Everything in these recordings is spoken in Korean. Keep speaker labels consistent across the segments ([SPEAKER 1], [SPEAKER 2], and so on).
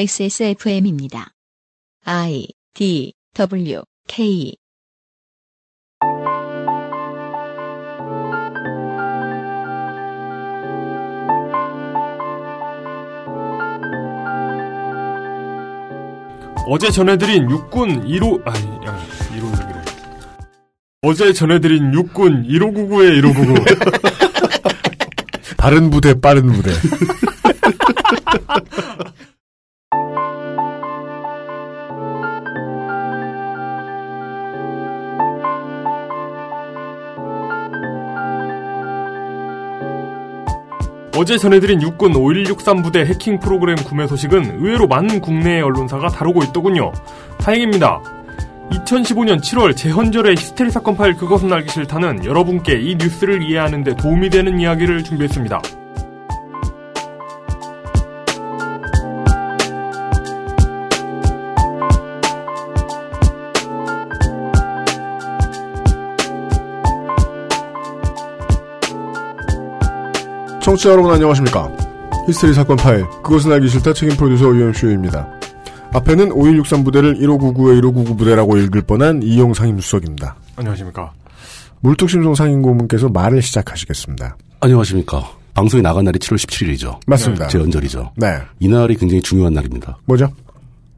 [SPEAKER 1] XSFM입니다. I D W K
[SPEAKER 2] 어제 전해드린 육군 1호 아니 야, 1호이래. 어제 전해드린 육군 1599의 1599.
[SPEAKER 3] 바른 부대, 빠른 부대.
[SPEAKER 2] 어제 전해드린 육군 5163 부대 해킹 프로그램 구매 소식은 의외로 많은 국내의 언론사가 다루고 있더군요. 다행입니다. 2015년 7월 재헌절의 히스테리 사건 파일 그것은 알기 싫다는 여러분께 이 뉴스를 이해하는 데 도움이 되는 이야기를 준비했습니다.
[SPEAKER 3] 청취자 여러분 안녕하십니까. 히스테리 사건 파일, 그것은 알기 싫다 책임 프로듀서 유엠쇼입니다. 앞에는 5163 부대를 1599의 1599 부대라고 읽을 뻔한 이용 상임수석입니다.
[SPEAKER 2] 안녕하십니까.
[SPEAKER 3] 물뚝심송 상임고문께서 말을 시작하시겠습니다.
[SPEAKER 4] 안녕하십니까. 방송이 나간 날이 7월 17일이죠.
[SPEAKER 3] 맞습니다.
[SPEAKER 4] 제 연절이죠.
[SPEAKER 3] 네.
[SPEAKER 4] 이날이 굉장히 중요한 날입니다.
[SPEAKER 3] 뭐죠?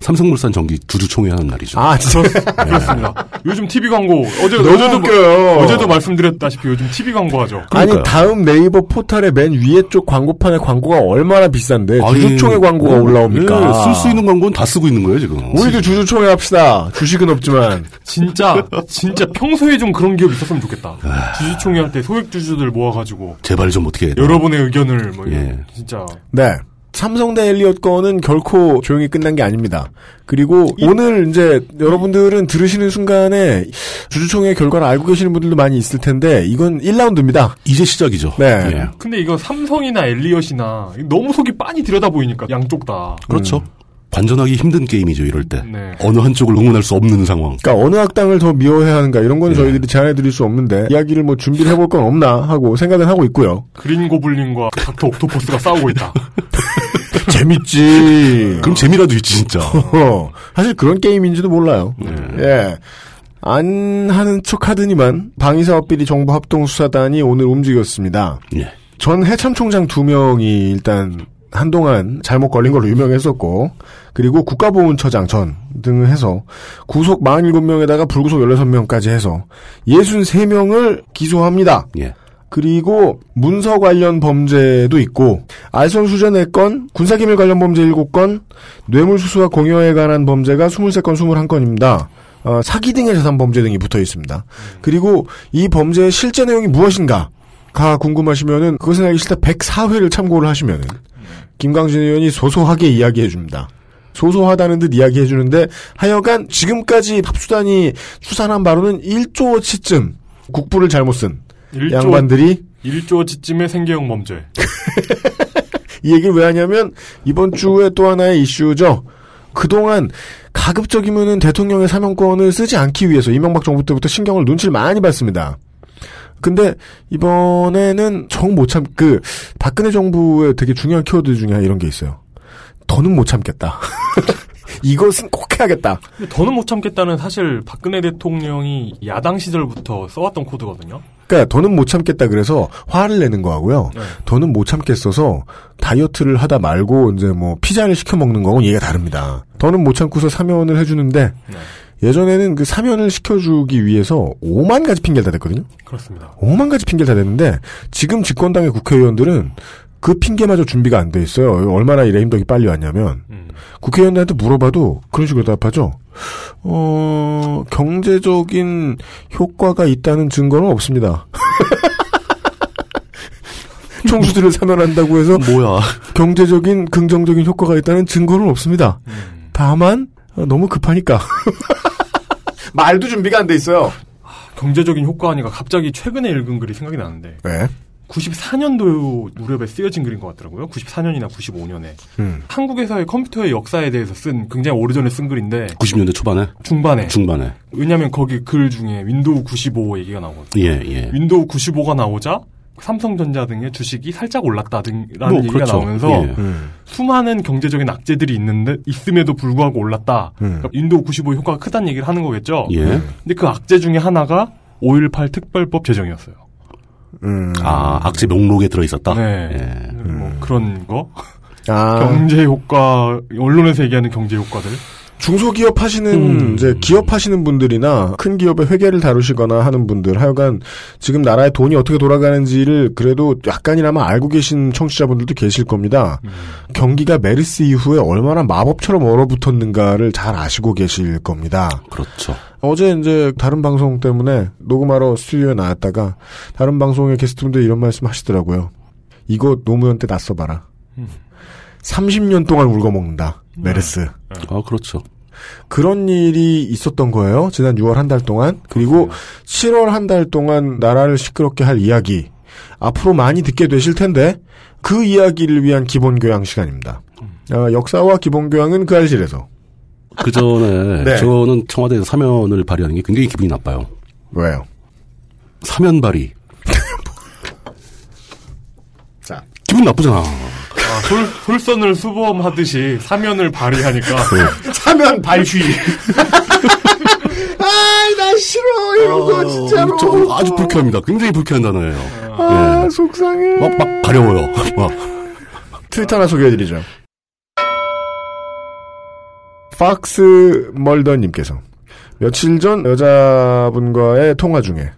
[SPEAKER 4] 삼성물산 정기 주주총회 하는 날이죠.
[SPEAKER 3] 아, 진짜.
[SPEAKER 4] 네.
[SPEAKER 2] 그렇습니다. 요즘 TV 광고 어제
[SPEAKER 3] 너무
[SPEAKER 2] 어제도
[SPEAKER 3] 웃겨요.
[SPEAKER 2] 어제도 말씀드렸다시피 요즘 TV 광고하죠.
[SPEAKER 3] 아니,
[SPEAKER 4] 그러니까요.
[SPEAKER 3] 다음 네이버 포털의 맨 위에 쪽 광고판에 광고가 얼마나 비싼데,
[SPEAKER 4] 아니,
[SPEAKER 3] 주주총회 광고가
[SPEAKER 4] 어,
[SPEAKER 3] 올라옵니까?
[SPEAKER 4] 예, 네, 쓸수 있는 광고는 다 쓰고 있는 거예요, 지금.
[SPEAKER 3] 우리도 주주총회 합시다. 주식은 없지만.
[SPEAKER 2] 진짜 진짜 평소에 좀 그런 기업 있었으면 좋겠다. 주주총회 할 때 소액 주주들 모아가지고
[SPEAKER 4] 제발 좀 어떻게 해야 돼요?
[SPEAKER 2] 여러분의 의견을 뭐 이런
[SPEAKER 4] 예.
[SPEAKER 2] 진짜
[SPEAKER 3] 네. 삼성대 엘리엇 건은 결코 조용히 끝난 게 아닙니다. 그리고 오늘 이제 여러분들은 들으시는 순간에 주주총회 결과를 알고 계시는 분들도 많이 있을 텐데 이건 1라운드입니다.
[SPEAKER 4] 이제 시작이죠.
[SPEAKER 3] 네.
[SPEAKER 4] 예.
[SPEAKER 2] 근데 이거 삼성이나 엘리엇이나 너무 속이 빤히 들여다 보이니까 양쪽 다.
[SPEAKER 4] 그렇죠. 관전하기 힘든 게임이죠, 이럴 때.
[SPEAKER 2] 네.
[SPEAKER 4] 어느 한쪽을 응원할 수 없는 상황.
[SPEAKER 3] 그러니까 어느 학당을 더 미워해야 하는가 이런 건 저희들이 제안해 드릴 수 없는데 이야기를 뭐 준비를 해볼 건 없나 하고 생각은 하고 있고요.
[SPEAKER 2] 그린 고블린과 닥터 옥토퍼스가 싸우고 있다.
[SPEAKER 3] 그러니까 재밌지.
[SPEAKER 4] 그럼 재미라도 있지, 진짜.
[SPEAKER 3] 어, 사실 그런 게임인지도 몰라요. 예. 안 하는 척 하더니만 방위사업비리 정부 합동수사단이 오늘 움직였습니다.
[SPEAKER 4] 예.
[SPEAKER 3] 전 해참 총장 두 명이 일단 한동안 잘못 걸린 걸로 유명했었고 그리고 국가보훈처장 전 등을 해서 구속 47명에다가 불구속 16명까지 해서 63명을 기소합니다.
[SPEAKER 4] 예.
[SPEAKER 3] 그리고 문서 관련 범죄도 있고 알선 수전 4건, 군사기밀 관련 범죄 7건, 뇌물수수와 공여에 관한 범죄가 23건, 21건입니다. 어, 사기 등의 재산 범죄 등이 붙어 있습니다. 그리고 이 범죄의 실제 내용이 무엇인가? 가 궁금하시면은 그것은 알기 싫다 104회를 참고를 하시면은 김광진 의원이 소소하게 이야기해 줍니다. 소소하다는 듯 이야기해 주는데 하여간 지금까지 합수단이 추산한 바로는 1조치쯤 국부를 잘못 쓴
[SPEAKER 2] 1조,
[SPEAKER 3] 양반들이
[SPEAKER 2] 1조치쯤의 생계형 범죄.
[SPEAKER 3] 이 얘기를 왜 하냐면 이번 주에 또 하나의 이슈죠. 그동안 가급적이면은 대통령의 사명권을 쓰지 않기 위해서 이명박 정부 때부터 신경을 눈치를 많이 봤습니다. 근데 이번에는 정 못 참, 그, 박근혜 정부의 되게 중요한 키워드 중에 하나 이런 게 있어요. 더는 못 참겠다. 이것은 꼭 해야겠다.
[SPEAKER 2] 근데 더는 못 참겠다는 사실 박근혜 대통령이 야당 시절부터 써왔던 코드거든요.
[SPEAKER 3] 그러니까 더는 못 참겠다 그래서 화를 내는 거하고요.
[SPEAKER 2] 네.
[SPEAKER 3] 더는 못 참겠어서 다이어트를 하다 말고 이제 뭐 피자를 시켜 먹는 거하고 얘기가 다릅니다. 더는 못 참고서 사면을 해주는데
[SPEAKER 2] 네.
[SPEAKER 3] 예전에는 그 사면을 시켜주기 위해서 5만 가지 핑계를 다 댔거든요.
[SPEAKER 2] 그렇습니다.
[SPEAKER 3] 5만 가지 핑계를 다 댔는데 지금 집권당의 국회의원들은 그 핑계마저 준비가 안 돼 있어요. 얼마나 일에 힘들게 빨리 왔냐면
[SPEAKER 2] 음.
[SPEAKER 3] 국회의원들한테 물어봐도 그런 식으로 답하죠. 어, 경제적인 효과가 있다는 증거는 없습니다. 총수들을 사면한다고 해서
[SPEAKER 4] 뭐야.
[SPEAKER 3] 경제적인 긍정적인 효과가 있다는 증거는 없습니다.
[SPEAKER 2] 음.
[SPEAKER 3] 다만 어, 너무 급하니까 말도 준비가 안 돼 있어요.
[SPEAKER 2] 경제적인 효과하니까 갑자기 최근에 읽은 글이 생각이 나는데
[SPEAKER 3] 네.
[SPEAKER 2] 94년도 무렵에 쓰여진 글인 것 같더라고요. 94년이나 95년에
[SPEAKER 3] 음.
[SPEAKER 2] 한국에서의 컴퓨터의 역사에 대해서 쓴 굉장히 오래전에 쓴 글인데
[SPEAKER 4] 90년대 초반에?
[SPEAKER 3] 네.
[SPEAKER 2] 중반에
[SPEAKER 4] 중반에?
[SPEAKER 2] 왜냐면 거기 글 중에 윈도우 95 얘기가 나오거든요.
[SPEAKER 4] 예, 예.
[SPEAKER 2] 윈도우 95가 나오자 삼성전자 등의 주식이 살짝 올랐다 등라는
[SPEAKER 4] 뭐,
[SPEAKER 2] 얘기가
[SPEAKER 4] 그렇죠.
[SPEAKER 2] 나오면서
[SPEAKER 4] 예.
[SPEAKER 3] 음.
[SPEAKER 2] 수많은 경제적인 악재들이 있는데 있음에도 불구하고 올랐다.
[SPEAKER 3] 음.
[SPEAKER 2] 그러니까 인도 95 효과가 크다는 얘기를 하는 거겠죠.
[SPEAKER 4] 예.
[SPEAKER 2] 근데 그 악재 중에 하나가 5.18 특별법 제정이었어요.
[SPEAKER 3] 음.
[SPEAKER 4] 아, 악재 명록에 들어있었다?
[SPEAKER 2] 네.
[SPEAKER 4] 예.
[SPEAKER 2] 뭐 그런 거
[SPEAKER 3] 아,
[SPEAKER 2] 경제 효과 언론에서 얘기하는 경제 효과들
[SPEAKER 3] 중소기업 하시는
[SPEAKER 2] 음.
[SPEAKER 3] 이제 기업 하시는 분들이나 큰 기업의 회계를 다루시거나 하는 분들 하여간 지금 나라의 돈이 어떻게 돌아가는지를 그래도 약간이나마 알고 계신 청취자분들도 계실 겁니다.
[SPEAKER 2] 음.
[SPEAKER 3] 경기가 메르스 이후에 얼마나 마법처럼 얼어붙었는가를 잘 아시고 계실 겁니다.
[SPEAKER 4] 그렇죠.
[SPEAKER 3] 어제 이제 다른 방송 때문에 녹음하러 스튜디오에 나왔다가 다른 방송의 게스트분들 이런 말씀 하시더라고요. 이거 노무현 때 났어봐라.
[SPEAKER 2] 음.
[SPEAKER 3] 30년 동안 울고 먹는다. 메르스.
[SPEAKER 4] 아, 그렇죠.
[SPEAKER 3] 그런 일이 있었던 거예요. 지난 6월 한 달 동안. 그리고 7월 한 달 동안 나라를 시끄럽게 할 이야기. 앞으로 많이 듣게 되실 텐데 그 이야기를 위한 기본 교양 시간입니다.
[SPEAKER 4] 음.
[SPEAKER 3] 아, 역사와 기본 교양은 그 알실에서.
[SPEAKER 4] 그 전에
[SPEAKER 3] 네.
[SPEAKER 4] 저는 청와대에서 사면을 발의하는 게 굉장히 기분이 나빠요.
[SPEAKER 3] 왜요?
[SPEAKER 4] 사면 발의.
[SPEAKER 3] 자.
[SPEAKER 4] 기분 나쁘잖아.
[SPEAKER 2] 아, 솔, 솔선을 수범하듯이 사면을 발휘하니까
[SPEAKER 3] 사면 발휘. 아이, 나 싫어. 이런 거 아, 진짜로.
[SPEAKER 4] 엄청 아주 불쾌합니다. 굉장히 불쾌한 단어예요.
[SPEAKER 3] 아, 속상해.
[SPEAKER 4] 막, 막 가려워요. 막.
[SPEAKER 3] 트위터 하나 소개해드리죠. 팍스 멀더님께서 며칠 전 여자분과의 통화 중에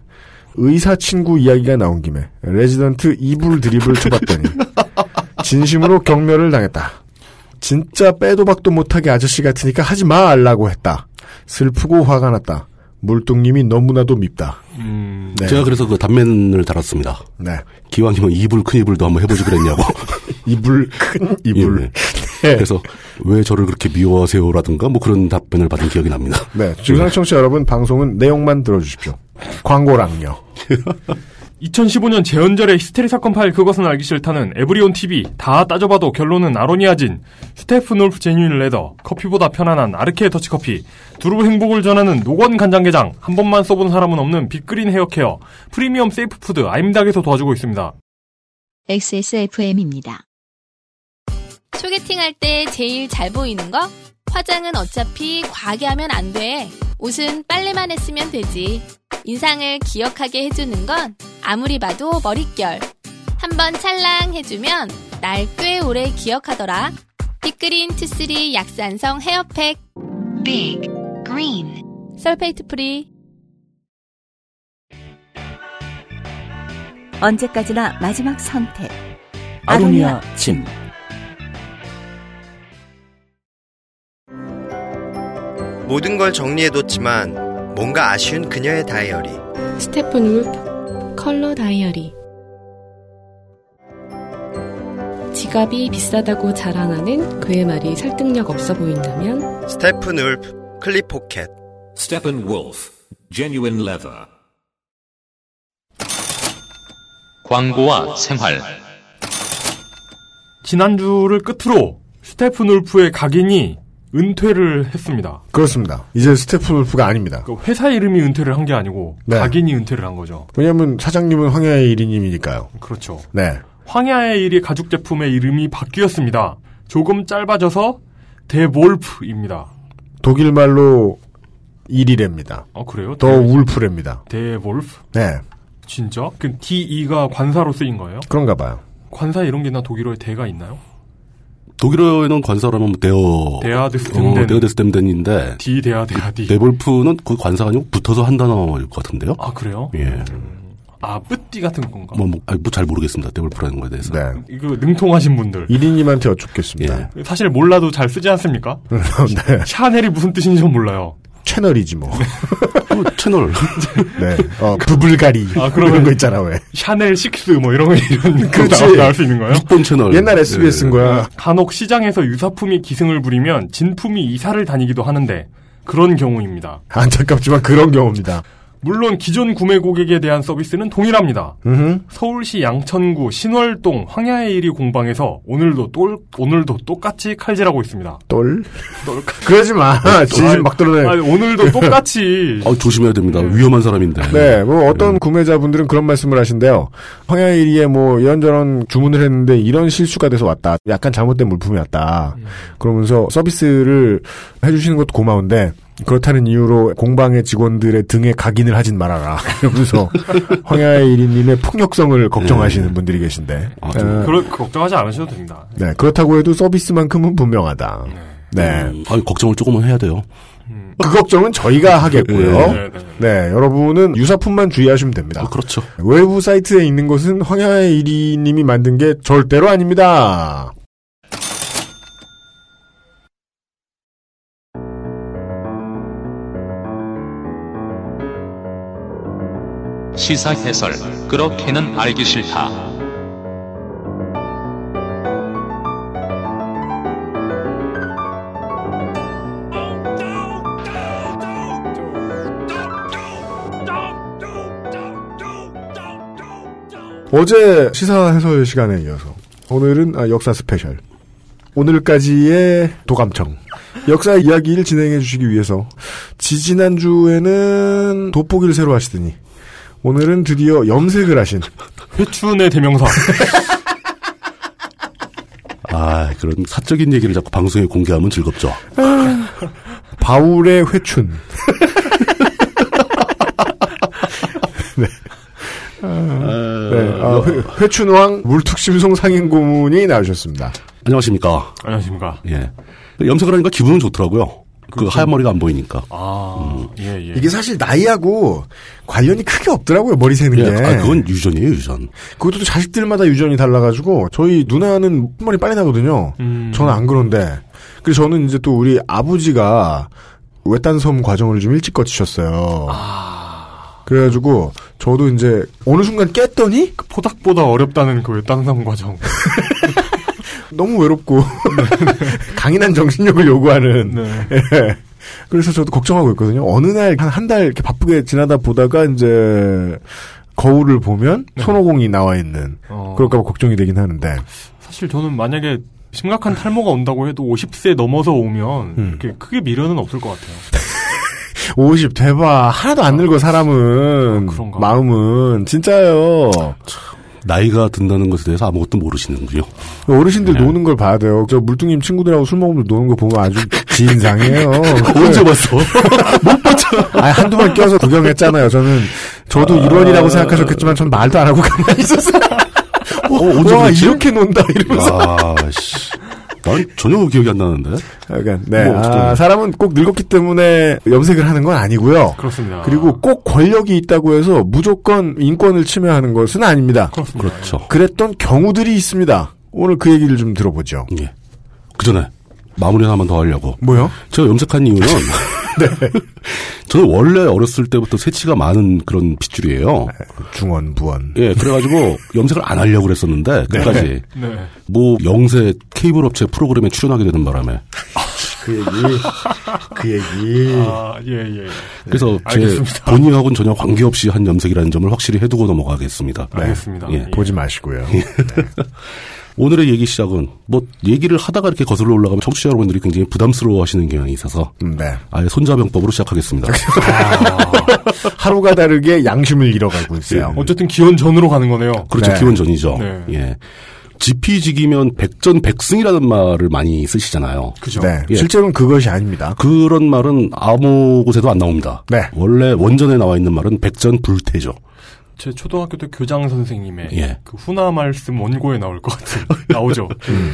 [SPEAKER 3] 의사 친구 이야기가 나온 김에 레지던트 이불 드립을 쳐봤더니 진심으로 경멸을 당했다. 진짜 빼도 박도 못하게 아저씨 같으니까 하지 말라고 했다. 슬프고 화가 났다. 물뚱님이 너무나도 밉다.
[SPEAKER 2] 음,
[SPEAKER 3] 네.
[SPEAKER 4] 제가 그래서 그 단면을 달았습니다.
[SPEAKER 3] 네.
[SPEAKER 4] 기왕이면 이불 큰 이불도 한번 해보지 그랬냐고.
[SPEAKER 3] 이불, 큰 이불.
[SPEAKER 4] 예.
[SPEAKER 3] 네.
[SPEAKER 4] 그래서 왜 저를 그렇게 미워하세요라든가 뭐 그런 답변을 받은 기억이 납니다.
[SPEAKER 3] 네. 중상청취 자 여러분, 방송은 내용만 들어주십시오. 광고랑요.
[SPEAKER 2] 2015년 재연절의 히스테리 사건 파일 그것은 알기 싫다는 에브리온 TV 다 따져봐도 결론은 아로니아진 스테프 놀프 제뉴인 레더 커피보다 편안한 아르케 더치 커피 두루 행복을 전하는 노건 간장게장 한 번만 써본 사람은 없는 빅그린 헤어케어 프리미엄 세이프푸드 아임닭에서 도와주고 있습니다
[SPEAKER 1] XSFM입니다.
[SPEAKER 5] 소개팅할 때 제일 잘 보이는 거? 화장은 어차피 과하게 하면 안 돼. 옷은 빨래만 했으면 되지. 인상을 기억하게 해주는 건 아무리 봐도 머릿결. 한번 찰랑 해주면 날 꽤 오래 기억하더라. 빅그린 투쓰리 약산성 헤어팩.
[SPEAKER 6] Big Green
[SPEAKER 5] 설페이트 프리.
[SPEAKER 7] 언제까지나 마지막 선택.
[SPEAKER 8] 아로니아 진
[SPEAKER 9] 모든 걸 정리해뒀지만 뭔가 아쉬운 그녀의 다이어리
[SPEAKER 10] 스테픈 울프 컬러 다이어리 지갑이 비싸다고 자랑하는 그의 말이 설득력 없어 보인다면
[SPEAKER 9] 스테픈 울프 클립 포켓
[SPEAKER 11] Steppenwolf, genuine leather.
[SPEAKER 12] 광고와 생활.
[SPEAKER 2] 지난주를 끝으로 스테프 놀프의 각인이 은퇴를 했습니다
[SPEAKER 3] 그렇습니다. 이제 스테픈 울프가 아닙니다.
[SPEAKER 2] 그 회사 이름이 은퇴를 한 게 아니고
[SPEAKER 3] 네.
[SPEAKER 2] 각인이 은퇴를 한 거죠
[SPEAKER 3] 왜냐면 하 사장님은 황야의 1인님이니까요.
[SPEAKER 2] 그렇죠
[SPEAKER 3] 네.
[SPEAKER 2] 황야의 일이 가죽 제품의 이름이 바뀌었습니다. 조금 짧아져서 데볼프입니다.
[SPEAKER 3] 독일말로 1이랍니다.
[SPEAKER 2] 아 그래요?
[SPEAKER 3] 더 울프랍니다.
[SPEAKER 2] 데볼프?
[SPEAKER 3] 네.
[SPEAKER 2] 진짜? 그럼 DE가 관사로 쓰인 거예요?
[SPEAKER 3] 그런가 봐요.
[SPEAKER 2] 관사 이런 게나 독일어에 대가 있나요?
[SPEAKER 4] 독일어에는 관사라면 뭐 대어.
[SPEAKER 2] 대하데스
[SPEAKER 4] 어,
[SPEAKER 2] 댐덴.
[SPEAKER 4] 대어데스댐덴인데
[SPEAKER 2] D 대하 대하 D.
[SPEAKER 4] 데볼프는 그 관사가 아니고 붙어서 한 단어일 것 같은데요.
[SPEAKER 2] 아 그래요?
[SPEAKER 4] 예.
[SPEAKER 2] 아 뿌띠 같은 건가?
[SPEAKER 4] 뭐, 뭐, 아니, 뭐잘 모르겠습니다. 데볼프라는 거에 대해서.
[SPEAKER 3] 네.
[SPEAKER 2] 이거 능통하신 분들.
[SPEAKER 3] 1인님한테 여쭙겠습니다.
[SPEAKER 2] 사실 몰라도 잘 쓰지 않습니까?
[SPEAKER 3] 네.
[SPEAKER 2] 샤넬이 무슨 뜻인지 전 몰라요.
[SPEAKER 3] 채널이지 뭐.
[SPEAKER 4] 그 채널.
[SPEAKER 3] 네. 어, 부불가리.
[SPEAKER 2] 아, 그러면- 네.
[SPEAKER 3] 그런 거 있잖아, 왜.
[SPEAKER 2] 샤넬 6 뭐 이런 거 이런 거
[SPEAKER 3] 그렇지.
[SPEAKER 2] 나- 나올 수 있는 거예요?
[SPEAKER 4] 육본 채널.
[SPEAKER 3] 옛날 SBS인
[SPEAKER 4] 예.
[SPEAKER 3] 거야.
[SPEAKER 2] 간혹 시장에서 유사품이 기승을 부리면 진품이 이사를 다니기도 하는데 그런 경우입니다.
[SPEAKER 3] 안타깝지만 그런 경우입니다.
[SPEAKER 2] 물론 기존 구매 고객에 대한 서비스는 동일합니다.
[SPEAKER 3] 음?
[SPEAKER 2] 서울시 양천구 신월동 황야의 일이 공방에서 오늘도 똘, 오늘도 똑같이 칼질하고 있습니다.
[SPEAKER 3] 똘? 그러지 마. 진심 막 드러내.
[SPEAKER 2] 네. 아니, 오늘도 똑같이.
[SPEAKER 3] 어?
[SPEAKER 4] 아, 조심해야 됩니다. 위험한 사람인데.
[SPEAKER 3] 네, 뭐 어떤 구매자분들은 그런 말씀을 하신대요. 황야일이에 뭐 이런저런 주문을 했는데 이런 실수가 돼서 왔다. 약간 잘못된 물품이 왔다. 그러면서 서비스를 해주시는 것도 고마운데 그렇다는 이유로 공방의 직원들의 등에 각인을 하진 말아라. 이러면서 황야일이님의 폭력성을 걱정하시는 분들이 계신데. 어,
[SPEAKER 2] 그럴, 걱정하지 않으셔도 됩니다.
[SPEAKER 3] 네, 그렇다고 해도 서비스만큼은 분명하다. 네.
[SPEAKER 4] 음. 아니, 걱정을 조금은 해야 돼요.
[SPEAKER 3] 그 걱정은 저희가 하겠고요.
[SPEAKER 4] 네,
[SPEAKER 3] 네, 여러분은 유사품만 주의하시면 됩니다.
[SPEAKER 4] 그렇죠.
[SPEAKER 3] 외부 사이트에 있는 것은 황야의 이리님이 만든 게 절대로 아닙니다.
[SPEAKER 12] 시사 해설 그렇게는 알기 싫다.
[SPEAKER 3] 어제 시사 해설 시간에 이어서 오늘은 아, 역사 스페셜. 오늘까지의 도감청. 역사 이야기를 진행해 주시기 위해서 지지난주에는 돋보기를 새로 하시더니 오늘은 드디어 염색을 하신
[SPEAKER 2] 회춘의 대명사
[SPEAKER 4] 아, 그런 사적인 얘기를 자꾸 방송에 공개하면 즐겁죠.
[SPEAKER 3] 바울의 회춘. 네, 아, 회, 춘왕 물툭심송 상인고문이 나오셨습니다.
[SPEAKER 4] 안녕하십니까.
[SPEAKER 3] 음.
[SPEAKER 2] 안녕하십니까.
[SPEAKER 4] 예. 염색을 하니까 기분은 좋더라고요. 그
[SPEAKER 3] 그렇죠.
[SPEAKER 4] 하얀 머리가 안 보이니까.
[SPEAKER 2] 아, 예, 예.
[SPEAKER 3] 이게 사실 나이하고 관련이 크게 없더라고요 머리 세는
[SPEAKER 4] 예,
[SPEAKER 3] 게.
[SPEAKER 4] 아, 그건 유전이에요, 유전.
[SPEAKER 3] 그것도 또 자식들마다 유전이 달라가지고 저희 누나는 머리 빨리 나거든요. 저는 안 그런데. 그래서 저는 이제 또 우리 아버지가 외딴섬 과정을 좀 일찍 거치셨어요. 그래가지고 저도 이제 어느 순간 깼더니
[SPEAKER 2] 포닥보다 어렵다는 그 외딴섬 과정.
[SPEAKER 3] 너무 외롭고 강인한 정신력을 요구하는. 예. 그래서 저도 걱정하고 있거든요. 어느 날 한 한 달 이렇게 바쁘게 지나다 보다가 이제 거울을 보면 손오공이 나와 있는
[SPEAKER 2] 어.
[SPEAKER 3] 그럴까봐 걱정이 되긴 하는데.
[SPEAKER 2] 사실 저는 만약에 심각한 탈모가 온다고 해도 50세 넘어서 오면
[SPEAKER 4] 음.
[SPEAKER 2] 이렇게 크게 미련은 없을 것 같아요.
[SPEAKER 3] 50 돼봐. 하나도 안 늙어, 사람은.
[SPEAKER 4] 아,
[SPEAKER 3] 마음은. 진짜요.
[SPEAKER 4] 나이가 든다는 것에 대해서 아무것도 모르시는군요.
[SPEAKER 3] 어르신들
[SPEAKER 4] 네.
[SPEAKER 3] 노는 걸 봐야 돼요. 저 물뚱님 친구들하고 술 먹으면 노는 거 보면 아주 진상이에요. 네.
[SPEAKER 4] 언제 봤어?
[SPEAKER 3] 못 봤죠. 아, 한두 번 껴서 구경했잖아요. 저는,
[SPEAKER 4] 아.
[SPEAKER 3] 저도 일원이라고 생각하셨겠지만 전 말도 안 하고 가만히 있었어요. 어,
[SPEAKER 4] 언제
[SPEAKER 3] 와,
[SPEAKER 4] 그랬지?
[SPEAKER 3] 이렇게 논다, 이러면서.
[SPEAKER 4] 아, 씨. 난 전혀 기억이 안 나는데.
[SPEAKER 3] 약간, 네.
[SPEAKER 4] 뭐 어떻게
[SPEAKER 3] 아, 사람은 꼭 늙었기 때문에 염색을 하는 건 아니고요.
[SPEAKER 2] 그렇습니다.
[SPEAKER 3] 그리고 꼭 권력이 있다고 해서 무조건 인권을 침해하는 것은 아닙니다.
[SPEAKER 4] 그렇죠.
[SPEAKER 3] 그랬던 경우들이 있습니다. 오늘 그 얘기를 좀 들어보죠.
[SPEAKER 4] 예. 그 전에 마무리 하나만 더 하려고.
[SPEAKER 3] 뭐요?
[SPEAKER 4] 제가 염색한 이유는
[SPEAKER 2] 네.
[SPEAKER 4] 저는 원래 어렸을 때부터 새치가 많은 그런 핏줄이에요.
[SPEAKER 3] 중원 부원.
[SPEAKER 4] 예, 그래가지고 염색을 안 하려고 그랬었는데 끝까지
[SPEAKER 2] 네.
[SPEAKER 4] 뭐 영세 케이블 업체 프로그램에 출연하게 되는 바람에
[SPEAKER 2] 네,
[SPEAKER 3] 그 얘기. 그 얘기.
[SPEAKER 2] 아,
[SPEAKER 4] 음.
[SPEAKER 2] 예, 예.
[SPEAKER 4] 그래서 제
[SPEAKER 2] 알겠습니다.
[SPEAKER 4] 본의하고는 전혀 관계없이 한 염색이라는 점을 확실히 해두고 넘어가겠습니다.
[SPEAKER 2] 네. 알겠습니다.
[SPEAKER 4] 예.
[SPEAKER 3] 보지 마시고요.
[SPEAKER 4] 오늘의 얘기 시작은 뭐 얘기를 하다가 이렇게 거슬러 올라가면 청취자 여러분들이 굉장히 부담스러워하시는 경향이 있어서
[SPEAKER 2] 음.
[SPEAKER 3] 네.
[SPEAKER 4] 아예 손자병법으로 시작하겠습니다.
[SPEAKER 3] 하루가 다르게 양심을 잃어가고 있어요.
[SPEAKER 4] 예.
[SPEAKER 2] 어쨌든 기원 전으로 가는 거네요.
[SPEAKER 4] 그렇죠.
[SPEAKER 3] 네.
[SPEAKER 4] 기원전이죠.
[SPEAKER 2] 네.
[SPEAKER 4] 예. 지피지기면 백전백승이라는 말을 많이 쓰시잖아요.
[SPEAKER 2] 그죠?
[SPEAKER 3] 네.
[SPEAKER 4] 예.
[SPEAKER 3] 실제로는 그것이 아닙니다.
[SPEAKER 4] 그런 말은 아무 곳에도 안 나옵니다.
[SPEAKER 3] 네.
[SPEAKER 4] 원래 원전에 나와 있는 말은 백전불태죠.
[SPEAKER 2] 제 초등학교 때 교장 선생님의
[SPEAKER 4] 예.
[SPEAKER 2] 그 훈화 말씀 원고에 나올 것 같은 나오죠.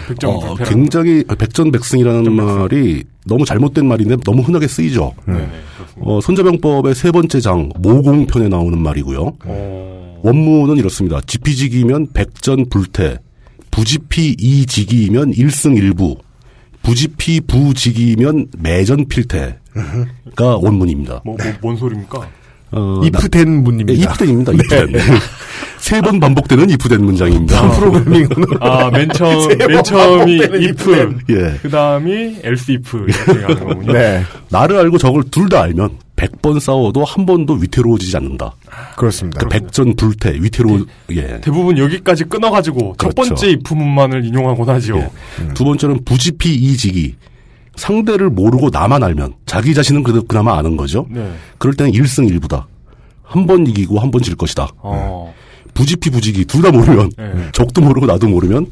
[SPEAKER 2] 백점
[SPEAKER 4] 어,
[SPEAKER 2] 불패라.
[SPEAKER 4] 굉장히 백전백승이라는 말이 너무 잘못된 말인데 너무 흔하게 쓰이죠.
[SPEAKER 2] 네네, 그렇습니다.
[SPEAKER 4] 어, 손자병법의 세 번째 장 모공편에 나오는 말이고요.
[SPEAKER 2] 어,
[SPEAKER 4] 원문은 이렇습니다. 지피지기면 백전불태, 부지피이지기이면 일승일부, 부지피부지기이면 매전필태가 원문입니다.
[SPEAKER 2] 뭐, 뭐, 뭔 소리입니까?
[SPEAKER 4] 어,
[SPEAKER 3] 이프된
[SPEAKER 4] 예,
[SPEAKER 3] 분입니다.
[SPEAKER 4] 이프된입니다.
[SPEAKER 2] 네.
[SPEAKER 4] 이프된. 세 번 반복되는 이프된 문장입니다.
[SPEAKER 3] 프로그래밍.
[SPEAKER 2] 아, 맨 처음,
[SPEAKER 3] 세번
[SPEAKER 2] 맨 처음이
[SPEAKER 3] 반복되는
[SPEAKER 2] if.
[SPEAKER 4] 예.
[SPEAKER 2] 그 다음이 else if. 이렇게 가는 거군요.
[SPEAKER 3] 네.
[SPEAKER 4] 나를 알고 저걸 둘 다 알면 100번 싸워도 한 번도 위태로워지지 않는다.
[SPEAKER 3] 그렇습니다.
[SPEAKER 4] 그러니까 백전 불태,
[SPEAKER 2] 네.
[SPEAKER 4] 위태로 예.
[SPEAKER 2] 대부분 여기까지 끊어가지고 첫
[SPEAKER 4] 그렇죠. 예.
[SPEAKER 2] 번째 입후문만을 인용하곤 하지요.
[SPEAKER 4] 두 번째는 부지피 이지기. 상대를 모르고 나만 알면 자기 자신은 그래도 그나마 아는 거죠.
[SPEAKER 2] 네.
[SPEAKER 4] 그럴 때는 일승일부다 한 번 이기고 한 번 질 것이다. 음.
[SPEAKER 2] 어.
[SPEAKER 4] 부지피 부지기 둘 다 모르면
[SPEAKER 2] 네.
[SPEAKER 4] 적도 모르고 나도 모르면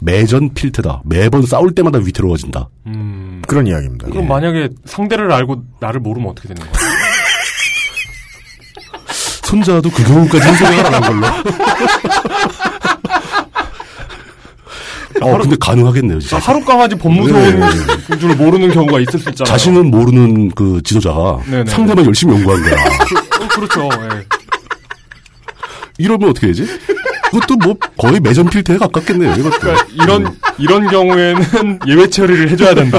[SPEAKER 4] 매전 필태다. 매번 싸울 때마다 위태로워진다.
[SPEAKER 2] 음.
[SPEAKER 3] 그런 이야기입니다. 예.
[SPEAKER 2] 그럼 만약에 상대를 알고 나를 모르면 어떻게 되는 거야?
[SPEAKER 4] 손자도 그 경우까지 한 생각을 안 한 걸로. 어, 근데 가능하겠네요, 진짜.
[SPEAKER 2] 하루 강아지 법무서인 줄 모르는 경우가 있을 수 있잖아요.
[SPEAKER 4] 자신은 모르는 그 지도자가
[SPEAKER 2] 네네.
[SPEAKER 4] 상대만 열심히 연구한 거야.
[SPEAKER 2] 그, 어, 그렇죠. 예.
[SPEAKER 4] 이러면 어떻게 되지? 그것도 뭐 거의 매점 필태에 가깝겠네요. 이것도.
[SPEAKER 2] 그러니까 이런 이런 경우에는 예외 처리를 해줘야 된다.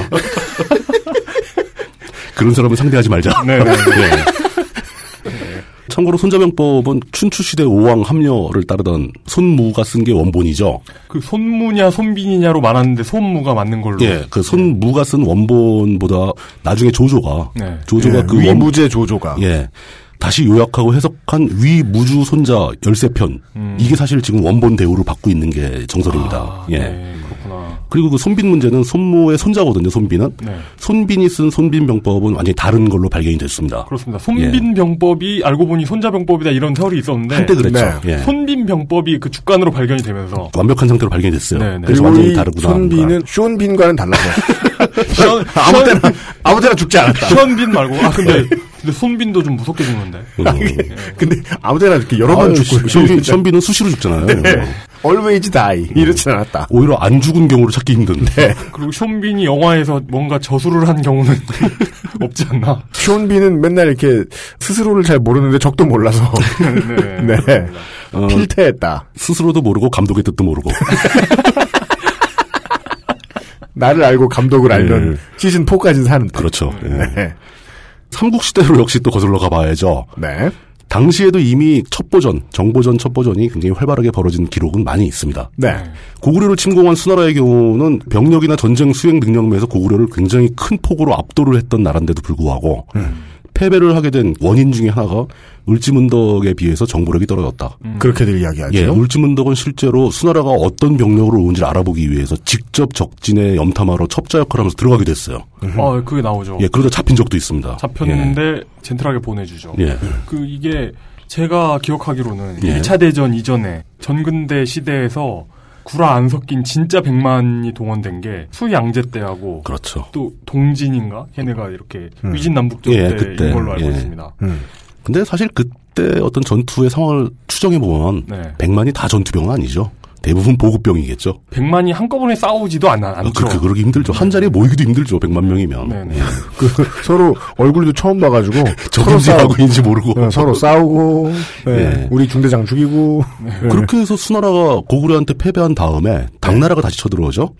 [SPEAKER 4] 그런 사람은 상대하지 말자. 네.
[SPEAKER 2] 네네.
[SPEAKER 4] 참고로 손자병법은 춘추시대 오왕 합녀를 따르던 손무가 쓴 게 원본이죠.
[SPEAKER 2] 그 손무냐 손빈이냐로 많았는데 손무가 맞는 걸로.
[SPEAKER 4] 예, 그 손무가 쓴 원본보다 나중에 조조가
[SPEAKER 2] 네.
[SPEAKER 4] 조조가
[SPEAKER 3] 예,
[SPEAKER 4] 그 원-
[SPEAKER 3] 위무제 조조가
[SPEAKER 4] 예. 다시 요약하고 해석한 위무주 손자 열세 편
[SPEAKER 2] 음.
[SPEAKER 4] 이게 사실 지금 원본 대우를 받고 있는 게 정설입니다.
[SPEAKER 2] 아,
[SPEAKER 4] 예.
[SPEAKER 2] 네, 그렇구나.
[SPEAKER 4] 그리고 그 손빈 문제는 손무의 손자거든요. 손빈은
[SPEAKER 2] 네.
[SPEAKER 4] 손빈이 쓴 손빈병법은 완전히 다른 걸로 발견이 됐습니다.
[SPEAKER 2] 그렇습니다. 손빈병법이 알고 보니 손자병법이다 이런 설이 있었는데
[SPEAKER 4] 한때 그랬죠.
[SPEAKER 3] 네.
[SPEAKER 4] 예.
[SPEAKER 2] 손빈병법이 그 주간으로 발견이 되면서
[SPEAKER 4] 완벽한 상태로 발견됐어요.
[SPEAKER 2] 네, 네.
[SPEAKER 4] 그래서
[SPEAKER 3] 그리고
[SPEAKER 4] 완전히
[SPEAKER 3] 이
[SPEAKER 4] 다르구나.
[SPEAKER 3] 손빈은 쇼빈과는 달라서
[SPEAKER 2] 현-
[SPEAKER 3] 아무 때나 아무 때나 죽지 않았다.
[SPEAKER 2] 현빈 말고 아 근데 근데 손빈도 좀 무섭게 죽는데.
[SPEAKER 3] 근데 아무 때나 이렇게 여러 번
[SPEAKER 4] 음. 아,
[SPEAKER 3] 죽고
[SPEAKER 4] 션빈, 션빈은 수시로 죽잖아요.
[SPEAKER 3] 네.
[SPEAKER 4] 어.
[SPEAKER 3] always die 이렇진 않았다.
[SPEAKER 4] 오히려 안 죽은 경우를 찾기
[SPEAKER 3] 네.
[SPEAKER 4] 힘든데.
[SPEAKER 2] 그리고 쇼빈이 영화에서 뭔가 저술을 한 경우는 없지 않나.
[SPEAKER 3] 쇼빈은 맨날 이렇게 스스로를 잘 모르는데 적도 몰라서 네
[SPEAKER 4] 어,
[SPEAKER 3] 필퇴했다. 네.
[SPEAKER 4] 스스로도 모르고 감독의 뜻도 모르고.
[SPEAKER 3] 나를 알고 감독을 알면
[SPEAKER 4] 네.
[SPEAKER 3] 시즌 4까지 사는 다
[SPEAKER 4] 그렇죠. 예.
[SPEAKER 3] 네.
[SPEAKER 4] 삼국시대로 역시 또 거슬러 가봐야죠.
[SPEAKER 3] 네.
[SPEAKER 4] 당시에도 이미 첩보전, 정보전 첩보전이 굉장히 활발하게 벌어진 기록은 많이 있습니다.
[SPEAKER 3] 네.
[SPEAKER 4] 고구려를 침공한 수나라의 경우는 병력이나 전쟁 수행 능력면에서 고구려를 굉장히 큰 폭으로 압도를 했던 나라인데도 불구하고
[SPEAKER 2] 음.
[SPEAKER 4] 패배를 하게 된 원인 중에 하나가 을지문덕에 비해서 정보력이 떨어졌다.
[SPEAKER 3] 그렇게들 이야기하죠.
[SPEAKER 4] 예, 울지문덕은 실제로 수나라가 어떤 병력으로 온지를 알아보기 위해서 직접 적진에 염탐하러 첩자 역할을 하면서 들어가게 됐어요.
[SPEAKER 2] 아 그게 나오죠.
[SPEAKER 4] 예, 그러다 잡힌 적도 있습니다.
[SPEAKER 2] 잡혔는데 젠틀하게 보내주죠.
[SPEAKER 4] 예. 예.
[SPEAKER 2] 그 이게 제가 기억하기로는
[SPEAKER 4] 예.
[SPEAKER 2] 1차 대전 이전에 전근대 시대에서 구라 안 섞인 진짜 100만이 동원된 게 수양제 때하고
[SPEAKER 4] 그렇죠.
[SPEAKER 2] 또 동진인가 걔네가 이렇게 위진남북전
[SPEAKER 4] 예,
[SPEAKER 2] 때인
[SPEAKER 4] 그때.
[SPEAKER 2] 걸로 알고
[SPEAKER 4] 예.
[SPEAKER 2] 있습니다.
[SPEAKER 3] 음.
[SPEAKER 4] 근데 사실 그때 어떤 전투의 상황을 추정해 보면
[SPEAKER 2] 네.
[SPEAKER 4] 백만이 다 전투병은 아니죠. 대부분 보급병이겠죠.
[SPEAKER 2] 100만이 한꺼번에 싸우지도 않, 않죠.
[SPEAKER 4] 그, 그, 그러기 힘들죠. 한 자리에 모이기도 힘들죠. 100만 명이면.
[SPEAKER 2] 네네.
[SPEAKER 3] 그, 서로 얼굴도 처음 봐가지고 서로
[SPEAKER 4] 저금지
[SPEAKER 3] 싸우고
[SPEAKER 4] 하고 있는지 모르고.
[SPEAKER 3] 네, 서로 싸우고 네,
[SPEAKER 4] 네.
[SPEAKER 3] 우리 중대장 죽이고
[SPEAKER 4] 어, 그렇게 해서 수나라가 고구려한테 패배한 다음에 당나라가 다시 쳐들어오죠.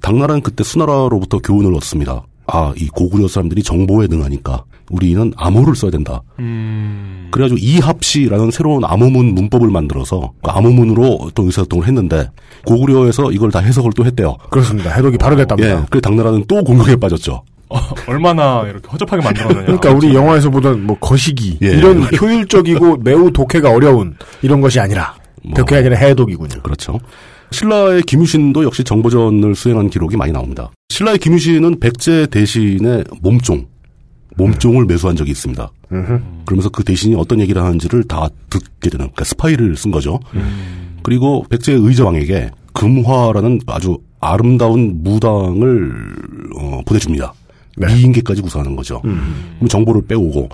[SPEAKER 4] 당나라는 그때 수나라로부터 교훈을 얻습니다. 아, 이 고구려 사람들이 정보에 능하니까 우리는 암호를 써야 된다.
[SPEAKER 2] 음,
[SPEAKER 4] 그래가지고 이합시라는 새로운 암호문 문법을 만들어서 그 암호문으로 또 의사소통을 했는데 고구려에서 이걸 다 해석을 또 했대요.
[SPEAKER 3] 그렇습니다. 해독이 바로 됐답니다.
[SPEAKER 4] 예, 그래 당나라는 또 공격에 빠졌죠.
[SPEAKER 2] 어, 얼마나 이렇게 허접하게 만들었느냐.
[SPEAKER 3] 그러니까 우리 영화에서 보던 뭐 거시기
[SPEAKER 4] 어, 예.
[SPEAKER 3] 이런 효율적이고 매우 독해가 어려운 이런 것이 아니라
[SPEAKER 4] 뭐.
[SPEAKER 3] 독해가 아니라 해독이군요.
[SPEAKER 4] 그렇죠. 신라의 김유신도 역시 정보전을 수행한 기록이 많이 나옵니다. 신라의 김유신은 백제 대신에 몸종, 몸종을 매수한 적이 있습니다. 그러면서 그 대신이 어떤 얘기를 하는지를 다 듣게 되는, 그러니까 스파이를 쓴 거죠. 그리고 백제의 의자왕에게 금화라는 아주 아름다운 무당을 어, 보내줍니다. 미인계까지 구사하는 거죠. 그럼 정보를 빼오고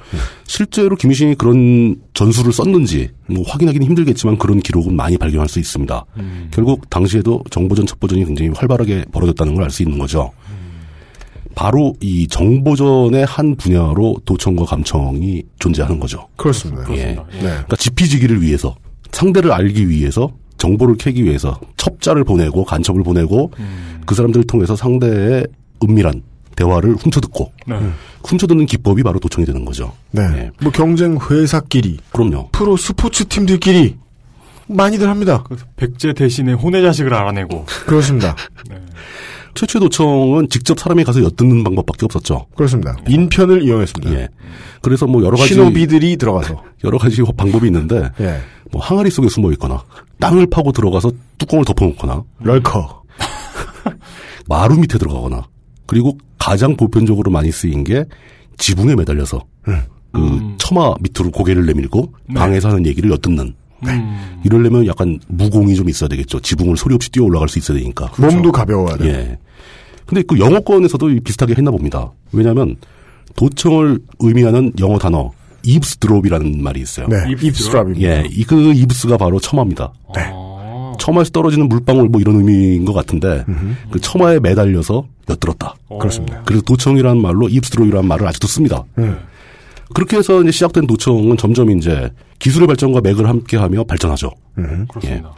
[SPEAKER 4] 실제로 김유신이 그런 전술을 썼는지 뭐 확인하기는 힘들겠지만 그런 기록은 많이 발견할 수 있습니다. 결국 당시에도 정보전 첩보전이 굉장히 활발하게 벌어졌다는 걸 알 수 있는 거죠. 바로 이 정보전의 한 분야로 도청과 감청이 존재하는 거죠.
[SPEAKER 3] 그렇습니다.
[SPEAKER 2] 그렇습니다. 예.
[SPEAKER 3] 네.
[SPEAKER 4] 그러니까 지피지기를 위해서 상대를 알기 위해서 정보를 캐기 위해서 첩자를 보내고 간첩을 보내고
[SPEAKER 3] 음.
[SPEAKER 4] 그 사람들을 통해서 상대의 은밀한 대화를 훔쳐듣고
[SPEAKER 2] 네.
[SPEAKER 4] 훔쳐듣는 기법이 바로 도청이 되는 거죠.
[SPEAKER 3] 네.
[SPEAKER 4] 네.
[SPEAKER 3] 뭐 경쟁 회사끼리
[SPEAKER 4] 그럼요.
[SPEAKER 3] 프로 스포츠 팀들끼리 많이들 합니다.
[SPEAKER 2] 그래서 백제 대신에 혼외 자식을 알아내고
[SPEAKER 3] 그렇습니다.
[SPEAKER 4] 최초의 도청은 직접 사람이 가서 엿듣는 방법밖에 없었죠.
[SPEAKER 3] 그렇습니다. 인편을 이용했습니다.
[SPEAKER 4] 예. 그래서 뭐 여러 가지
[SPEAKER 3] 네. 신호비들이 들어가서
[SPEAKER 4] 여러 가지 방법이 있는데
[SPEAKER 3] 예.
[SPEAKER 4] 뭐 항아리 속에 숨어 있거나 땅을 파고 들어가서 뚜껑을 덮어놓거나
[SPEAKER 3] 럴커
[SPEAKER 4] 마루 밑에 들어가거나 그리고 가장 보편적으로 많이 쓰인 게 지붕에 매달려서
[SPEAKER 3] 음.
[SPEAKER 4] 그 처마 밑으로 고개를 내밀고
[SPEAKER 2] 네.
[SPEAKER 4] 방에서 하는 얘기를 엿듣는 네.
[SPEAKER 2] 음.
[SPEAKER 4] 이러려면 약간 무공이 좀 있어야 되겠죠. 지붕을 소리 없이 뛰어 올라갈 수 있어야 되니까.
[SPEAKER 3] 몸도 가벼워야 돼.
[SPEAKER 4] 그렇죠. 예. 근데 그 영어권에서도 이 비슷하게 했나 봅니다. 왜냐하면 도청을 의미하는 영어 단어 입스드롭이라는 말이 있어요.
[SPEAKER 3] 네.
[SPEAKER 2] 입스트랍?
[SPEAKER 3] 입스트랍입니다.
[SPEAKER 4] 예, 이 그 입스가 바로 처마입니다.
[SPEAKER 3] 네.
[SPEAKER 2] 아,
[SPEAKER 4] 처마에서 떨어지는 물방울 뭐 이런 의미인 것 같은데 그 처마에 매달려서 엿들었다.
[SPEAKER 3] 어. 그렇습니다.
[SPEAKER 4] 그래서 도청이라는 말로 입스드롭이라는 말을 아직도 씁니다.
[SPEAKER 3] 음.
[SPEAKER 4] 그렇게 해서 이제 시작된 도청은 점점 이제 기술의 발전과 맥을 함께하며 발전하죠. 예.
[SPEAKER 3] 음.
[SPEAKER 2] 그렇습니다.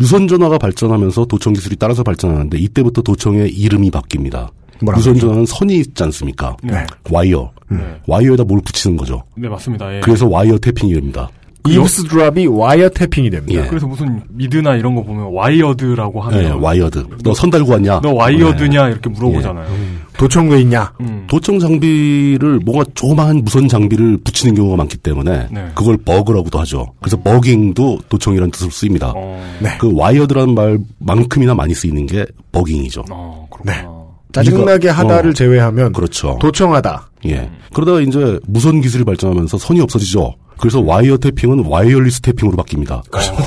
[SPEAKER 4] 유선 전화가 발전하면서 도청 기술이 따라서 발전하는데 이때부터 도청의 이름이 바뀝니다.
[SPEAKER 3] 뭐라
[SPEAKER 4] 유선 전화는 선이 있지 않습니까?
[SPEAKER 3] 네.
[SPEAKER 4] 와이어.
[SPEAKER 2] 네.
[SPEAKER 4] 와이어에다 뭘 붙이는 거죠.
[SPEAKER 2] 네, 맞습니다.
[SPEAKER 3] 그렇죠.
[SPEAKER 2] 예.
[SPEAKER 4] 그래서 와이어 태핑이랍니다.
[SPEAKER 3] 입스드랍이 와이어 태핑이 됩니다.
[SPEAKER 4] 예.
[SPEAKER 2] 그래서 무슨 미드나 이런 거 보면 와이어드라고
[SPEAKER 3] 네,
[SPEAKER 2] 하면
[SPEAKER 4] 예, 와이어드. 너 선 달고 왔냐?
[SPEAKER 2] 너 와이어드냐 이렇게 물어보잖아요.
[SPEAKER 3] 예.
[SPEAKER 4] 예.
[SPEAKER 3] 도청 왜 있냐?
[SPEAKER 2] 음.
[SPEAKER 4] 도청 장비를 뭔가 조그마한 무선 장비를 붙이는 경우가 많기 때문에
[SPEAKER 2] 네.
[SPEAKER 4] 그걸 버그라고도 하죠. 그래서 버깅도 도청이라는 뜻으로 쓰입니다.
[SPEAKER 2] 어,
[SPEAKER 3] 네.
[SPEAKER 4] 그 와이어드라는 말만큼이나 많이 쓰이는 게 버깅이죠.
[SPEAKER 2] 어, 그렇구나.
[SPEAKER 3] 짜증나게
[SPEAKER 4] 이거-
[SPEAKER 3] 하다를
[SPEAKER 4] 어.
[SPEAKER 3] 제외하면
[SPEAKER 4] 그렇죠.
[SPEAKER 3] 도청하다.
[SPEAKER 2] 음.
[SPEAKER 4] 예. 그러다가 이제 무선 기술이 발전하면서 선이 없어지죠.
[SPEAKER 2] 음.
[SPEAKER 4] 그래서 와이어 태핑은 와이어리스 태핑으로 바뀝니다.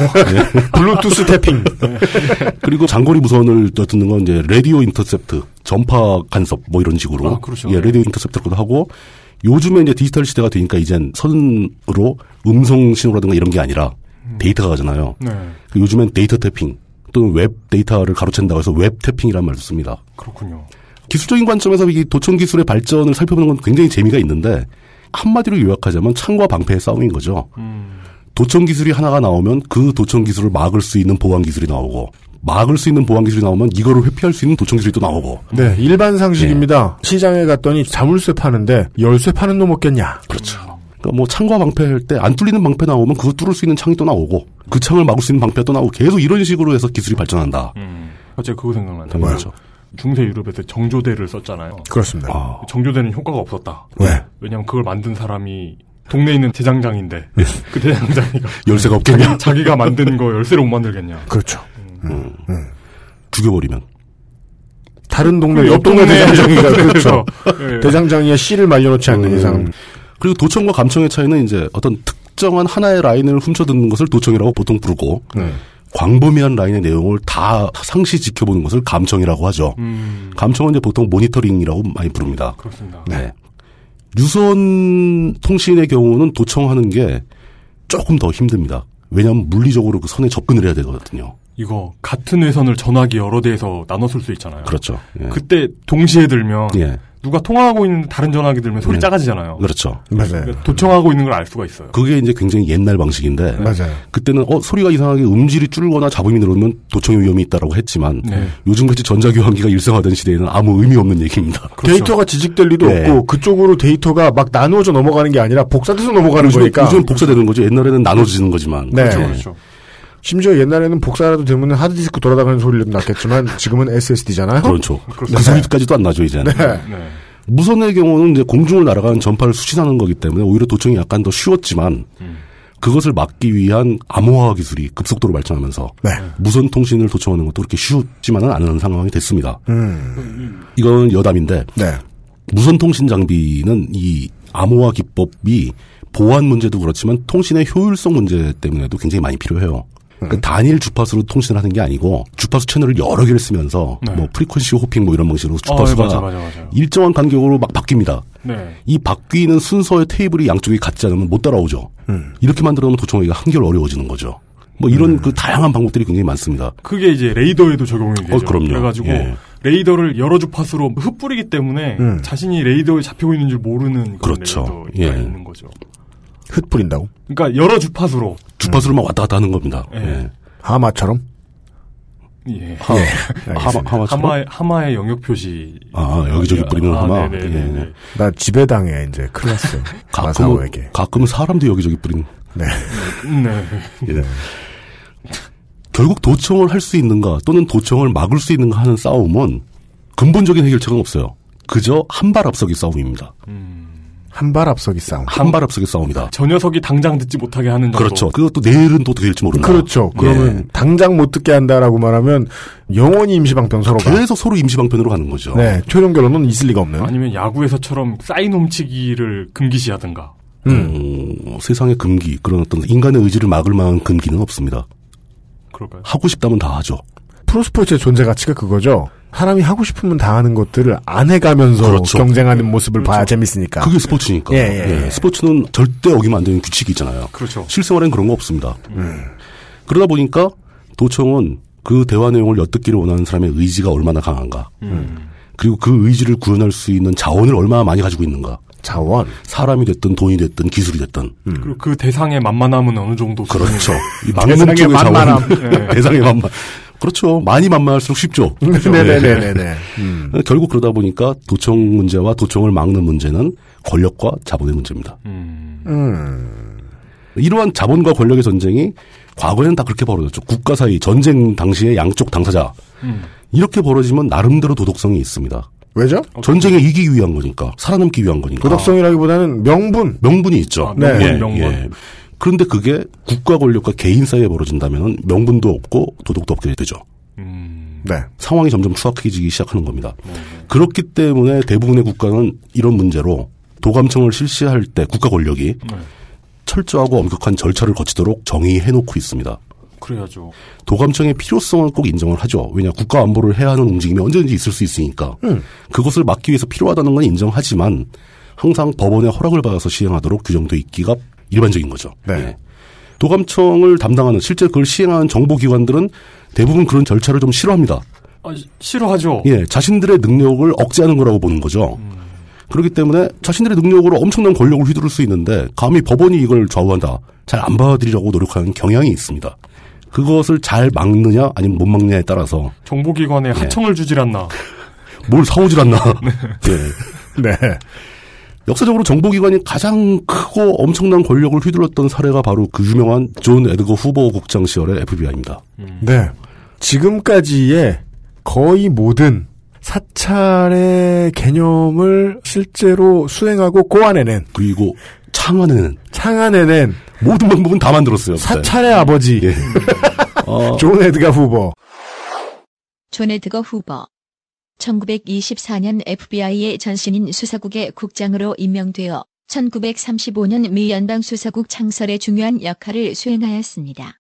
[SPEAKER 4] 예.
[SPEAKER 3] 블루투스 태핑.
[SPEAKER 4] 그리고 장거리 무선을 듣는 건 이제 레디오 인터셉트, 전파 간섭 뭐 이런 식으로
[SPEAKER 2] 아, 그렇죠.
[SPEAKER 4] 예, 레디오 인터셉트로도 하고 요즘에 이제 디지털 시대가 되니까 이젠 선으로 음성 신호라든가 이런 게 아니라 데이터가 가잖아요.
[SPEAKER 2] 네,
[SPEAKER 4] 그 요즘엔 데이터 태핑 또는 웹 데이터를 가로챈다고 해서 웹 태핑이라는 말도 씁니다.
[SPEAKER 2] 그렇군요.
[SPEAKER 4] 기술적인 관점에서 이 도청 기술의 발전을 살펴보는 건 굉장히 재미가 있는데 한마디로 요약하자면 창과 방패의 싸움인 거죠.
[SPEAKER 2] 음,
[SPEAKER 4] 도청 기술이 하나가 나오면 그 도청 기술을 막을 수 있는 보안 기술이 나오고 막을 수 있는 보안 기술이 나오면 이거를 회피할 수 있는 도청 기술이 또 나오고
[SPEAKER 3] 네, 일반 상식입니다. 시장에 갔더니 자물쇠 파는데 열쇠 파는 놈 없겠냐?
[SPEAKER 4] 그렇죠. 그러니까 뭐 창과 방패 할 때 안 뚫리는 방패 나오면 그거 뚫을 수 있는 창이 또 나오고 그 창을 막을 수 있는 방패가 또 나오고 계속 이런 식으로 해서 기술이 발전한다.
[SPEAKER 2] 음. 아, 제가 그거 생각난다.
[SPEAKER 4] 뭐요? 그렇죠.
[SPEAKER 2] 중세 유럽에서 정조대를 썼잖아요.
[SPEAKER 3] 그렇습니다.
[SPEAKER 4] 아,
[SPEAKER 2] 정조대는 효과가 없었다.
[SPEAKER 3] 왜?
[SPEAKER 2] 왜냐면 그걸 만든 사람이 동네에 있는 대장장인데
[SPEAKER 3] 예.
[SPEAKER 2] 그 대장장이가
[SPEAKER 4] 열쇠가 없겠냐?
[SPEAKER 2] 자기가 만든 거 열쇠로 못 만들겠냐.
[SPEAKER 3] 그렇죠.
[SPEAKER 4] 죽여버리면
[SPEAKER 3] 다른 동네 옆 음, 동네 대장장이가 그렇죠.
[SPEAKER 2] 예.
[SPEAKER 3] 대장장이의 씨를 말려놓지 않는
[SPEAKER 4] 음.
[SPEAKER 3] 이상
[SPEAKER 4] 그리고 도청과 감청의 차이는 이제 어떤 특정한 하나의 라인을 훔쳐듣는 것을 도청이라고 보통 부르고
[SPEAKER 3] 네.
[SPEAKER 4] 광범위한 라인의 내용을 다 상시 지켜보는 것을 감청이라고 하죠.
[SPEAKER 2] 음,
[SPEAKER 4] 감청은 이제 보통 모니터링이라고 많이 부릅니다.
[SPEAKER 2] 그렇습니다.
[SPEAKER 4] 네. 유선 통신의 경우는 도청하는 게 조금 더 힘듭니다. 왜냐하면 물리적으로 그 선에 접근을 해야 되거든요.
[SPEAKER 2] 이거 같은 회선을 전화기 여러 대에서 나눠 쓸 수 있잖아요.
[SPEAKER 4] 그렇죠. 예.
[SPEAKER 2] 그때 동시에 들면
[SPEAKER 4] 예.
[SPEAKER 2] 누가 통화하고 있는 다른 전화기 들면 소리
[SPEAKER 4] 네.
[SPEAKER 2] 작아지잖아요.
[SPEAKER 4] 그렇죠.
[SPEAKER 3] 맞아요.
[SPEAKER 2] 그러니까 도청하고 있는 걸 알 수가 있어요.
[SPEAKER 4] 그게 이제 굉장히 옛날 방식인데
[SPEAKER 2] 네.
[SPEAKER 3] 맞아요.
[SPEAKER 4] 그때는 어 소리가 이상하게 음질이 줄거나 잡음이 늘어오면 도청의 위험이 있다라고 했지만
[SPEAKER 2] 네.
[SPEAKER 4] 요즘같이 전자교환기가 일상화된 시대에는 아무 의미 없는 얘기입니다.
[SPEAKER 2] 그렇죠.
[SPEAKER 3] 데이터가 지직될 리도
[SPEAKER 4] 네.
[SPEAKER 3] 없고 그쪽으로 데이터가 막 나누어져 넘어가는 게 아니라 복사돼서 넘어가는
[SPEAKER 4] 요즘,
[SPEAKER 3] 거니까
[SPEAKER 4] 요즘 복사되는 거죠. 옛날에는 나눠지는 거지만.
[SPEAKER 3] 네.
[SPEAKER 4] 그렇죠.
[SPEAKER 2] 그렇죠.
[SPEAKER 3] 심지어 옛날에는 복사라도 되면 하드디스크 돌아다니는 소리도 났겠지만 지금은 SSD잖아요.
[SPEAKER 4] 그렇죠.
[SPEAKER 2] 그렇습니다.
[SPEAKER 4] 그 소리까지도 안 나죠 이제는.
[SPEAKER 2] 네.
[SPEAKER 4] 무선의 경우는 이제 공중을 날아가는 전파를 수신하는 거기 때문에 오히려 도청이 약간 더 쉬웠지만 그것을 막기 위한 암호화 기술이 급속도로 발전하면서
[SPEAKER 3] 네.
[SPEAKER 4] 무선 통신을 도청하는 것도 그렇게 쉬웠지만은 않은 상황이 됐습니다.
[SPEAKER 3] 음.
[SPEAKER 4] 이건 여담인데
[SPEAKER 3] 네.
[SPEAKER 4] 무선 통신 장비는 이 암호화 기법이 보안 문제도 그렇지만 통신의 효율성 문제 때문에도 굉장히 많이 필요해요. 그러니까 단일 주파수로 통신을 하는 게 아니고 주파수 채널을 여러 개를 쓰면서
[SPEAKER 2] 네.
[SPEAKER 4] 뭐 프리퀀시 호핑 뭐 이런 방식으로
[SPEAKER 2] 아,
[SPEAKER 4] 주파수가
[SPEAKER 2] 예, 맞아, 맞아, 맞아.
[SPEAKER 4] 일정한 간격으로 막 바뀝니다.
[SPEAKER 2] 네.
[SPEAKER 4] 이 바뀌는 순서의 테이블이 양쪽이 같지 않으면 못 따라오죠. 이렇게 만들어 놓으면 도청하기가 한결 어려워지는 거죠. 뭐 이런 그 다양한 방법들이 굉장히 많습니다.
[SPEAKER 2] 그게 이제 레이더에도 적용이 되죠.
[SPEAKER 4] 어, 그럼요.
[SPEAKER 2] 그래가지고
[SPEAKER 4] 예.
[SPEAKER 2] 레이더를 여러 주파수로 흩뿌리기 때문에
[SPEAKER 3] 음.
[SPEAKER 2] 자신이 레이더에 잡히고 있는 줄 모르는 그런
[SPEAKER 4] 그렇죠.
[SPEAKER 2] 레이더가
[SPEAKER 4] 예.
[SPEAKER 2] 있는 거죠.
[SPEAKER 3] 흩뿌린다고
[SPEAKER 2] 그러니까 여러 주파수로
[SPEAKER 4] 주파수를 막 왔다 갔다 하는 겁니다.
[SPEAKER 2] 예.
[SPEAKER 4] 예.
[SPEAKER 3] 하마처럼.
[SPEAKER 2] 예.
[SPEAKER 3] 어.
[SPEAKER 4] 하, 하마,
[SPEAKER 3] 알겠습니다.
[SPEAKER 4] 하마처럼?
[SPEAKER 2] 하마의 하마의 영역 표시.
[SPEAKER 4] 아, 여기저기 뿌리는 하마?
[SPEAKER 2] 네네네.
[SPEAKER 4] 예, 예.
[SPEAKER 3] 나 지배당해 이제 클라스
[SPEAKER 4] 가끔은,
[SPEAKER 3] 마사오에게.
[SPEAKER 4] 가끔은 사람도 여기저기 뿌리는.
[SPEAKER 3] 네.
[SPEAKER 2] 네.
[SPEAKER 4] 결국 도청을 할 수 있는가 또는 도청을 막을 수 있는가 하는 싸움은 근본적인 해결책은 없어요. 그저 한 발 앞서기 싸움입니다.
[SPEAKER 3] 한 발 앞서기 싸움.
[SPEAKER 4] 한 발 앞서기 싸움이다.
[SPEAKER 2] 저 녀석이 당장 듣지 못하게 하는 정도.
[SPEAKER 4] 그렇죠. 그것도 내일은 또 어떻게 될지 모른다.
[SPEAKER 3] 그렇죠. 그러면 당장 못 듣게 한다라고 말하면 영원히 임시방편 서로가.
[SPEAKER 4] 계속 서로 임시방편으로 가는 거죠.
[SPEAKER 3] 네, 최종 결론은 있을 리가 없네요.
[SPEAKER 2] 아니면 야구에서처럼 사인 훔치기를 금기시하든가.
[SPEAKER 4] 음, 세상의 금기 그런 어떤 인간의 의지를 막을 만한 금기는 없습니다.
[SPEAKER 2] 그럴까요?
[SPEAKER 4] 하고 싶다면 다 하죠.
[SPEAKER 3] 프로스포츠의 존재 가치가 그거죠. 사람이 하고 싶으면 다 하는 것들을 안 해가면서
[SPEAKER 4] 그렇죠.
[SPEAKER 3] 경쟁하는 모습을 봐야 재밌으니까.
[SPEAKER 4] 그게 스포츠니까.
[SPEAKER 3] 예, 예, 예.
[SPEAKER 4] 스포츠는 절대 어기면 안 되는 규칙이 있잖아요.
[SPEAKER 2] 그렇죠.
[SPEAKER 4] 실생활엔 그런 거 없습니다.
[SPEAKER 3] 음.
[SPEAKER 4] 그러다 보니까 도청은 그 대화 내용을 엿듣기를 원하는 사람의 의지가 얼마나 강한가.
[SPEAKER 3] 음.
[SPEAKER 4] 그리고 그 의지를 구현할 수 있는 자원을 얼마나 많이 가지고 있는가.
[SPEAKER 3] 자원.
[SPEAKER 4] 사람이 됐든 돈이 됐든 기술이 됐든.
[SPEAKER 3] 음.
[SPEAKER 2] 그리고 그 대상의 만만함은 어느 정도
[SPEAKER 4] 그렇죠.
[SPEAKER 2] 수준인가.
[SPEAKER 4] 이 막는 쪽의
[SPEAKER 3] 만만함. 음.
[SPEAKER 4] 자원. 대상의 만만. 그렇죠. 많이 만만할수록 쉽죠. 그렇죠.
[SPEAKER 3] 네네네네.
[SPEAKER 4] 음. 결국 그러다 보니까 도청 문제와 도청을 막는 문제는 권력과 자본의 문제입니다.
[SPEAKER 3] 음.
[SPEAKER 4] 이러한 자본과 권력의 전쟁이 과거에는 다 그렇게 벌어졌죠. 국가 사이 전쟁 당시에 양쪽 당사자
[SPEAKER 2] 음.
[SPEAKER 4] 이렇게 벌어지면 나름대로 도덕성이 있습니다.
[SPEAKER 3] 왜죠?
[SPEAKER 4] 전쟁에 이기기 위한 거니까 살아남기 위한 거니까
[SPEAKER 3] 도덕성이라기보다는 명분.
[SPEAKER 4] 명분이 있죠.
[SPEAKER 2] 아, 명분,
[SPEAKER 4] 예,
[SPEAKER 2] 명분.
[SPEAKER 4] 예. 그런데 그게 국가 권력과 개인 사이에 벌어진다면 명분도 없고 도덕도 없게 되죠.
[SPEAKER 3] 네.
[SPEAKER 4] 상황이 점점 추악해지기 시작하는 겁니다. 그렇기 때문에 대부분의 국가는 이런 문제로 도감청을 실시할 때 국가 권력이 철저하고 엄격한 절차를 거치도록 정의해놓고 있습니다.
[SPEAKER 2] 그래야죠.
[SPEAKER 4] 도감청의 필요성을 꼭 인정을 하죠. 왜냐 국가 안보를 해야 하는 움직임이 언제든지 있을 수 있으니까 그것을 막기 위해서 필요하다는 건 인정하지만 항상 법원의 허락을 받아서 시행하도록 규정돼 있기가 일반적인 거죠. 예.
[SPEAKER 3] 네.
[SPEAKER 4] 도감청을 담당하는 실제 그걸 시행하는 정보기관들은 대부분 그런 절차를 좀 싫어합니다.
[SPEAKER 2] 아, 시- 싫어하죠.
[SPEAKER 4] 예, 자신들의 능력을 억제하는 거라고 보는 거죠. 그렇기 때문에 자신들의 능력으로 엄청난 권력을 휘두를 수 있는데 감히 법원이 이걸 좌우한다. 잘 안 받아들이려고 노력하는 경향이 있습니다. 그것을 잘 막느냐 아니면 못 막느냐에 따라서
[SPEAKER 2] 정보기관에
[SPEAKER 4] 예.
[SPEAKER 2] 하청을 주질 않나.
[SPEAKER 4] 뭘 사오질 않나. 예.
[SPEAKER 3] 네.
[SPEAKER 4] 역사적으로 정보기관이 가장 크고 엄청난 권력을 휘둘렀던 사례가 바로 그 유명한 존 에드거 후보 국장 시절의 FBI입니다.
[SPEAKER 3] 네. 지금까지의 거의 모든 사찰의 개념을 실제로 수행하고 고안해낸,
[SPEAKER 4] 그리고 창안에는
[SPEAKER 3] 창안해낸
[SPEAKER 4] 모든 방법은 다 만들었어요. 그때.
[SPEAKER 3] 사찰의 아버지
[SPEAKER 4] 예. 어,
[SPEAKER 3] 존 에드가 후보.
[SPEAKER 1] 존에드거 후보. 1924년 FBI의 전신인 수사국의 국장으로 임명되어 1935년 미 연방 수사국 창설에 중요한 역할을 수행하였습니다.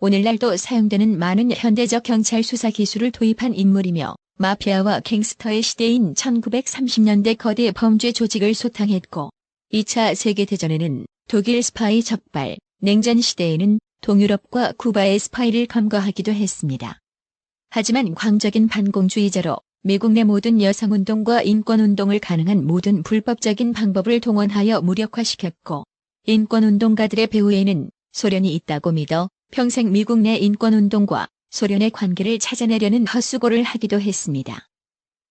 [SPEAKER 1] 오늘날도 사용되는 많은 현대적 경찰 수사 기술을 도입한 인물이며 마피아와 갱스터의 시대인 1930년대 거대 범죄 조직을 소탕했고 2차 세계대전에는 독일 스파이 적발, 냉전 시대에는 동유럽과 쿠바의 스파이를 검거하기도 했습니다. 하지만 광적인 반공주의자로 미국 내 모든 여성운동과 인권운동을 가능한 모든 불법적인 방법을 동원하여 무력화시켰고 인권운동가들의 배후에는 소련이 있다고 믿어 평생 미국 내 인권운동과 소련의 관계를 찾아내려는 헛수고를 하기도 했습니다.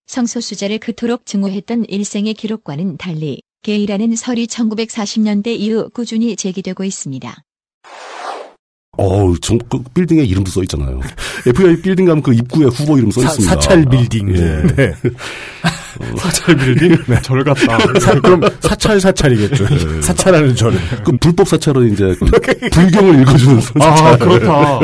[SPEAKER 1] 성소수자를 그토록 증오했던 일생의 기록과는 달리 게이라는 설이 1940년대 이후 꾸준히 제기되고 있습니다.
[SPEAKER 4] 어우, 정, 그 빌딩에 이름도 써 있잖아요. FBI 빌딩 가면 그 입구에 후보 이름 써
[SPEAKER 3] 사,
[SPEAKER 4] 있습니다.
[SPEAKER 3] 사찰 빌딩.
[SPEAKER 4] 아, 예. 어,
[SPEAKER 3] 네.
[SPEAKER 2] 사찰 빌딩? 절 같다.
[SPEAKER 3] 사- 그럼 사찰 사찰이겠죠. 사찰하는 저를.
[SPEAKER 4] 그 불법 사찰은 이제 그 네. 불경을 읽어주는
[SPEAKER 2] 아,
[SPEAKER 4] 사찰.
[SPEAKER 2] 그렇다.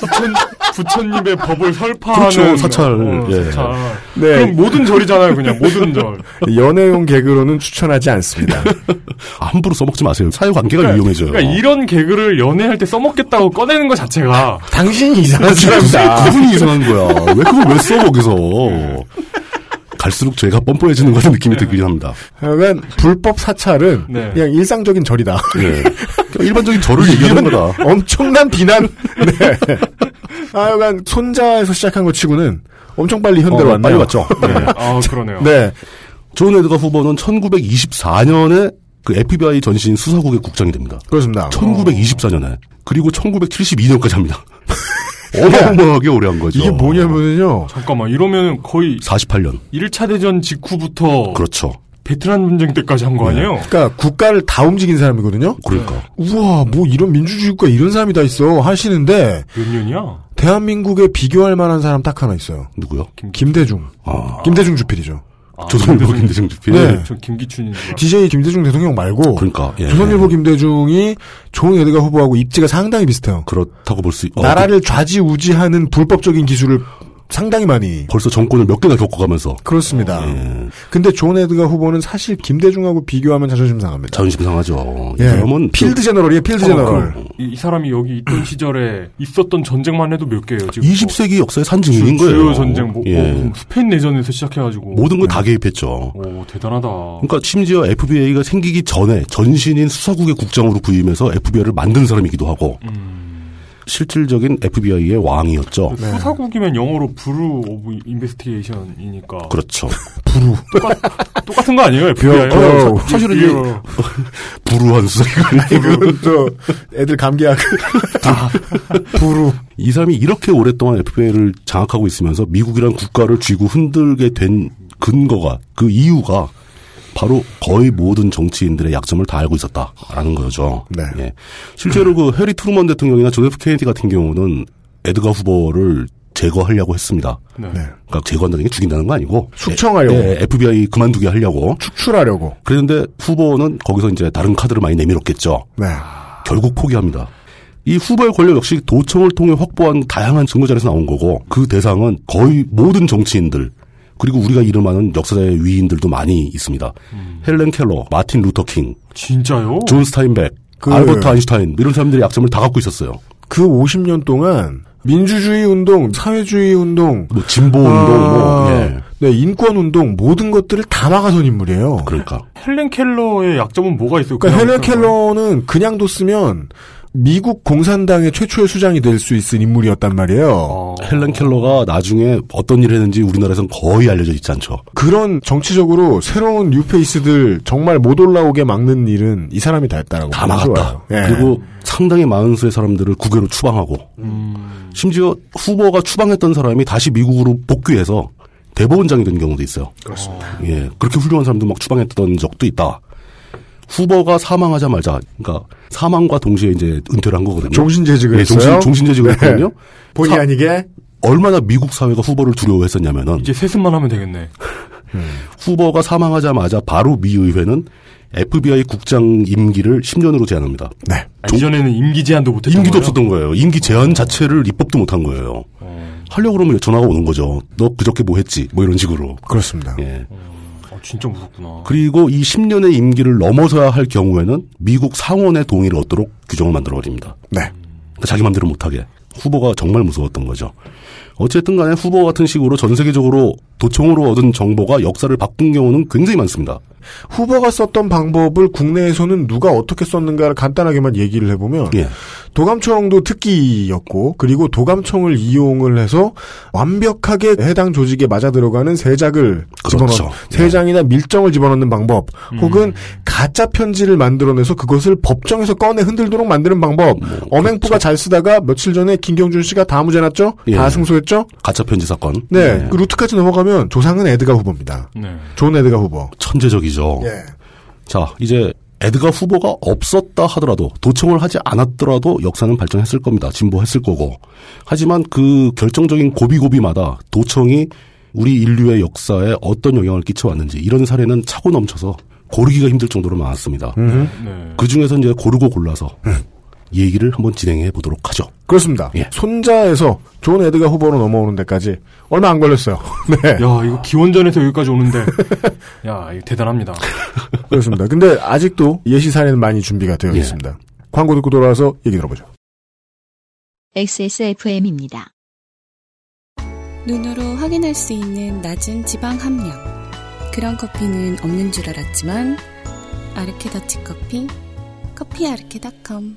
[SPEAKER 2] 부천, 부처님의 법을 설파하는.
[SPEAKER 4] 그렇죠, 사찰.
[SPEAKER 2] 어,
[SPEAKER 4] 예.
[SPEAKER 2] 사찰.
[SPEAKER 3] 네.
[SPEAKER 2] 그럼 모든 절이잖아요, 그냥. 모든 절.
[SPEAKER 3] 연애용 개그로는 추천하지 않습니다.
[SPEAKER 4] 함부로 써먹지 마세요. 사회관계가 위험해져요.
[SPEAKER 2] 그러니까 이런 개그를 연애할 때 써먹겠다고 꺼내는 것 자체가.
[SPEAKER 3] 당신이 이상한
[SPEAKER 4] 아,
[SPEAKER 3] 사람이다.
[SPEAKER 4] 기분이 이상한 거야. 왜 그걸 왜 써, 거기서. 갈수록 죄가 뻔뻔해지는 같은 느낌이 들긴 합니다.
[SPEAKER 3] 하여간 불법 사찰은
[SPEAKER 2] 네.
[SPEAKER 3] 그냥 일상적인 절이다.
[SPEAKER 4] 예. 그러니까 일반적인 저를 얘기하는 거다.
[SPEAKER 3] 엄청난 비난. 네. 하여간 손자에서 시작한 것 치고는 엄청 빨리 현대로
[SPEAKER 4] 어,
[SPEAKER 3] 왔네요.
[SPEAKER 4] 빨리 왔죠.
[SPEAKER 2] 네. 아, 그러네요.
[SPEAKER 3] 네.
[SPEAKER 4] 존 에드가 후보는 1924년에 그 FBI 전신 수사국의 국장이 됩니다.
[SPEAKER 3] 그렇습니다.
[SPEAKER 4] 1924년에. 그리고 1972년까지 합니다. 어마어마하게 오래 한 거죠.
[SPEAKER 3] 이게 뭐냐면요.
[SPEAKER 2] 잠깐만, 이러면 거의
[SPEAKER 4] 48년.
[SPEAKER 2] 1차 대전 직후부터
[SPEAKER 4] 그렇죠. 네.
[SPEAKER 2] 베트남 전쟁 때까지 한 거 아니에요?
[SPEAKER 3] 그러니까 국가를 다 움직인 사람이거든요.
[SPEAKER 4] 그러니까.
[SPEAKER 3] 우와, 뭐 이런 민주주의 국가 이런 사람이 다 있어 하시는데
[SPEAKER 2] 몇 년이야?
[SPEAKER 3] 대한민국에 비교할 만한 사람 딱 하나 있어요.
[SPEAKER 4] 누구요? 아,
[SPEAKER 3] 김, 대중 김대중 주필이죠.
[SPEAKER 4] 조선일보 김대중 주필.
[SPEAKER 3] 어, 네.
[SPEAKER 2] 전 김기춘인 줄 알았어요.
[SPEAKER 3] DJ 김대중 대통령 말고
[SPEAKER 4] 그러니까. 예.
[SPEAKER 3] 조선일보 김대중이 좋은 에드가 후보하고 입지가 상당히 비슷해요.
[SPEAKER 4] 그렇다고 볼 수 있. 어,
[SPEAKER 3] 나라를 좌지우지하는 불법적인 기술을 상당히 많이
[SPEAKER 4] 그 벌써 정권을 몇 개나 겪어가면서
[SPEAKER 3] 그렇습니다.
[SPEAKER 4] 예.
[SPEAKER 3] 근데 존 에드가 후보는 사실 김대중하고 비교하면 자존심 상합니다.
[SPEAKER 4] 자존심 상하죠. 이
[SPEAKER 3] 예.
[SPEAKER 4] 사람은
[SPEAKER 3] 필드 제너럴이에요, 필드
[SPEAKER 4] 어,
[SPEAKER 3] 제너럴.
[SPEAKER 4] 그
[SPEAKER 2] 이, 이 사람이 여기 있던 시절에 있었던 전쟁만 해도 몇 개예요 지금.
[SPEAKER 4] 20세기 역사의 산증인
[SPEAKER 2] 주,
[SPEAKER 4] 거예요.
[SPEAKER 2] 주요 전쟁 뭐,
[SPEAKER 4] 예.
[SPEAKER 2] 뭐 무슨 스페인 내전에서 시작해가지고
[SPEAKER 4] 모든
[SPEAKER 3] 네.
[SPEAKER 4] 걸 다 개입했죠.
[SPEAKER 2] 오 대단하다.
[SPEAKER 4] 그러니까 심지어 FBI가 생기기 전에 전신인 수사국의 국장으로 부임해서 FBI를 만든 사람이기도 하고
[SPEAKER 3] 음.
[SPEAKER 4] 실질적인 FBI의
[SPEAKER 3] 그
[SPEAKER 4] 왕이었죠.
[SPEAKER 2] 수사국이면 영어로 브루 오브 인베스티게이션이니까
[SPEAKER 4] 그렇죠.
[SPEAKER 2] 똑같은 거 아니에요 FBI?
[SPEAKER 3] 어, 어,
[SPEAKER 4] 그 예, 사실은 그 이-
[SPEAKER 2] 이거
[SPEAKER 4] 부루한 수사기관이
[SPEAKER 3] 그건 저 애들 감기약
[SPEAKER 4] 아.
[SPEAKER 3] 부루
[SPEAKER 4] 이 사람이 이렇게 오랫동안 FBI를 장악하고 있으면서 미국이란 국가를 쥐고 흔들게 된 근거가 그 이유가 바로 거의 모든 정치인들의 약점을 다 알고 있었다라는 거죠.
[SPEAKER 3] 네.
[SPEAKER 4] 예. 실제로 그 해리 트루먼 대통령이나 존 F 케네디 같은 경우는 에드가 후보를 제거하려고 했습니다.
[SPEAKER 2] 네.
[SPEAKER 3] 네.
[SPEAKER 4] 그러니까 제거한다는 게 죽인다는 거 아니고
[SPEAKER 3] 숙청하려고.
[SPEAKER 4] 예, FBI 그만두게 하려고.
[SPEAKER 3] 축출하려고.
[SPEAKER 4] 그랬는데 후보는 거기서 이제 다른 카드를 많이 내밀었겠죠.
[SPEAKER 3] 네.
[SPEAKER 4] 결국 포기합니다. 이 후보의 권력 역시 도청을 통해 확보한 다양한 증거 자료에서 나온 거고 그 대상은 거의 모든 정치인들 그리고 우리가 이름하는 역사의 위인들도 많이 있습니다. 헬렌 켈러, 마틴 루터 킹,
[SPEAKER 2] 진짜요?
[SPEAKER 4] 존 스타인백,
[SPEAKER 3] 그-
[SPEAKER 4] 알버트 아인슈타인 뭐 이런 사람들의 약점을 다 갖고 있었어요.
[SPEAKER 3] 그 50년 동안 민주주의 운동, 사회주의 운동,
[SPEAKER 4] 뭐 진보 운동, 뭐,
[SPEAKER 3] 아,
[SPEAKER 4] 예.
[SPEAKER 3] 네, 인권 운동 모든 것들을 다 막아선 인물이에요.
[SPEAKER 4] 그러니까
[SPEAKER 2] 헬렌 켈러의 약점은 뭐가 있어요?
[SPEAKER 3] 그러니까 헬렌
[SPEAKER 2] 그냥
[SPEAKER 3] 켈러는 그냥 뒀으면 미국 공산당의 최초의 수장이 될 수 있을 인물이었단 말이에요.
[SPEAKER 2] 어,
[SPEAKER 4] 헬렌 켈러가 나중에 어떤 일을 했는지 우리나라에선 거의 알려져 있지 않죠.
[SPEAKER 3] 그런 정치적으로 새로운 뉴페이스들 정말 못 올라오게 막는 일은 이 사람이 다 했다라고
[SPEAKER 4] 다
[SPEAKER 3] 보면
[SPEAKER 4] 막았다.
[SPEAKER 3] 좋아요. 예.
[SPEAKER 4] 그리고 상당히 많은 수의 사람들을 국외로 추방하고 심지어 후보가 추방했던 사람이 다시 미국으로 복귀해서 대법원장이 된 경우도 있어요. 그렇습니다. 예, 그렇게 훌륭한 사람도 막 추방했던 적도 있다. 후보가 사망하자마자, 그러니까 사망과 동시에 이제 은퇴를 한 거거든요.
[SPEAKER 3] 종신재직을
[SPEAKER 4] 예,
[SPEAKER 3] 했어요. 네.
[SPEAKER 4] 종신, 종신재직을 했거든요.
[SPEAKER 3] 본의
[SPEAKER 4] 사-
[SPEAKER 3] 아니게
[SPEAKER 4] 얼마나 미국 사회가 후보를 두려워했었냐면은
[SPEAKER 2] 이제 세습만 하면 되겠네.
[SPEAKER 4] 후보가 사망하자마자 바로 미 의회는 FBI 국장 임기를 10년으로 제한합니다.
[SPEAKER 3] 네.
[SPEAKER 2] 아, 이전에는 임기 제한도 못했던
[SPEAKER 4] 임기도
[SPEAKER 2] 거예요?
[SPEAKER 4] 없었던 거예요. 임기 제한 자체를 입법도 못한 거예요.
[SPEAKER 2] 음.
[SPEAKER 4] 하려고 그러면 전화가 오는 거죠. 너 그저께 뭐 했지? 뭐 이런 식으로.
[SPEAKER 3] 그렇습니다.
[SPEAKER 4] 예.
[SPEAKER 2] 아, 진짜 무섭구나.
[SPEAKER 4] 그리고 이 10년의 임기를 넘어서야 할 경우에는 미국 상원의 동의를 얻도록 규정을 만들어버립니다.
[SPEAKER 3] 네.
[SPEAKER 4] 그러니까 자기 맘대로 못하게. 후보가 정말 무서웠던 거죠. 어쨌든 간에 후보 같은 식으로 전 세계적으로 도청으로 얻은 정보가 역사를 바꾼 경우는 굉장히 많습니다.
[SPEAKER 3] 후보가 썼던 방법을 국내에서는 누가 어떻게 썼는가를 간단하게만 얘기를 해보면
[SPEAKER 4] 예.
[SPEAKER 3] 도감청도 특기였고 그리고 도감청을 이용을 해서 완벽하게 해당 조직에 맞아 들어가는 세작을
[SPEAKER 4] 그렇죠. 음.
[SPEAKER 3] 집어넣는
[SPEAKER 4] 예.
[SPEAKER 3] 세장이나 밀정을 집어넣는 방법 혹은 가짜 편지를 만들어내서 그것을 법정에서 꺼내 흔들도록 만드는 방법
[SPEAKER 4] 뭐,
[SPEAKER 3] 엄행부가 잘 쓰다가 며칠 전에 김경준 씨가 다 무죄났죠?
[SPEAKER 4] 그렇죠. 예.
[SPEAKER 3] 다 승소했죠?
[SPEAKER 4] 가짜 편지 사건.
[SPEAKER 3] 네.
[SPEAKER 4] 예.
[SPEAKER 3] 그 루트까지 넘어가면 조상은 에드가 후보입니다.
[SPEAKER 4] 그-
[SPEAKER 2] 네.
[SPEAKER 3] 존 에드가 후보.
[SPEAKER 4] 천재적이죠.
[SPEAKER 3] 예.
[SPEAKER 4] 자, 이제 에드가 후보가 없었다 하더라도 도청을 하지 않았더라도 역사는 발전했을 겁니다. 진보했을 거고. 하지만 그 결정적인 고비고비마다 도청이 우리 인류의 역사에 어떤 영향을 끼쳐왔는지 이런 사례는 차고 넘쳐서 고르기가 힘들 정도로 많았습니다.
[SPEAKER 2] 네.
[SPEAKER 4] 그 중에서 이제 고르고 골라서 얘기를 한번 진행해 보도록 하죠.
[SPEAKER 3] 그렇습니다.
[SPEAKER 4] 예.
[SPEAKER 3] 손자에서 존 에드가 후보로 넘어오는 데까지 얼마 안 걸렸어요.
[SPEAKER 2] 야
[SPEAKER 3] 네.
[SPEAKER 2] 이거 기원전에서 여기까지 오는데 야 이거 대단합니다.
[SPEAKER 3] 그렇습니다. 근데 아직도 예시 사례는 많이 준비가 되어
[SPEAKER 4] 예.
[SPEAKER 3] 있습니다. 광고 듣고 돌아와서 얘기 들어보죠.
[SPEAKER 1] XSFM입니다.
[SPEAKER 10] 눈으로 확인할 수 있는 낮은 지방 함량. 그런 커피는 없는 줄 알았지만 아르케 더치 커피, 커피 아르케닷컴.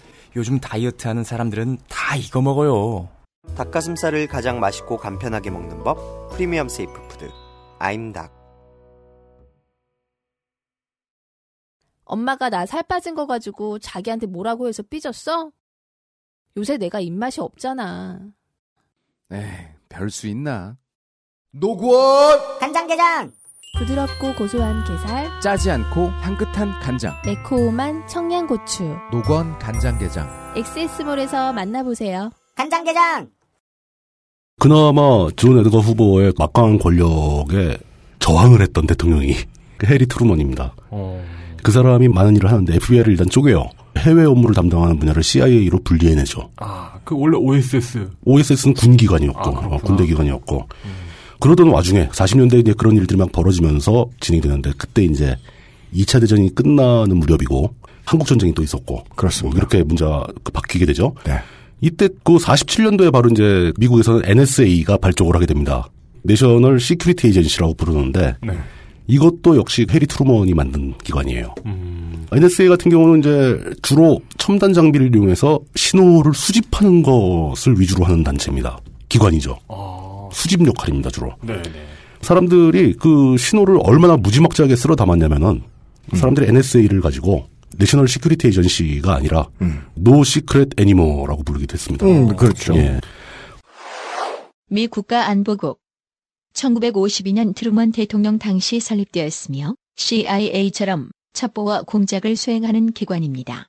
[SPEAKER 13] 요즘 다이어트 하는 사람들은 다 이거 먹어요.
[SPEAKER 14] 닭가슴살을 가장 맛있고 간편하게 먹는 법 프리미엄 세이프 푸드 아임닭
[SPEAKER 5] 엄마가 나 살 빠진 거 가지고 자기한테 뭐라고 해서 삐졌어? 요새 내가 입맛이 없잖아.
[SPEAKER 13] 에이, 별 수 있나?
[SPEAKER 15] 노곤!
[SPEAKER 5] 간장게장! 부드럽고 고소한 게살,
[SPEAKER 13] 짜지 않고 향긋한 간장.
[SPEAKER 5] 매콤한 청양고추.
[SPEAKER 13] 노건 간장게장.
[SPEAKER 5] 엑세스몰에서 만나보세요. 간장게장!
[SPEAKER 4] 그나마 존 에드거 후보의 막강한 권력에 저항을 했던 대통령이 해리 트루먼입니다.
[SPEAKER 2] 어.
[SPEAKER 4] 그 사람이 많은 일을 하는데 FBI를 일단 쪼개요. 해외 업무를 담당하는 분야를 CIA로 분리해내죠.
[SPEAKER 2] 아, 그 원래 OSS.
[SPEAKER 4] OSS는 군기관이었고 어, 군대기관이었고 그러던 와중에 40년대에 이제 그런 일들이 막 벌어지면서 진행되는데 그때 이제 2차 대전이 끝나는 무렵이고 한국 전쟁이 또 있었고 그렇습니다. 이렇게 문제가 그 바뀌게 되죠. 이때 그 47년도에 바로 이제 미국에서는 NSA가 발족을 하게 됩니다. 내셔널 시큐리티 에이전시라고 부르는데 이것도 역시 해리 트루먼이 만든 기관이에요. NSA 같은 경우는 이제 주로 첨단 장비를 이용해서 신호를 수집하는 것을 위주로 하는 단체입니다. 기관이죠. 수집 역할입니다, 주로.
[SPEAKER 2] 네.
[SPEAKER 4] 사람들이 그 신호를 얼마나 무지막지하게 쓸어 담았냐면은
[SPEAKER 3] 음.
[SPEAKER 4] 사람들이 NSA를 가지고 내셔널 시큐리티 에이전시가 아니라 노 시크릿 애니머라고 부르기도 했습니다.
[SPEAKER 3] 음, 그렇죠.
[SPEAKER 4] 예.
[SPEAKER 1] 미 국가안보국 1952년 트루먼 대통령 당시 설립되었으며 CIA처럼 첩보와 공작을 수행하는 기관입니다.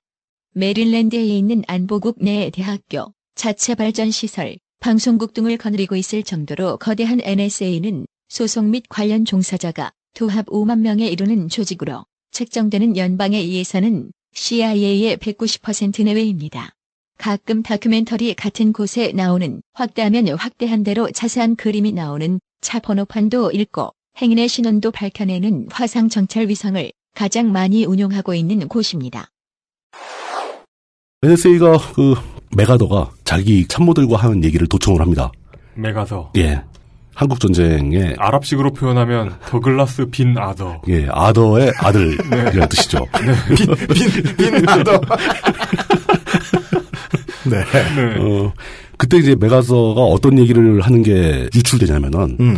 [SPEAKER 1] 메릴랜드에 있는 안보국 내 대학교, 자체 발전 시설, 방송국 등을 거느리고 있을 정도로 거대한 NSA는 소속 및 관련 종사자가 도합 5만 명에 이르는 조직으로 책정되는 연방에 의해서는 CIA의 190% 내외입니다. 가끔 다큐멘터리 같은 곳에 나오는 확대하면 확대한 대로 자세한 그림이 나오는 차 번호판도 읽고 행인의 신원도 밝혀내는 화상 정찰 위성을 가장 많이 운용하고 있는 곳입니다.
[SPEAKER 4] NSA가 그 메가더가 자기 참모들과 하는 얘기를 도청을 합니다.
[SPEAKER 2] 메가서.
[SPEAKER 4] 예. 한국 전쟁의
[SPEAKER 2] 아랍식으로 표현하면 더글라스 빈 아더.
[SPEAKER 4] 예, 아더의 아들이라는
[SPEAKER 2] 네.
[SPEAKER 4] 뜻이죠.
[SPEAKER 2] 네. 빈- 빈- 빈 아더.
[SPEAKER 4] 네. 어, 그때 이제 메가서가 어떤 얘기를 하는 게 유출되냐면은
[SPEAKER 3] 음.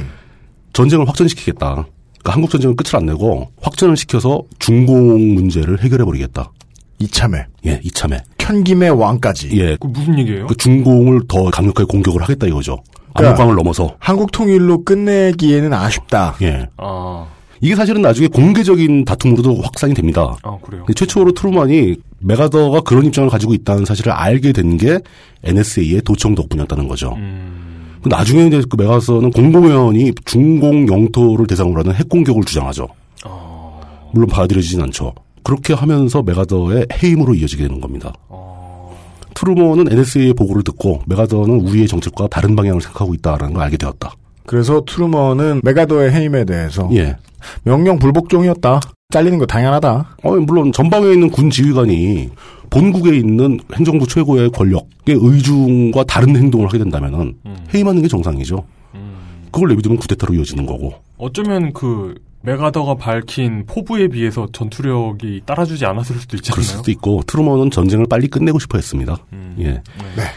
[SPEAKER 4] 전쟁을 확전시키겠다. 그러니까 한국 전쟁은 끝을 안 내고 확전을 시켜서 중공 문제를 해결해 버리겠다.
[SPEAKER 3] 이참에.
[SPEAKER 4] 예, 이참에.
[SPEAKER 3] 현김의 왕까지.
[SPEAKER 4] 예.
[SPEAKER 2] 그 무슨 얘기예요?
[SPEAKER 4] 그 중공을 더 강력하게 공격을 하겠다 이거죠.
[SPEAKER 3] 그러니까
[SPEAKER 4] 압록강을 넘어서.
[SPEAKER 3] 한국 통일로 끝내기에는 아쉽다.
[SPEAKER 4] 예.
[SPEAKER 2] 아.
[SPEAKER 4] 이게 사실은 나중에 공개적인 다툼으로도 확산이 됩니다.
[SPEAKER 2] 아, 그래요?
[SPEAKER 4] 근데 최초로 트루먼이 메가더가 그런 입장을 가지고 있다는 사실을 알게 된 게 NSA의 도청 덕분이었다는 거죠. 그 나중에 이제 그 메가서는 공보면이 중공 영토를 대상으로 하는 핵 공격을 주장하죠. 물론 받아들여지진 않죠. 그렇게 하면서 메가더의 해임으로 이어지게 되는 겁니다. 트루먼은 NSA의 보고를 듣고 메가더는 우리의 정책과 다른 방향을 생각하고 있다라는 걸 알게 되었다.
[SPEAKER 3] 그래서 트루먼은 메가더의 해임에 대해서
[SPEAKER 4] 예.
[SPEAKER 3] 명령 불복종이었다. 잘리는 거 당연하다.
[SPEAKER 4] 어, 물론 전방에 있는 군 지휘관이 본국에 있는 행정부 최고의 권력의 의중과 다른 행동을 하게 된다면은 해임하는 게 정상이죠. 그걸 내비두면 쿠데타로 이어지는 거고.
[SPEAKER 2] 어쩌면 그 메가더가 밝힌 포부에 비해서 전투력이 따라주지 않았을 수도 있지
[SPEAKER 4] 그럴
[SPEAKER 2] 않나요? 음.
[SPEAKER 4] 수도 있고 트루먼은 전쟁을 빨리 끝내고 싶어 했습니다. 예.
[SPEAKER 2] 네.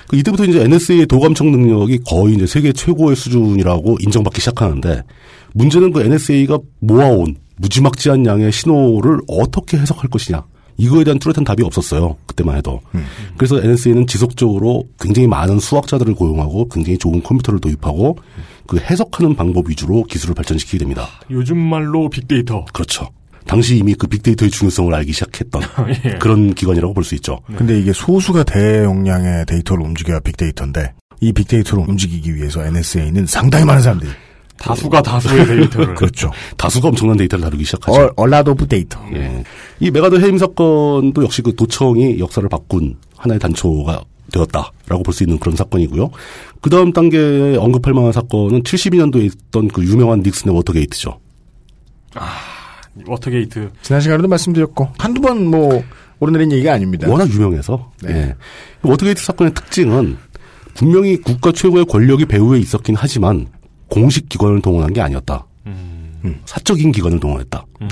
[SPEAKER 4] 그 이때부터 이제 NSA의 도감청 능력이 거의 이제 세계 최고의 수준이라고 인정받기 시작하는데 문제는 그 NSA가 모아온 무지막지한 양의 신호를 어떻게 해석할 것이냐. 이거에 대한 뚜렷한 답이 없었어요. 그때만 해도.
[SPEAKER 2] 음.
[SPEAKER 4] 그래서 NSA는 지속적으로 굉장히 많은 수학자들을 고용하고 굉장히 좋은 컴퓨터를 도입하고 그 해석하는 방법 위주로 기술을 발전시키게 됩니다.
[SPEAKER 2] 요즘 말로 빅데이터.
[SPEAKER 4] 그렇죠. 당시 이미 그 빅데이터의 중요성을 알기 시작했던
[SPEAKER 2] 예.
[SPEAKER 4] 그런 기관이라고 볼 수 있죠.
[SPEAKER 3] 근데 이게 소수가 대용량의 데이터를 움직여야 빅데이터인데 이 빅데이터를 움직이기 위해서 NSA는 상당히 많은 사람들이
[SPEAKER 2] 다수가
[SPEAKER 4] 네.
[SPEAKER 2] 다수의 데이터를.
[SPEAKER 3] 그렇죠.
[SPEAKER 4] 다수가 엄청난 데이터를 다루기 시작하죠.
[SPEAKER 3] 얼, 얼라도 브 데이터.
[SPEAKER 4] 예. 이 메가더 해임 사건도 역시 그 도청이 역사를 바꾼 하나의 단초가 되었다라고 볼 수 있는 그런 사건이고요. 그 다음 단계에 언급할 만한 사건은 72년도에 있던 그 유명한 닉슨의 워터게이트죠.
[SPEAKER 2] 워터게이트.
[SPEAKER 3] 지난 시간에도 말씀드렸고 한두 번 뭐 오르내린 얘기가 아닙니다.
[SPEAKER 4] 워낙 유명해서. 예. 워터게이트 사건의 특징은 분명히 국가 최고의 권력이 배후에 있었긴 하지만 공식 기관을 동원한 게 아니었다. 음. 사적인 기관을 동원했다.
[SPEAKER 3] 네.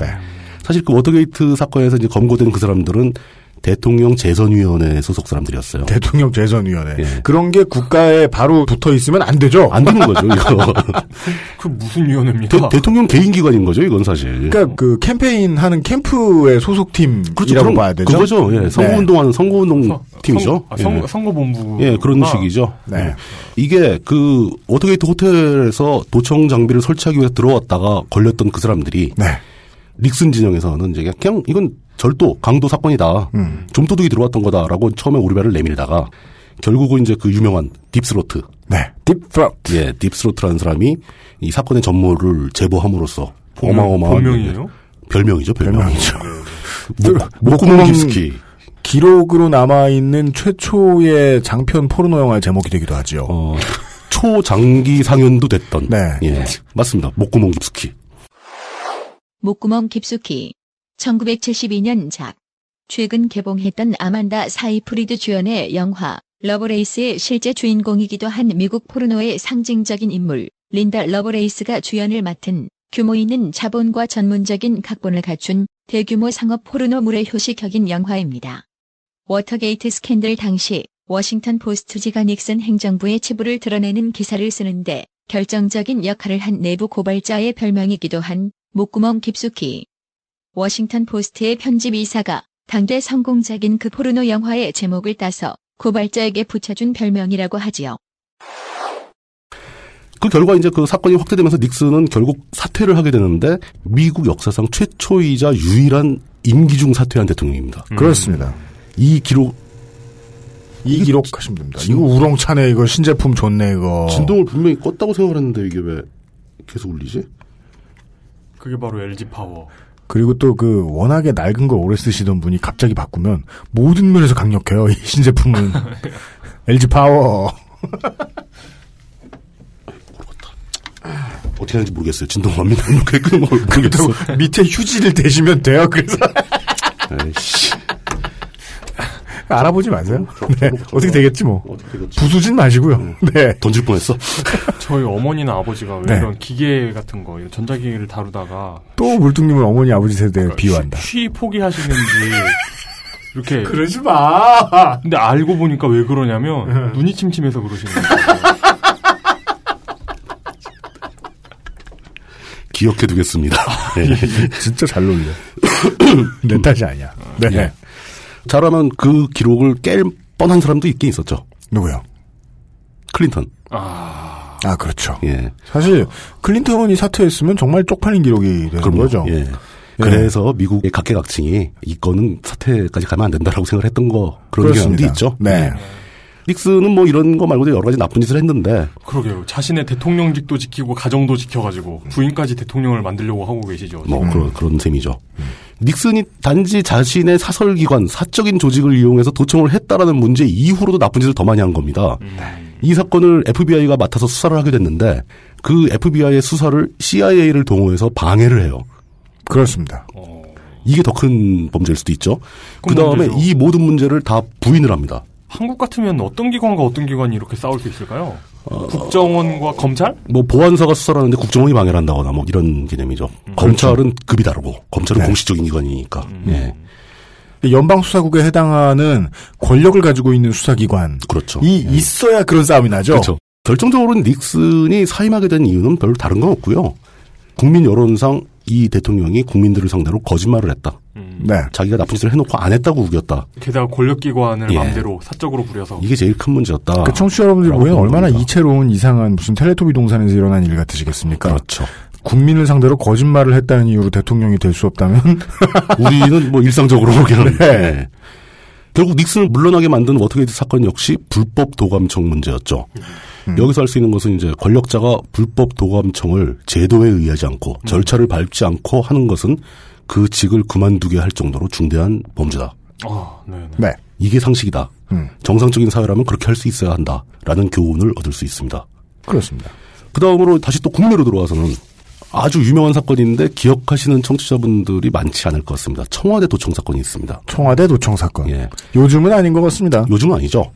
[SPEAKER 4] 사실 그 워터게이트 사건에서 이제 검거된 그 사람들은 대통령 재선위원회 소속 사람들이었어요.
[SPEAKER 3] 대통령 재선위원회. 그런 게 국가에 바로 붙어 있으면 안 되죠.
[SPEAKER 4] 예. 안 되는 거죠. 이거.
[SPEAKER 2] 그 무슨 위원회입니까?
[SPEAKER 4] 대, 통령 개인 기관인 거죠. 이건 사실.
[SPEAKER 3] 그러니까 그 캠페인 하는 캠프의 소속팀이라고
[SPEAKER 4] 그렇죠. 그런-
[SPEAKER 3] 봐야 되죠. 네.
[SPEAKER 4] 그거죠. 예, 선거운동하는 선거운동 팀이죠.
[SPEAKER 2] 아, 선-
[SPEAKER 4] 예.
[SPEAKER 2] 선거본부.
[SPEAKER 4] 예, 그런
[SPEAKER 3] 아,
[SPEAKER 4] 식이죠.
[SPEAKER 3] 네.
[SPEAKER 4] 예. 이게 그 워터게이트 호텔에서 도청 장비를 설치하기 위해서 들어왔다가 걸렸던 그 사람들이
[SPEAKER 3] 네.
[SPEAKER 4] 닉슨 진영에서는 이제 그냥 이건 절도 강도 사건이다.
[SPEAKER 3] 음.
[SPEAKER 4] 좀도둑이 들어왔던 거다라고 처음에 오리발을 내밀다가 결국은 이제 그 유명한 딥스로트.
[SPEAKER 3] 네, 딥스로트.
[SPEAKER 4] 예, 딥스로트라는 사람이 이 사건의 전모를 제보함으로써
[SPEAKER 2] 본명-
[SPEAKER 4] 어마어마한
[SPEAKER 2] 본명이에요?
[SPEAKER 4] 별명이죠, 별명이죠. 그
[SPEAKER 3] 목구멍
[SPEAKER 4] 목구멍 깊숙이.
[SPEAKER 3] 기록으로 남아 있는 최초의 장편 포르노 영화의 제목이 되기도 하지요.
[SPEAKER 4] 초장기 상연도 됐던. 어,
[SPEAKER 3] 네.
[SPEAKER 4] 예, 맞습니다. 목구멍 깊숙이.
[SPEAKER 1] 목구멍 깊숙이 1972년 작 최근 개봉했던 아만다 사이프리드 주연의 영화 러브레이스의 실제 주인공이기도 한 미국 포르노의 상징적인 인물 린다 러브레이스가 주연을 맡은 규모 있는 자본과 전문적인 각본을 갖춘 대규모 상업 포르노물의 효시격인 영화입니다. 워터게이트 스캔들 당시 워싱턴 포스트지가 닉슨 행정부의 치부를 드러내는 기사를 쓰는데 결정적인 역할을 한 내부 고발자의 별명이기도 한 목구멍 깊숙이 워싱턴 포스트의 편집 이사가 당대 성공작인 그 포르노 영화의 제목을 따서 고발자에게 붙여준 별명이라고 하지요.
[SPEAKER 4] 그 결과 이제 그 사건이 확대되면서 닉슨은 결국 사퇴를 하게 되는데 미국 역사상 최초이자 유일한 임기 중 사퇴한 대통령입니다.
[SPEAKER 3] 그렇습니다.
[SPEAKER 4] 이 기록
[SPEAKER 3] 이 기록하시면 됩니다. 이거 우렁차네 이거 신제품 좋네 이거.
[SPEAKER 4] 진동을 분명히 껐다고 생각을 했는데 이게 왜 계속 울리지?
[SPEAKER 2] 그게 바로 LG 파워.
[SPEAKER 3] 그리고 또 그 워낙에 낡은 걸 오래 쓰시던 분이 갑자기 바꾸면 모든 면에서 강력해요. 이 신제품은 LG 파워.
[SPEAKER 4] 어떻게 하는지 모르겠어요. 진동합니다. 이렇게 끄는 걸 모르겠어.
[SPEAKER 3] 밑에 휴지를 대시면 돼요. 그래서
[SPEAKER 4] 아이씨.
[SPEAKER 3] 알아보지 마세요. 네. 어떻게 되겠지 뭐. 부수진 마시고요.
[SPEAKER 4] 음.
[SPEAKER 3] 네.
[SPEAKER 4] 던질 뻔했어.
[SPEAKER 2] 저희 어머니나 아버지가 왜
[SPEAKER 3] 네.
[SPEAKER 2] 이런 기계 같은 거, 이런 전자기기를 다루다가
[SPEAKER 3] 또 물뚱님을 어머니 아버지 세대에 비유한다.
[SPEAKER 2] 쉬 포기하시는지 이렇게
[SPEAKER 3] 그러지 마.
[SPEAKER 2] 근데 알고 보니까 왜 그러냐면
[SPEAKER 4] 네.
[SPEAKER 2] 눈이 침침해서 그러시는 거예요.
[SPEAKER 4] 기억해 두겠습니다. 예.
[SPEAKER 3] 진짜 잘 놀려. 내 탓이 아니야. 네.
[SPEAKER 4] 예. 잘하면 그 기록을 깰 뻔한 사람도 있긴 있었죠.
[SPEAKER 3] 누구요?
[SPEAKER 4] 클린턴.
[SPEAKER 3] 아 그렇죠.
[SPEAKER 4] 예.
[SPEAKER 3] 사실 클린턴이 사퇴했으면 정말 쪽팔린 기록이 되는
[SPEAKER 4] 그럼요.
[SPEAKER 3] 거죠.
[SPEAKER 4] 예. 그래서 미국의 각계각층이 이 건은 사태까지 가면 안 된다라고 생각을 했던 거 그런
[SPEAKER 2] 그렇습니다.
[SPEAKER 4] 경향도 있죠. 예.
[SPEAKER 3] 네.
[SPEAKER 4] 닉슨은 뭐 이런 거 말고도 여러 가지 나쁜 짓을 했는데
[SPEAKER 2] 그러게요. 자신의 대통령직도 지키고 가정도 지켜가지고 부인까지 대통령을 만들려고 하고 계시죠.
[SPEAKER 4] 뭐 그런 그런 셈이죠. 닉슨이 단지 자신의 사설기관 사적인 조직을 이용해서 도청을 했다라는 문제 이후로도 나쁜 짓을 더 많이 한 겁니다. 이 사건을 FBI가 맡아서 수사를 하게 됐는데 그 FBI의 수사를 CIA를 동원해서 방해를 해요.
[SPEAKER 3] 그렇습니다.
[SPEAKER 4] 어. 이게 더 큰 범죄일 수도 있죠. 그
[SPEAKER 2] 큰
[SPEAKER 4] 다음에
[SPEAKER 2] 범죄죠.
[SPEAKER 4] 이 모든 문제를 다 부인을 합니다.
[SPEAKER 2] 한국 같으면 어떤 기관과 어떤 기관이 이렇게 싸울 수 있을까요?
[SPEAKER 4] 어,
[SPEAKER 2] 국정원과 검찰?
[SPEAKER 4] 뭐 보안사가 수사를 하는데 국정원이 방해를 한다거나 뭐 이런 개념이죠. 검찰은 급이 다르고 검찰은
[SPEAKER 3] 네.
[SPEAKER 4] 공식적인 기관이니까. 예.
[SPEAKER 3] 연방수사국에 해당하는 권력을 가지고 있는 수사기관.
[SPEAKER 4] 그렇죠.
[SPEAKER 3] 이 있어야 그런 싸움이 나죠.
[SPEAKER 4] 그렇죠. 결정적으로는 닉슨이 사임하게 된 이유는 별로 다른 건 없고요. 국민 여론상 이 대통령이 국민들을 상대로 거짓말을 했다.
[SPEAKER 3] 네.
[SPEAKER 4] 자기가 나쁜 짓을 해놓고 안 했다고 우겼다.
[SPEAKER 2] 게다가 권력기관을
[SPEAKER 4] 예.
[SPEAKER 2] 마음대로 사적으로 부려서
[SPEAKER 4] 이게 제일 큰 문제였다.
[SPEAKER 3] 그 청취자 여러분들 보기엔 얼마나 이채로운 이상한 무슨 텔레토비 동산에서 일어난 일 같으시겠습니까?
[SPEAKER 4] 그렇죠.
[SPEAKER 3] 국민을 상대로 거짓말을 했다는 이유로 대통령이 될 수 없다면
[SPEAKER 4] 우리는 뭐 일상적으로 보기는
[SPEAKER 3] 네.
[SPEAKER 4] 네. 결국 닉슨을 물러나게 만든 워터게이트 사건 역시 불법 도감청 문제였죠.
[SPEAKER 3] 음.
[SPEAKER 4] 여기서 할 수 있는 것은 이제 권력자가 불법 도감청을 제도에 의하지 않고
[SPEAKER 3] 음.
[SPEAKER 4] 절차를 밟지 않고 하는 것은 그 직을 그만두게 할 정도로 중대한 범죄다.
[SPEAKER 2] 아, 네.
[SPEAKER 3] 네.
[SPEAKER 4] 이게 상식이다.
[SPEAKER 3] 음.
[SPEAKER 4] 정상적인 사회라면 그렇게 할 수 있어야 한다라는 교훈을 얻을 수 있습니다.
[SPEAKER 3] 그렇습니다.
[SPEAKER 4] 그 다음으로 다시 또 국내로 들어와서는 아주 유명한 사건인데 기억하시는 청취자분들이 많지 않을 것 같습니다. 청와대 도청 사건이 있습니다.
[SPEAKER 3] 청와대 도청 사건. 요즘은 아닌 것 같습니다.
[SPEAKER 4] 예. 요즘은 아니죠.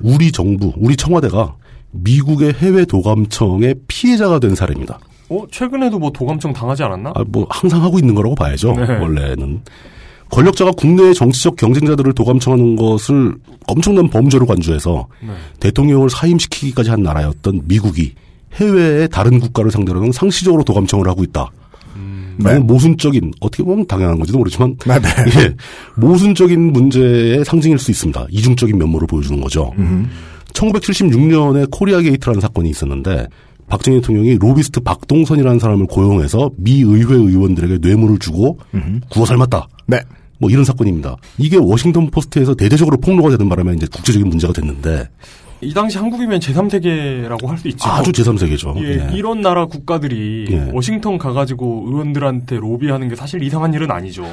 [SPEAKER 4] 우리 정부, 우리 청와대가 미국의 해외 도감청의 피해자가 된 사례입니다.
[SPEAKER 2] 어, 최근에도 뭐 도감청 당하지 않았나? 네.
[SPEAKER 4] 아, 뭐 항상 하고 있는 거라고 봐야죠. 원래는 권력자가 국내의 정치적 경쟁자들을 도감청하는 것을 엄청난 범죄로 간주해서
[SPEAKER 2] 네.
[SPEAKER 4] 대통령을 사임시키기까지 한 나라였던 미국이 해외의 다른 국가를 상대로는 상시적으로 도감청을 하고 있다.
[SPEAKER 3] 네.
[SPEAKER 4] 라는 모순적인 어떻게 보면 당연한 건지도 모르지만 예, 모순적인 문제의 상징일 수 있습니다. 이중적인 면모를 보여주는 거죠. 1976년에 코리아 게이트라는 사건이 있었는데 박정희 대통령이 로비스트 박동선이라는 사람을 고용해서 미 의회 의원들에게 뇌물을 주고 구워 삶았다.
[SPEAKER 3] 네.
[SPEAKER 4] 뭐 이런 사건입니다. 이게 워싱턴 포스트에서 대대적으로 폭로가 되는 바람에 이제 국제적인 문제가 됐는데
[SPEAKER 2] 이 당시 한국이면 제3세계라고 할 수 있죠.
[SPEAKER 4] 아주 제3세계죠.
[SPEAKER 2] 어, 예, 이런 나라 국가들이
[SPEAKER 4] 예.
[SPEAKER 2] 워싱턴 가가지고 의원들한테 로비하는 게 사실 이상한 일은 아니죠.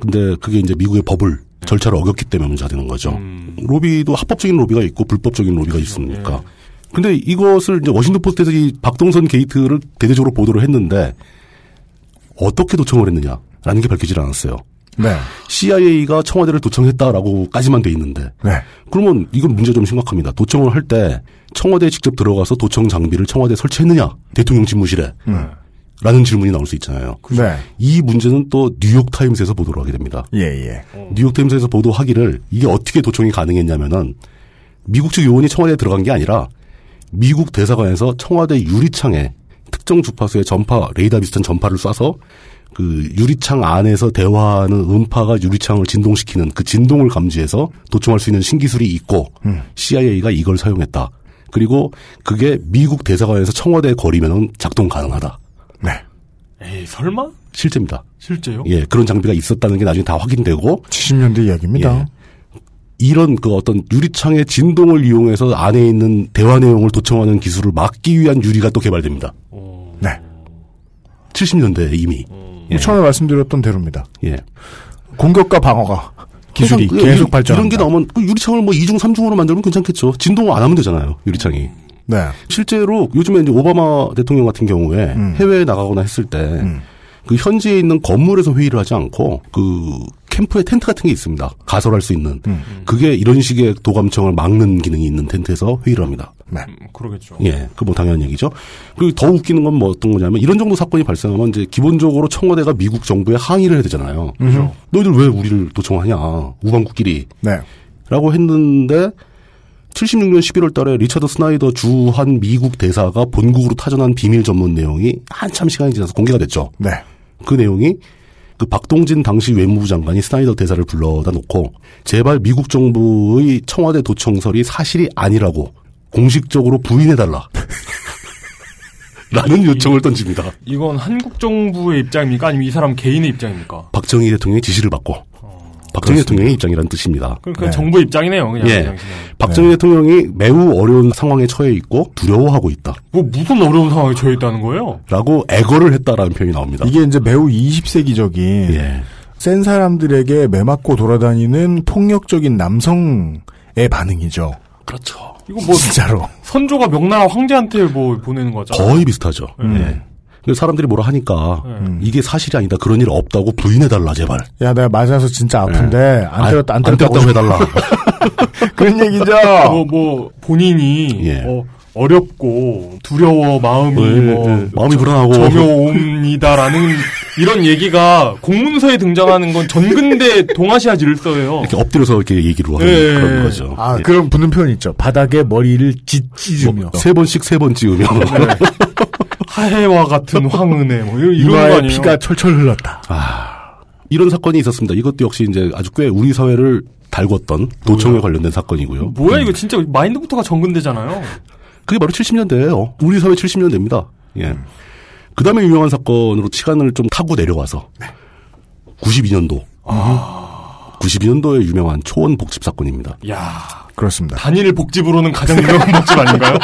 [SPEAKER 4] 근데 그게 이제 미국의 법을 절차를 어겼기 때문에 문제가 되는 거죠. 로비도 합법적인 로비가 있고 불법적인 로비가 있습니까? 근데 이것을 이제 워싱턴 포스트에서 이 박동선 게이트를 대대적으로 보도를 했는데 어떻게 도청을 했느냐라는 게 밝혀질 않았어요.
[SPEAKER 3] 네.
[SPEAKER 4] CIA가 청와대를 도청했다라고까지만 돼 있는데
[SPEAKER 3] 네.
[SPEAKER 4] 그러면 이건 문제 좀 심각합니다. 도청을 할 때 청와대에 직접 들어가서 도청 장비를 청와대에 설치했느냐 대통령 집무실에 라는 질문이 나올 수 있잖아요.
[SPEAKER 3] 음. 네.
[SPEAKER 4] 이 문제는 또 뉴욕 타임스에서 보도를 하게 됩니다.
[SPEAKER 3] 예, 예.
[SPEAKER 4] 뉴욕 타임스에서 보도하기를 이게 어떻게 도청이 가능했냐면은 미국 측 요원이 청와대에 들어간 게 아니라 미국 대사관에서 청와대 유리창에 특정 주파수의 전파 레이더 비슷한 전파를 쏴서 그 유리창 안에서 대화하는 음파가 유리창을 진동시키는 그 진동을 감지해서 도청할 수 있는 신기술이 있고 CIA가 이걸 사용했다. 그리고 그게 미국 대사관에서 청와대에 거리면 작동 가능하다.
[SPEAKER 3] 네.
[SPEAKER 2] 에이, 설마?
[SPEAKER 4] 실제입니다.
[SPEAKER 2] 실제요?
[SPEAKER 4] 예, 그런 장비가 있었다는 게 나중에 다 확인되고
[SPEAKER 3] 70년대
[SPEAKER 4] 예.
[SPEAKER 3] 이야기입니다.
[SPEAKER 4] 이런 그 어떤 유리창의 진동을 이용해서 안에 있는 대화 내용을 도청하는 기술을 막기 위한 유리가 또 개발됩니다.
[SPEAKER 3] 네.
[SPEAKER 4] 70년대에 이미. 예.
[SPEAKER 3] 처음에 말씀드렸던 대로입니다.
[SPEAKER 4] 예.
[SPEAKER 3] 공격과 방어가 기술이
[SPEAKER 4] 세상- 예,
[SPEAKER 3] 계속
[SPEAKER 4] 이런-
[SPEAKER 3] 발전.
[SPEAKER 4] 이런 게 나오면 그 유리창을 뭐 2중, 3중으로 만들면 괜찮겠죠. 진동을 안 하면 되잖아요. 유리창이.
[SPEAKER 3] 네.
[SPEAKER 4] 실제로 요즘에 이제 오바마 대통령 같은 경우에
[SPEAKER 3] 음.
[SPEAKER 4] 해외에 나가거나 했을 때 그 현지에 있는 건물에서 회의를 하지 않고 그 캠프에 텐트 같은 게 있습니다. 가설할 수 있는.
[SPEAKER 3] 음.
[SPEAKER 4] 그게 이런 식의 도감청을 막는 기능이 있는 텐트에서 회의를 합니다.
[SPEAKER 3] 네.
[SPEAKER 2] 음, 그러겠죠.
[SPEAKER 4] 예, 그 뭐 당연한 얘기죠. 그리고 더 웃기는 건 뭐 어떤 거냐면 이런 정도 사건이 발생하면 이제 기본적으로 청와대가 미국 정부에 항의를 해야 되잖아요.
[SPEAKER 3] 그죠.
[SPEAKER 4] 너희들 왜 우리를 도청하냐. 우방국끼리.
[SPEAKER 3] 네.
[SPEAKER 4] 라고 했는데 76년 11월 달에 리처드 스나이더 주한 미국 대사가 본국으로 타전한 비밀 전문 내용이 한참 시간이 지나서 공개가 됐죠.
[SPEAKER 3] 네.
[SPEAKER 4] 그 내용이 그 박동진 당시 외무부 장관이 스나이더 대사를 불러다 놓고 제발 미국 정부의 청와대 도청설이 사실이 아니라고 공식적으로 부인해달라. 라는 요청을 던집니다.
[SPEAKER 2] 이건 한국 정부의 입장입니까? 아니면 이 사람 개인의 입장입니까?
[SPEAKER 4] 박정희 대통령의 지시를 받고 박정희 대통령의 입장이란 뜻입니다.
[SPEAKER 2] 그러니까 정부 입장이네요, 그냥.
[SPEAKER 4] 예.
[SPEAKER 2] 그냥.
[SPEAKER 4] 박정희
[SPEAKER 2] 네.
[SPEAKER 4] 대통령이 매우 어려운 상황에 처해 있고 두려워하고 있다.
[SPEAKER 2] 뭐 무슨 어려운 상황에 처해 있다는 거예요?
[SPEAKER 4] 라고 애거를 했다라는 표현이 나옵니다.
[SPEAKER 3] 이게 이제 매우 20세기적인
[SPEAKER 4] 예.
[SPEAKER 3] 센 사람들에게 매맞고 돌아다니는 폭력적인 남성의 반응이죠.
[SPEAKER 4] 그렇죠.
[SPEAKER 2] 이거 뭐
[SPEAKER 3] 진짜로
[SPEAKER 2] 선조가 명나라 황제한테 뭐 보내는 거잖아요.
[SPEAKER 4] 거의 비슷하죠.
[SPEAKER 2] 음.
[SPEAKER 4] 예. 그래서 사람들이 뭐라 하니까 이게 사실이 아니다. 그런 일 없다고 부인해달라 제발.
[SPEAKER 3] 야 내가 맞아서 진짜 아픈데 안
[SPEAKER 4] 아,
[SPEAKER 3] 때렸다 안
[SPEAKER 4] 안
[SPEAKER 3] 때렸다고
[SPEAKER 4] 때렸다고 해달라.
[SPEAKER 3] 그런 얘기죠.
[SPEAKER 4] 아.
[SPEAKER 2] 뭐, 뭐 본인이 어, 어렵고 두려워 마음이
[SPEAKER 4] 예,
[SPEAKER 2] 뭐
[SPEAKER 4] 예. 마음이 불안하고.
[SPEAKER 2] 점여옵니다라는 이런 얘기가 공문서에 등장하는 건 전근대 동아시아 질서예요.
[SPEAKER 4] 이렇게 엎드려서 이렇게 얘기를 하는
[SPEAKER 2] 예.
[SPEAKER 4] 그런 거죠.
[SPEAKER 3] 아 그런 붙는 표현 있죠. 바닥에 머리를 찢 찢으며
[SPEAKER 4] 뭐, 세 번씩 세 번 찌우며
[SPEAKER 2] 네. 하해와 같은 황은혜 뭐 이런, 이런 거
[SPEAKER 4] 이마에
[SPEAKER 2] 아니에요?
[SPEAKER 4] 피가
[SPEAKER 3] 철철 흘렀다.
[SPEAKER 4] 이런 사건이 있었습니다. 이것도 역시 이제 아주 꽤 우리 사회를 달궜던 노총에 관련된 사건이고요.
[SPEAKER 2] 뭐야 이거 진짜 마인드부터가 전근대잖아요.
[SPEAKER 4] 그게 바로 70년대예요. 우리 사회 70년대입니다. 예. 그 다음에 유명한 사건으로 시간을 좀 타고 내려와서
[SPEAKER 3] 네.
[SPEAKER 4] 92년도.
[SPEAKER 3] 아.
[SPEAKER 4] 92년도에 유명한 초원 복집 사건입니다.
[SPEAKER 2] 야
[SPEAKER 3] 그렇습니다.
[SPEAKER 2] 단일 복집으로는 가장 유명한 복집 아닌가요?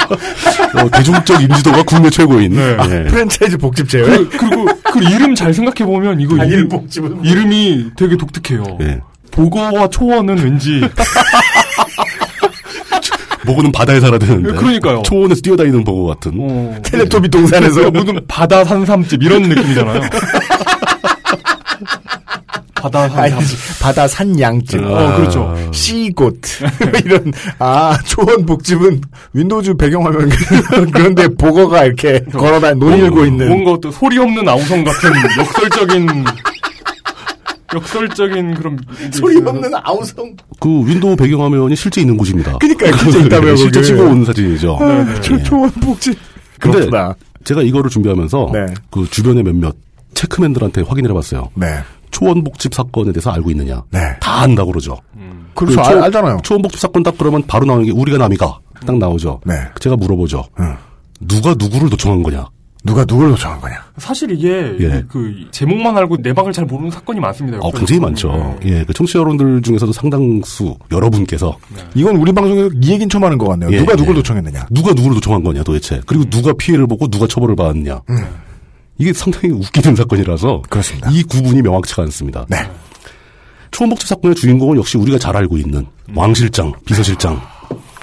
[SPEAKER 3] 예.
[SPEAKER 4] 어, 대중적 인지도가 국내 최고인
[SPEAKER 3] 네.
[SPEAKER 4] 예.
[SPEAKER 3] 프랜차이즈 복집 제외.
[SPEAKER 2] 그, 그리고 그 이름 잘 생각해 보면 이거
[SPEAKER 3] 단일
[SPEAKER 2] 이름,
[SPEAKER 3] 복집은
[SPEAKER 2] 이름이 되게 독특해요.
[SPEAKER 4] 예.
[SPEAKER 2] 보거와 초원은 왠지
[SPEAKER 4] 보고는 바다에 살아야
[SPEAKER 3] 예,
[SPEAKER 4] 되는데.
[SPEAKER 2] 그러니까요.
[SPEAKER 4] 초원에서 뛰어다니는 보고 같은.
[SPEAKER 2] 텔레토비 그 동산에서 무슨 바다 산삼집 이런 느낌이잖아요. 바다 산
[SPEAKER 3] 아니, 바다 산 양집. 어,
[SPEAKER 2] 아.
[SPEAKER 3] 그렇죠. 씨곳. 이런, 아, 초원 복집은 윈도우즈 배경화면 그런데 보거가 이렇게 걸어다, 논 일고 있는.
[SPEAKER 2] 뭔가 또 소리 없는 아우성 같은 역설적인 역설적인 그런
[SPEAKER 3] 소리 없는 아우성.
[SPEAKER 4] 그 윈도우 배경화면이 실제 있는 곳입니다.
[SPEAKER 3] 그러니까요, 실제 있다며요,
[SPEAKER 4] 네, 실제
[SPEAKER 3] 거기.
[SPEAKER 4] 찍어 온 사진이죠. 예.
[SPEAKER 3] 아, 초- 초원 복집.
[SPEAKER 4] 근데
[SPEAKER 3] 그렇구나. 네.
[SPEAKER 4] 제가 이거를 준비하면서 그 주변의 몇몇 체크맨들한테 확인을 해봤어요.
[SPEAKER 3] 네.
[SPEAKER 4] 초원복집 사건에 대해서 알고 있느냐? 다 안다고 그러죠.
[SPEAKER 3] 그렇죠.
[SPEAKER 4] 그 초-
[SPEAKER 3] 알- 알잖아요.
[SPEAKER 4] 초원복집 사건 딱 그러면 바로 나오는 게 우리가 남이가 딱 나오죠.
[SPEAKER 3] 네.
[SPEAKER 4] 제가 물어보죠. 누가 누구를 도청한 거냐?
[SPEAKER 3] 누가 누굴 도청한 거냐?
[SPEAKER 2] 사실 이게
[SPEAKER 4] 예.
[SPEAKER 2] 그 제목만 알고 내막을 잘 모르는 사건이
[SPEAKER 3] 네,
[SPEAKER 2] 많습니다.
[SPEAKER 3] 그렇죠.
[SPEAKER 4] 어, 굉장히 많죠. 예, 그 청취자 여러분들 중에서도 상당수 여러분께서
[SPEAKER 3] 이건 우리 방송에서 이 얘기는 처음 하는 것 같네요.
[SPEAKER 4] 예,
[SPEAKER 3] 누가 누굴 도청했느냐?
[SPEAKER 4] 누가 누구를 도청한 거냐 도대체? 그리고
[SPEAKER 3] 음.
[SPEAKER 4] 누가 피해를 보고 누가 처벌을 받았냐? 이게 상당히 웃기는 사건이라서 이 구분이 명확치가 않습니다.
[SPEAKER 3] 네.
[SPEAKER 4] 초원복집 사건의 주인공은 역시 우리가 잘 알고 있는
[SPEAKER 3] 음.
[SPEAKER 4] 왕실장, 비서실장,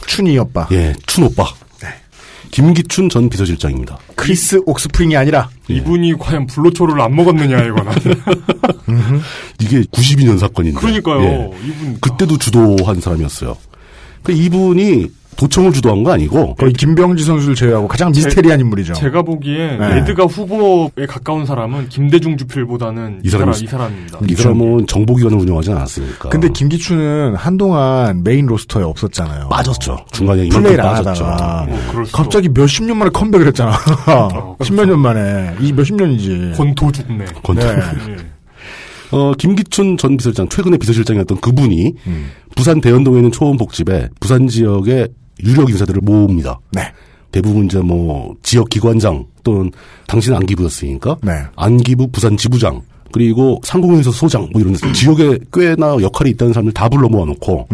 [SPEAKER 3] 춘이 오빠,
[SPEAKER 4] 예, 춘 오빠, 김기춘 전 비서실장입니다.
[SPEAKER 3] 크리스 옥스프링이 아니라
[SPEAKER 4] 예.
[SPEAKER 2] 이분이 과연 불로초를 안 먹었느냐에 관한
[SPEAKER 4] 이게 92년 사건인데.
[SPEAKER 2] 그러니까요.
[SPEAKER 4] 예.
[SPEAKER 2] 이분
[SPEAKER 4] 그때도 주도한 사람이었어요. 그 이분이 도청을 주도한 거 아니고
[SPEAKER 3] 거의 김병지 선수를 제외하고 가장 미스테리한 인물이죠.
[SPEAKER 2] 제가 보기에
[SPEAKER 4] 네.
[SPEAKER 2] 레드가 후보에 가까운 사람은 김대중 주필보다는 이 사람 이 사람입니다.
[SPEAKER 4] 이 사람은 정보기관을 운영하지 않았으니까.
[SPEAKER 3] 근데 김기춘은 한동안 메인 로스터에 없었잖아요.
[SPEAKER 4] 빠졌죠. 중간에 이만큼
[SPEAKER 3] 플레이를 안
[SPEAKER 4] 빠졌죠.
[SPEAKER 3] 하다가
[SPEAKER 4] 어, 그럴 수도.
[SPEAKER 3] 갑자기 몇십 년 만에 컴백을 했잖아. 십몇 년 만에 이 몇십 년이지.
[SPEAKER 2] 권토 죽네. 예.
[SPEAKER 4] 권토. 어, 김기춘 전 비서실장, 최근에 비서실장이었던 그분이 부산 대연동에 있는 초원복집에 부산 지역의 유력 인사들을 모읍니다.
[SPEAKER 3] 네.
[SPEAKER 4] 대부분 이제 뭐 지역 기관장 또는 당신 안기부였으니까
[SPEAKER 3] 네.
[SPEAKER 4] 안기부 부산 지부장 그리고 상공인서 소장 뭐 이런 지역에 꽤나 역할이 있다는 사람들 다 불러 모아놓고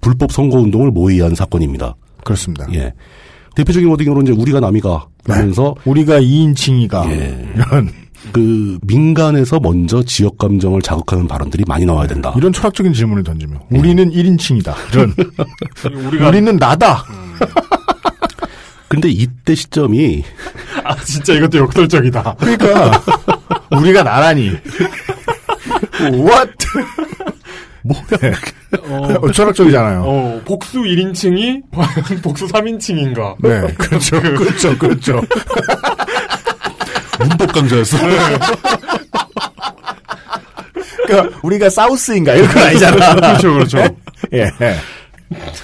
[SPEAKER 4] 불법 선거 운동을 모의한 사건입니다.
[SPEAKER 3] 그렇습니다. 네.
[SPEAKER 4] 예. 대표적인 워딩으로 이제 우리가 남이가 그러면서 예.
[SPEAKER 3] 우리가 이인칭이가 이런
[SPEAKER 4] 그 민간에서 먼저 지역 감정을 자극하는 발언들이 많이 나와야 된다.
[SPEAKER 3] 이런 철학적인 질문을 던지며
[SPEAKER 2] 네.
[SPEAKER 3] 우리는 1인칭이다. 이런
[SPEAKER 2] 그러니까 우리가-
[SPEAKER 3] 우리는 나다.
[SPEAKER 2] 음.
[SPEAKER 4] 근데 이때 시점이
[SPEAKER 2] 아 진짜 이것도 역설적이다.
[SPEAKER 3] 그러니까 우리가 나라니. What? 뭐, 네. 어, 철학적이잖아요.
[SPEAKER 2] 어, 복수 1인칭이 과연 복수 3인칭인가?
[SPEAKER 3] 네, 그렇죠, 그렇죠, 그렇죠.
[SPEAKER 4] 문법 강자였어.
[SPEAKER 2] 네.
[SPEAKER 3] 그러니까 우리가 사우스인가 이런 건 아니잖아.
[SPEAKER 2] 그렇죠, 그렇죠.
[SPEAKER 3] 예.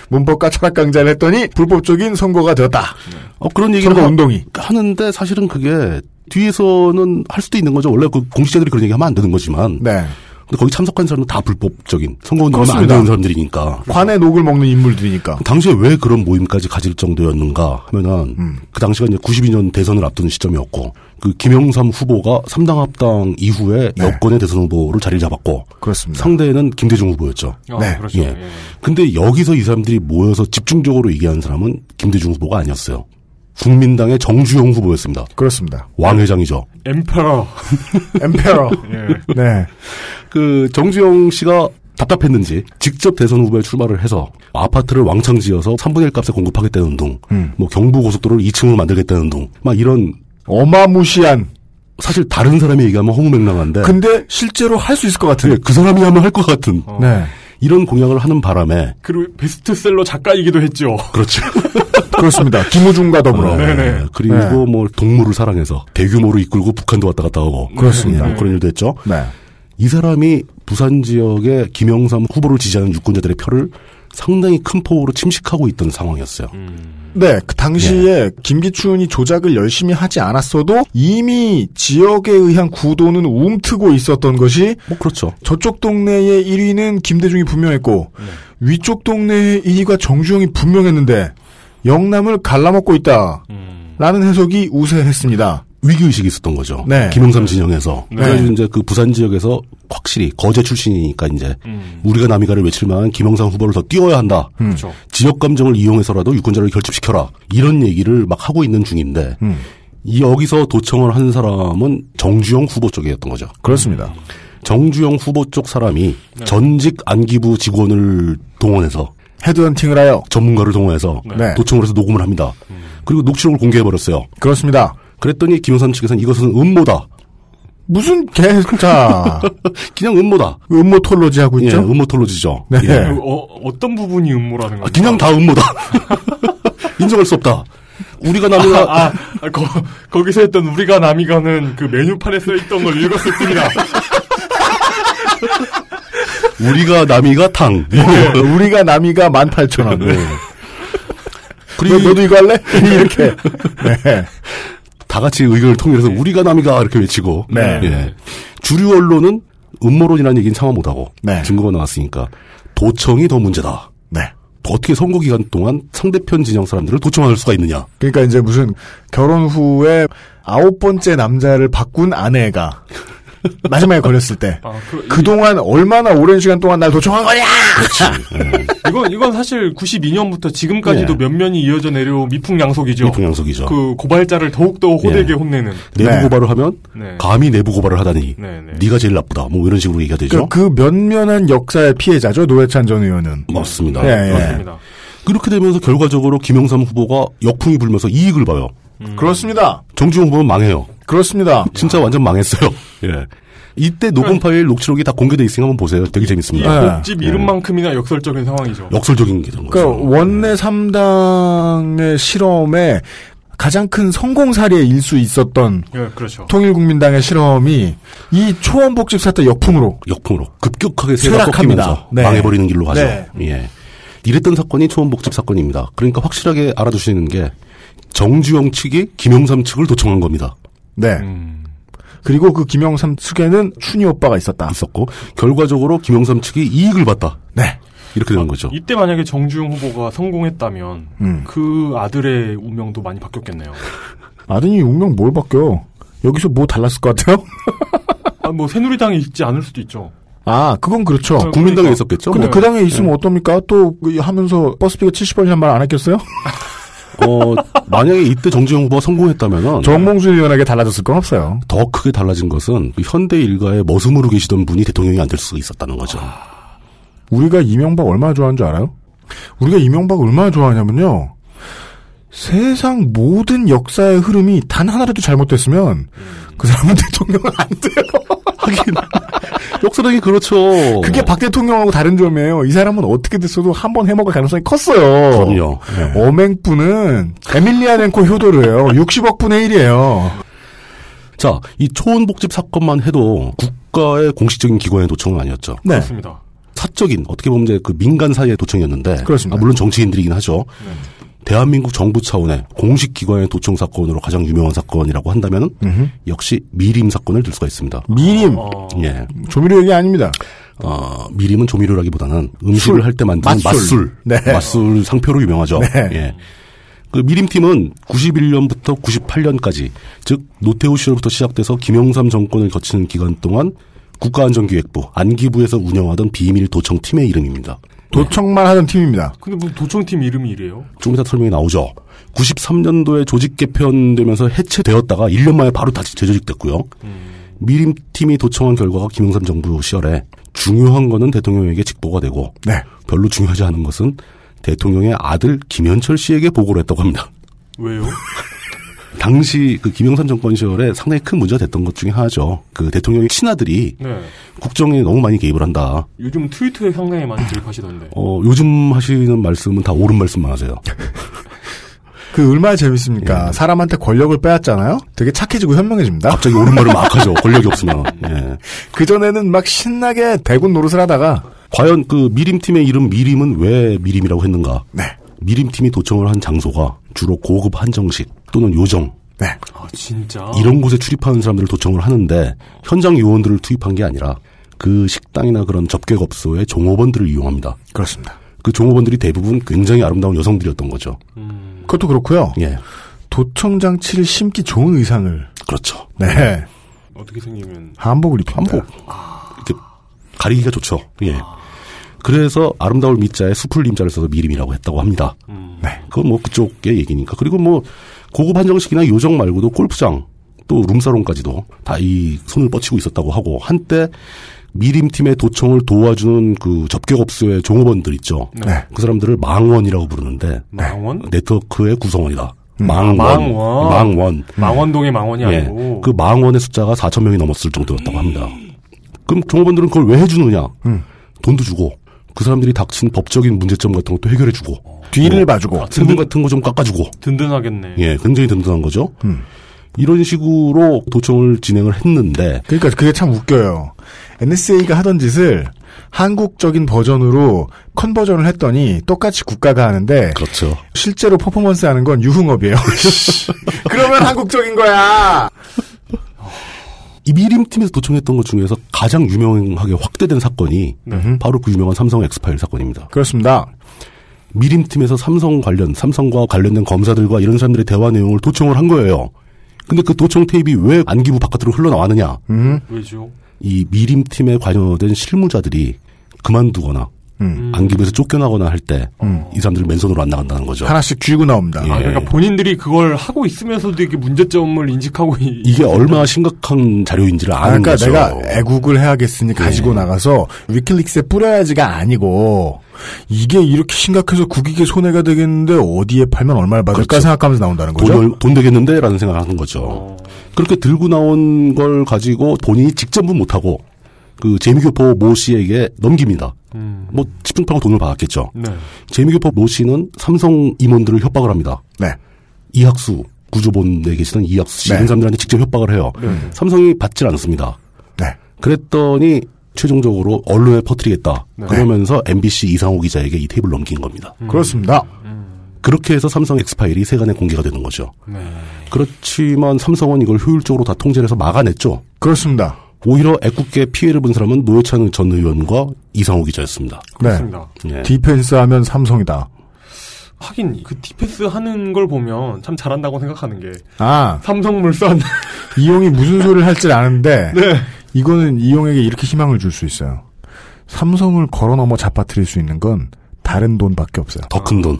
[SPEAKER 3] 문법과 철학 강좌를 했더니 불법적인 선거가 되었다.
[SPEAKER 4] 어, 그런 얘기를
[SPEAKER 3] 선거
[SPEAKER 4] 하-
[SPEAKER 3] 운동이.
[SPEAKER 4] 하는데 사실은 그게 뒤에서는 할 수도 있는 거죠. 원래 그 공직자들이 그런 얘기하면 안 되는 거지만.
[SPEAKER 3] 네.
[SPEAKER 4] 근데 거기 참석한 사람은 다 불법적인 선거 운동하면 안
[SPEAKER 3] 그렇습니다. 음.
[SPEAKER 4] 되는 사람들이니까.
[SPEAKER 3] 관에 녹을 먹는 인물들이니까.
[SPEAKER 4] 당시에 왜 그런 모임까지 가질 정도였는가 하면은
[SPEAKER 3] 음.
[SPEAKER 4] 그 당시가 이제 92년 대선을 앞두는 시점이었고 그 김영삼 후보가 삼당 합당 이후에 여권의 대선 후보로 자리를 잡았고
[SPEAKER 3] 네. 그렇습니다.
[SPEAKER 4] 상대는 김대중 후보였죠.
[SPEAKER 2] 아, 네. 그렇죠.
[SPEAKER 4] 예. 근데 여기서 이 사람들이 모여서 집중적으로 얘기하는 사람은 김대중 후보가 아니었어요. 국민당의 정주영 후보였습니다.
[SPEAKER 3] 그렇습니다.
[SPEAKER 4] 왕 회장이죠.
[SPEAKER 2] 엠페러.
[SPEAKER 3] 엠페러.
[SPEAKER 4] 예.
[SPEAKER 3] 네.
[SPEAKER 4] 그 정주영 씨가 답답했는지 직접 대선 후보에 출마를 해서 아파트를 왕창 지어서 3분의 1 값에 공급하겠다는 운동,
[SPEAKER 3] 음.
[SPEAKER 4] 뭐 경부고속도로를 2층으로 만들겠다는 운동, 막 이런
[SPEAKER 3] 어마무시한
[SPEAKER 4] 사실 다른 사람이 얘기하면 허무맹랑한데
[SPEAKER 3] 근데 실제로 할 수 있을 것 같은.
[SPEAKER 4] 예, 그 사람이 하면 할 것 같은
[SPEAKER 3] 네.
[SPEAKER 4] 이런 공약을 하는 바람에
[SPEAKER 2] 그리고 베스트셀러 작가이기도 했죠.
[SPEAKER 4] 그렇죠.
[SPEAKER 3] 그렇습니다. 김우중과 더불어.
[SPEAKER 4] 네, 네. 그리고
[SPEAKER 3] 네.
[SPEAKER 4] 뭐 동물을 사랑해서 대규모로 이끌고 북한도 왔다 갔다 하고
[SPEAKER 3] 그렇습니다. 네.
[SPEAKER 4] 예, 뭐 그런 일도 했죠. 이 사람이 부산 지역의 김영삼 후보를 지지하는 유권자들의 표를 상당히 큰 폭으로 침식하고 있던 상황이었어요.
[SPEAKER 3] 네, 그
[SPEAKER 4] 예.
[SPEAKER 3] 당시에 김기춘이 조작을 열심히 하지 않았어도 이미 지역에 의한 구도는 움트고 있었던 것이
[SPEAKER 4] 뭐 그렇죠.
[SPEAKER 3] 저쪽 동네의 1위는 김대중이 분명했고 위쪽 동네의 1위가 정주영이 분명했는데 영남을 갈라먹고 있다. 라는 해석이 우세했습니다.
[SPEAKER 4] 위기의식이 있었던 거죠.
[SPEAKER 3] 네.
[SPEAKER 4] 김영삼 진영에서.
[SPEAKER 3] 네.
[SPEAKER 4] 그래서 이제 그 부산 지역에서 확실히 거제 출신이니까 이제
[SPEAKER 3] 음.
[SPEAKER 4] 우리가 남이가를 외칠 만한 김영삼 후보를 더 띄워야 한다.
[SPEAKER 2] 그렇죠.
[SPEAKER 4] 지역 감정을 이용해서라도 유권자를 결집시켜라. 이런 얘기를 막 하고 있는 중인데
[SPEAKER 3] 음.
[SPEAKER 4] 이 여기서 도청을 한 사람은 정주영 후보 쪽이었던 거죠.
[SPEAKER 3] 그렇습니다. 네.
[SPEAKER 4] 정주영 후보 쪽 사람이 전직 안기부 직원을 동원해서
[SPEAKER 3] 헤드헌팅을 하여
[SPEAKER 4] 전문가를 동원해서
[SPEAKER 3] 네.
[SPEAKER 4] 도청을 해서 녹음을 합니다. 그리고 녹취록을 공개해 버렸어요.
[SPEAKER 3] 그렇습니다.
[SPEAKER 4] 그랬더니 김영삼 측에서는 이것은 음모다.
[SPEAKER 3] 무슨 개, 자.
[SPEAKER 4] 그냥 음모다.
[SPEAKER 3] 음모톨로지 하고 있죠?
[SPEAKER 4] 예, 음모톨로지죠.
[SPEAKER 3] 그렇죠? 네.
[SPEAKER 4] 예.
[SPEAKER 2] 어, 떤 부분이 음모라는
[SPEAKER 4] 아,
[SPEAKER 2] 건가요?
[SPEAKER 4] 그냥 다 음모다. 인정할 수 없다. 우리가 남이가
[SPEAKER 2] 아, 아, 아, 거, 거기서 했던 우리가 남이가는 그 메뉴판에 써있던 걸 읽었었습니다.
[SPEAKER 3] 아.
[SPEAKER 4] 우리가 남이가 탕.
[SPEAKER 3] 네. 우리가 남이가 18,000원.
[SPEAKER 4] 그리고
[SPEAKER 3] 너, 도 이거 할래? 이렇게. 네.
[SPEAKER 4] 다 같이 의견을 통일해서 우리가 남이가 이렇게 외치고
[SPEAKER 3] 네.
[SPEAKER 4] 예. 주류 언론은 음모론이라는 얘기는 참아 못하고
[SPEAKER 3] 네.
[SPEAKER 4] 증거가 나왔으니까 도청이 더 문제다. 어떻게 선거 기간 동안 상대편 진영 사람들을 도청할 수가 있느냐?
[SPEAKER 3] 그러니까 이제 무슨 결혼 후에 아홉 번째 남자를 바꾼 아내가 마지막에 걸렸을 때 아, 그동안 얼마나 오랜 시간 동안 날 도청한 거냐!
[SPEAKER 2] 이건 이건 사실 92년부터 지금까지도
[SPEAKER 4] 예.
[SPEAKER 2] 몇 면이 이어져 내려온 미풍양속이죠. 예.
[SPEAKER 4] 미풍양속이죠.
[SPEAKER 2] 그 고발자를 더욱더 호되게 혼내는
[SPEAKER 4] 내부 고발을 하면
[SPEAKER 2] 네.
[SPEAKER 4] 감히 내부 고발을 하다니
[SPEAKER 2] 네, 네.
[SPEAKER 4] 네가 제일 나쁘다. 뭐 이런 식으로 얘기가 되죠.
[SPEAKER 3] 그, 그 면면한 역사의 피해자죠, 노회찬 전 의원은.
[SPEAKER 4] 맞습니다. 네.
[SPEAKER 3] 예, 예.
[SPEAKER 2] 맞습니다.
[SPEAKER 4] 그렇게 되면서 결과적으로 김영삼 후보가 역풍이 불면서 이익을 봐요.
[SPEAKER 3] 음. 그렇습니다.
[SPEAKER 4] 정주영 후보는 망해요.
[SPEAKER 3] 그렇습니다.
[SPEAKER 4] 진짜 완전 망했어요. 예. 이때 녹음 파일 녹취록이 다 공개돼 있으니까 한번 보세요. 되게
[SPEAKER 2] 예.
[SPEAKER 4] 재밌습니다.
[SPEAKER 2] 이 복집 이름만큼이나 역설적인 상황이죠.
[SPEAKER 4] 역설적인 게 된 거죠.
[SPEAKER 3] 예. 그러니까 원내 3당의 실험에 가장 큰 성공 사례의 일수 있었던
[SPEAKER 2] 예, 그렇죠.
[SPEAKER 3] 통일국민당의 실험이 이 초원복집 사태 역풍으로
[SPEAKER 4] 역풍으로 급격하게 세가
[SPEAKER 3] 추락합니다.
[SPEAKER 4] 꺾이면서
[SPEAKER 3] 네.
[SPEAKER 4] 망해버리는 길로 가죠.
[SPEAKER 3] 네.
[SPEAKER 4] 예. 이랬던 사건이 초원복집 사건입니다. 그러니까 확실하게 알아두시는 게 정주영 측이 김영삼 측을 도청한 겁니다.
[SPEAKER 3] 네. 그리고 그 김영삼 측에는 춘희 오빠가 있었다.
[SPEAKER 4] 있었고 결과적으로 김영삼 측이 이익을 봤다.
[SPEAKER 3] 네.
[SPEAKER 4] 이렇게 되는 거죠.
[SPEAKER 2] 이때 만약에 정주영 후보가 성공했다면
[SPEAKER 4] 음.
[SPEAKER 2] 그 아들의 운명도 많이 바뀌었겠네요.
[SPEAKER 3] 아드님 운명 뭘 바뀌어? 여기서 뭐 달랐을 것 같아요?
[SPEAKER 2] 아, 뭐 새누리당에 있지 않을 수도 있죠.
[SPEAKER 3] 아, 그건 그렇죠.
[SPEAKER 2] 네, 국민당에 있었겠죠,
[SPEAKER 3] 근데
[SPEAKER 2] 뭐.
[SPEAKER 3] 그 당에 있으면 어떻습니까? 또 그- 하면서 버스비가 70원이란 말 안 했겠어요?
[SPEAKER 4] 어, 만약에 이때 정주영 후보가 성공했다면
[SPEAKER 3] 정몽준 의원에게 달라졌을 건 없어요.
[SPEAKER 4] 더 크게 달라진 것은 그 현대 일가에 머슴으로 계시던 분이 대통령이 안 될 수 있었다는 거죠.
[SPEAKER 3] 아. 우리가 이명박 얼마나 좋아하는 줄 알아요? 우리가 이명박 얼마나 좋아하냐면요. 세상 모든 역사의 흐름이 단 하나라도 잘못됐으면 그 사람은 대통령은 안 돼요.
[SPEAKER 4] 하긴 역사적인 그렇죠.
[SPEAKER 3] 그게 박 대통령하고 다른 점이에요. 이 사람은 어떻게 됐어도 한 번 해먹을 가능성이 컸어요.
[SPEAKER 4] 그럼요.
[SPEAKER 3] 어맹분은 에밀리아넨코 효도르예요. 60억 분의 1이에요.
[SPEAKER 4] 자, 이 초원복집 사건만 해도 국가의 공식적인 기관의 도청은 아니었죠.
[SPEAKER 3] 네.
[SPEAKER 2] 그렇습니다.
[SPEAKER 4] 사적인 어떻게 보면 이제 그 민간 사이의 도청이었는데
[SPEAKER 3] 그렇습니다. 네.
[SPEAKER 4] 아, 물론 정치인들이긴 하죠. 대한민국 정부 차원의 공식 기관의 도청 사건으로 가장 유명한 사건이라고 한다면은 역시 미림 사건을 들 수가 있습니다.
[SPEAKER 3] 미림
[SPEAKER 4] 예.
[SPEAKER 3] 조미료 얘기 아닙니다.
[SPEAKER 4] 어, 미림은 조미료라기보다는 음식을
[SPEAKER 3] 술.
[SPEAKER 4] 할 때 만드는
[SPEAKER 3] 맛술.
[SPEAKER 4] 맛술.
[SPEAKER 3] 네.
[SPEAKER 4] 맛술 상표로 유명하죠.
[SPEAKER 3] 네.
[SPEAKER 4] 예. 그 미림팀은 91년부터 98년까지, 즉, 노태우 시절부터 시작돼서 김영삼 정권을 거치는 기간 동안 국가안전기획부, 안기부에서 운영하던 비밀 도청팀의 이름입니다.
[SPEAKER 3] 도청만 하던 팀입니다.
[SPEAKER 2] 근데 무슨 도청팀 이름이 이래요?
[SPEAKER 4] 좀 이따 설명이 나오죠. 93년도에 조직 개편되면서 해체되었다가 1년 만에 바로 다시 재조직됐고요. 미림팀이 도청한 결과가 김영삼 정부 시절에 중요한 거는 대통령에게 직보가 되고
[SPEAKER 3] 네.
[SPEAKER 4] 별로 중요하지 않은 것은 대통령의 아들 김현철 씨에게 보고를 했다고 합니다.
[SPEAKER 2] 왜요?
[SPEAKER 4] 당시 그 김영삼 정권 시절에 상당히 큰 문제가 됐던 것 중에 하나죠. 그 대통령의 친아들이
[SPEAKER 2] 네.
[SPEAKER 4] 국정에 너무 많이 개입을 한다.
[SPEAKER 2] 요즘 트위터에 상당히 많이 들어가시던데.
[SPEAKER 4] 어, 요즘 하시는 말씀은 다 옳은 말씀만 하세요.
[SPEAKER 3] 그 얼마나 재밌습니까? 사람한테 권력을 빼앗잖아요. 되게 착해지고 현명해집니다.
[SPEAKER 4] 갑자기 옳은 말을 막 하죠. 권력이 없으면. 예.
[SPEAKER 3] 그 전에는 막 신나게 대군 노릇을 하다가
[SPEAKER 4] 과연 그 미림팀의 이름 미림은 왜 미림이라고 했는가?
[SPEAKER 3] 네.
[SPEAKER 4] 미림팀이 도청을 한 장소가 주로 고급 한정식 또는 요정
[SPEAKER 3] 네.
[SPEAKER 2] 아 진짜.
[SPEAKER 4] 이런 곳에 출입하는 사람들을 도청을 하는데 현장 요원들을 투입한 게 아니라 그 식당이나 그런 접객업소의 종업원들을 이용합니다.
[SPEAKER 3] 그렇습니다.
[SPEAKER 4] 그 종업원들이 대부분 굉장히 아름다운 여성들이었던 거죠.
[SPEAKER 3] 그것도 그렇고요.
[SPEAKER 4] 예.
[SPEAKER 3] 도청 장치를 심기 좋은 의상을
[SPEAKER 4] 그렇죠.
[SPEAKER 3] 네
[SPEAKER 2] 어떻게 생기면
[SPEAKER 3] 한복을 입힙니다.
[SPEAKER 4] 이렇게 가리기가 좋죠. 예. 그래서 아름다울 미자에 수풀 님자를 써서 미림이라고 했다고 합니다.
[SPEAKER 2] 음.
[SPEAKER 4] 그건 뭐 그쪽의 얘기니까. 그리고 뭐 고급 한정식이나 요정 말고도 골프장 또 룸사롱까지도 다 이 손을 뻗치고 있었다고 하고 한때 미림팀의 도청을 도와주는 그 접객업소의 종업원들 있죠.
[SPEAKER 2] 네.
[SPEAKER 4] 그 사람들을 망원이라고 부르는데
[SPEAKER 2] 망원? 음. 아,
[SPEAKER 4] 네트워크의 구성원이다. 망원.
[SPEAKER 2] 망원.
[SPEAKER 4] 망원.
[SPEAKER 2] 망원동의 망원이
[SPEAKER 4] 예,
[SPEAKER 2] 아니고.
[SPEAKER 4] 그 망원의 숫자가 4천 명이 넘었을 정도였다고 합니다. 그럼 종업원들은 그걸 왜 해주느냐?
[SPEAKER 3] 음.
[SPEAKER 4] 돈도 주고 그 사람들이 닥친 법적인 문제점 같은 것도 해결해주고
[SPEAKER 3] 뒤를 봐주고
[SPEAKER 4] 세금 같은 거 좀 깎아주고
[SPEAKER 2] 든든하겠네.
[SPEAKER 4] 예, 굉장히 든든한 거죠.
[SPEAKER 3] 음.
[SPEAKER 4] 이런 식으로 도청을 진행을 했는데
[SPEAKER 3] 그러니까 그게 참 웃겨요. NSA가 하던 짓을 한국적인 버전으로 컨버전을 했더니 똑같이 국가가 하는데
[SPEAKER 4] 그렇죠.
[SPEAKER 3] 실제로 퍼포먼스 하는 건 유흥업이에요. 그러면 한국적인 거야.
[SPEAKER 4] 이 미림팀에서 도청했던 것 중에서 가장 유명하게 확대된 사건이
[SPEAKER 3] 음.
[SPEAKER 4] 바로 그 유명한 삼성 엑스파일 사건입니다.
[SPEAKER 3] 그렇습니다.
[SPEAKER 4] 미림팀에서 삼성 관련, 삼성과 관련된 검사들과 이런 사람들의 대화 내용을 도청을 한 거예요. 근데 그 도청 테이프가 왜 안기부 바깥으로 흘러나왔느냐?
[SPEAKER 3] 음.
[SPEAKER 2] 왜죠?
[SPEAKER 4] 이 미림팀에 관여된 실무자들이 그만두거나
[SPEAKER 3] 음.
[SPEAKER 4] 안기부에서 쫓겨나거나 할 때 이 사람들이 맨손으로 안 나간다는 거죠.
[SPEAKER 3] 하나씩 쥐고
[SPEAKER 4] 예,
[SPEAKER 3] 나옵니다.
[SPEAKER 2] 아, 그러니까 본인들이 그걸 하고 있으면서도 이렇게 문제점을 인식하고 이-
[SPEAKER 4] 이게 얼마나 심각한 자료인지를
[SPEAKER 3] 아,
[SPEAKER 4] 아는
[SPEAKER 3] 그러니까
[SPEAKER 4] 거죠. 예.
[SPEAKER 3] 내가 애국을 해야겠으니 가지고 나가서 위킬릭스에 뿌려야지가 아니고 이게 이렇게 심각해서 국익에 손해가 되겠는데 어디에 팔면 얼마를 받을까
[SPEAKER 4] 그렇죠.
[SPEAKER 3] 생각하면서 나온다는 거죠. 어.
[SPEAKER 4] 돈, 얼- 돈 되겠는데라는 생각을 하는 거죠. 그렇게 들고 나온 걸 가지고 본인이 직접은 못하고 그 재미교포 모 씨에게 넘깁니다.
[SPEAKER 3] 음.
[SPEAKER 4] 뭐 집중파고 돈을 받았겠죠.
[SPEAKER 2] 네.
[SPEAKER 4] 재미교포 모 씨는 삼성 임원들을 협박을 합니다. 이학수 구조본에 계시던 이학수 씨
[SPEAKER 3] 네.
[SPEAKER 4] 이런 사람들한테 직접 협박을 해요.
[SPEAKER 3] 네.
[SPEAKER 4] 삼성이 받질 않습니다.
[SPEAKER 3] 네.
[SPEAKER 4] 그랬더니 최종적으로 언론에 퍼뜨리겠다.
[SPEAKER 3] 네.
[SPEAKER 4] 그러면서 MBC 이상호 기자에게 이 테이블 넘긴 겁니다.
[SPEAKER 3] 그렇습니다.
[SPEAKER 4] 그렇게 해서 삼성 엑스파일이 세간에 공개가 되는 거죠.
[SPEAKER 3] 네.
[SPEAKER 4] 그렇지만 삼성은 이걸 효율적으로 다 통제를 해서 막아냈죠.
[SPEAKER 3] 그렇습니다.
[SPEAKER 4] 오히려 애국계 피해를 본 사람은 노회찬 전 의원과 이상호 기자였습니다.
[SPEAKER 3] 네.
[SPEAKER 2] 그렇습니다.
[SPEAKER 3] 아,
[SPEAKER 4] 예.
[SPEAKER 3] 디펜스 하면 삼성이다.
[SPEAKER 2] 하긴 그 디펜스 하는 걸 보면 참 잘한다고 생각하는 게
[SPEAKER 3] 아.
[SPEAKER 2] 삼성물산.
[SPEAKER 3] 이용이 무슨 소리를 할지 아는데
[SPEAKER 2] 네.
[SPEAKER 3] 이거는 이용에게 이렇게 희망을 줄 수 있어요. 삼성을 걸어 넘어 잡아뜨릴 수 있는 건 다른 돈밖에 없어요.
[SPEAKER 4] 더 큰 돈.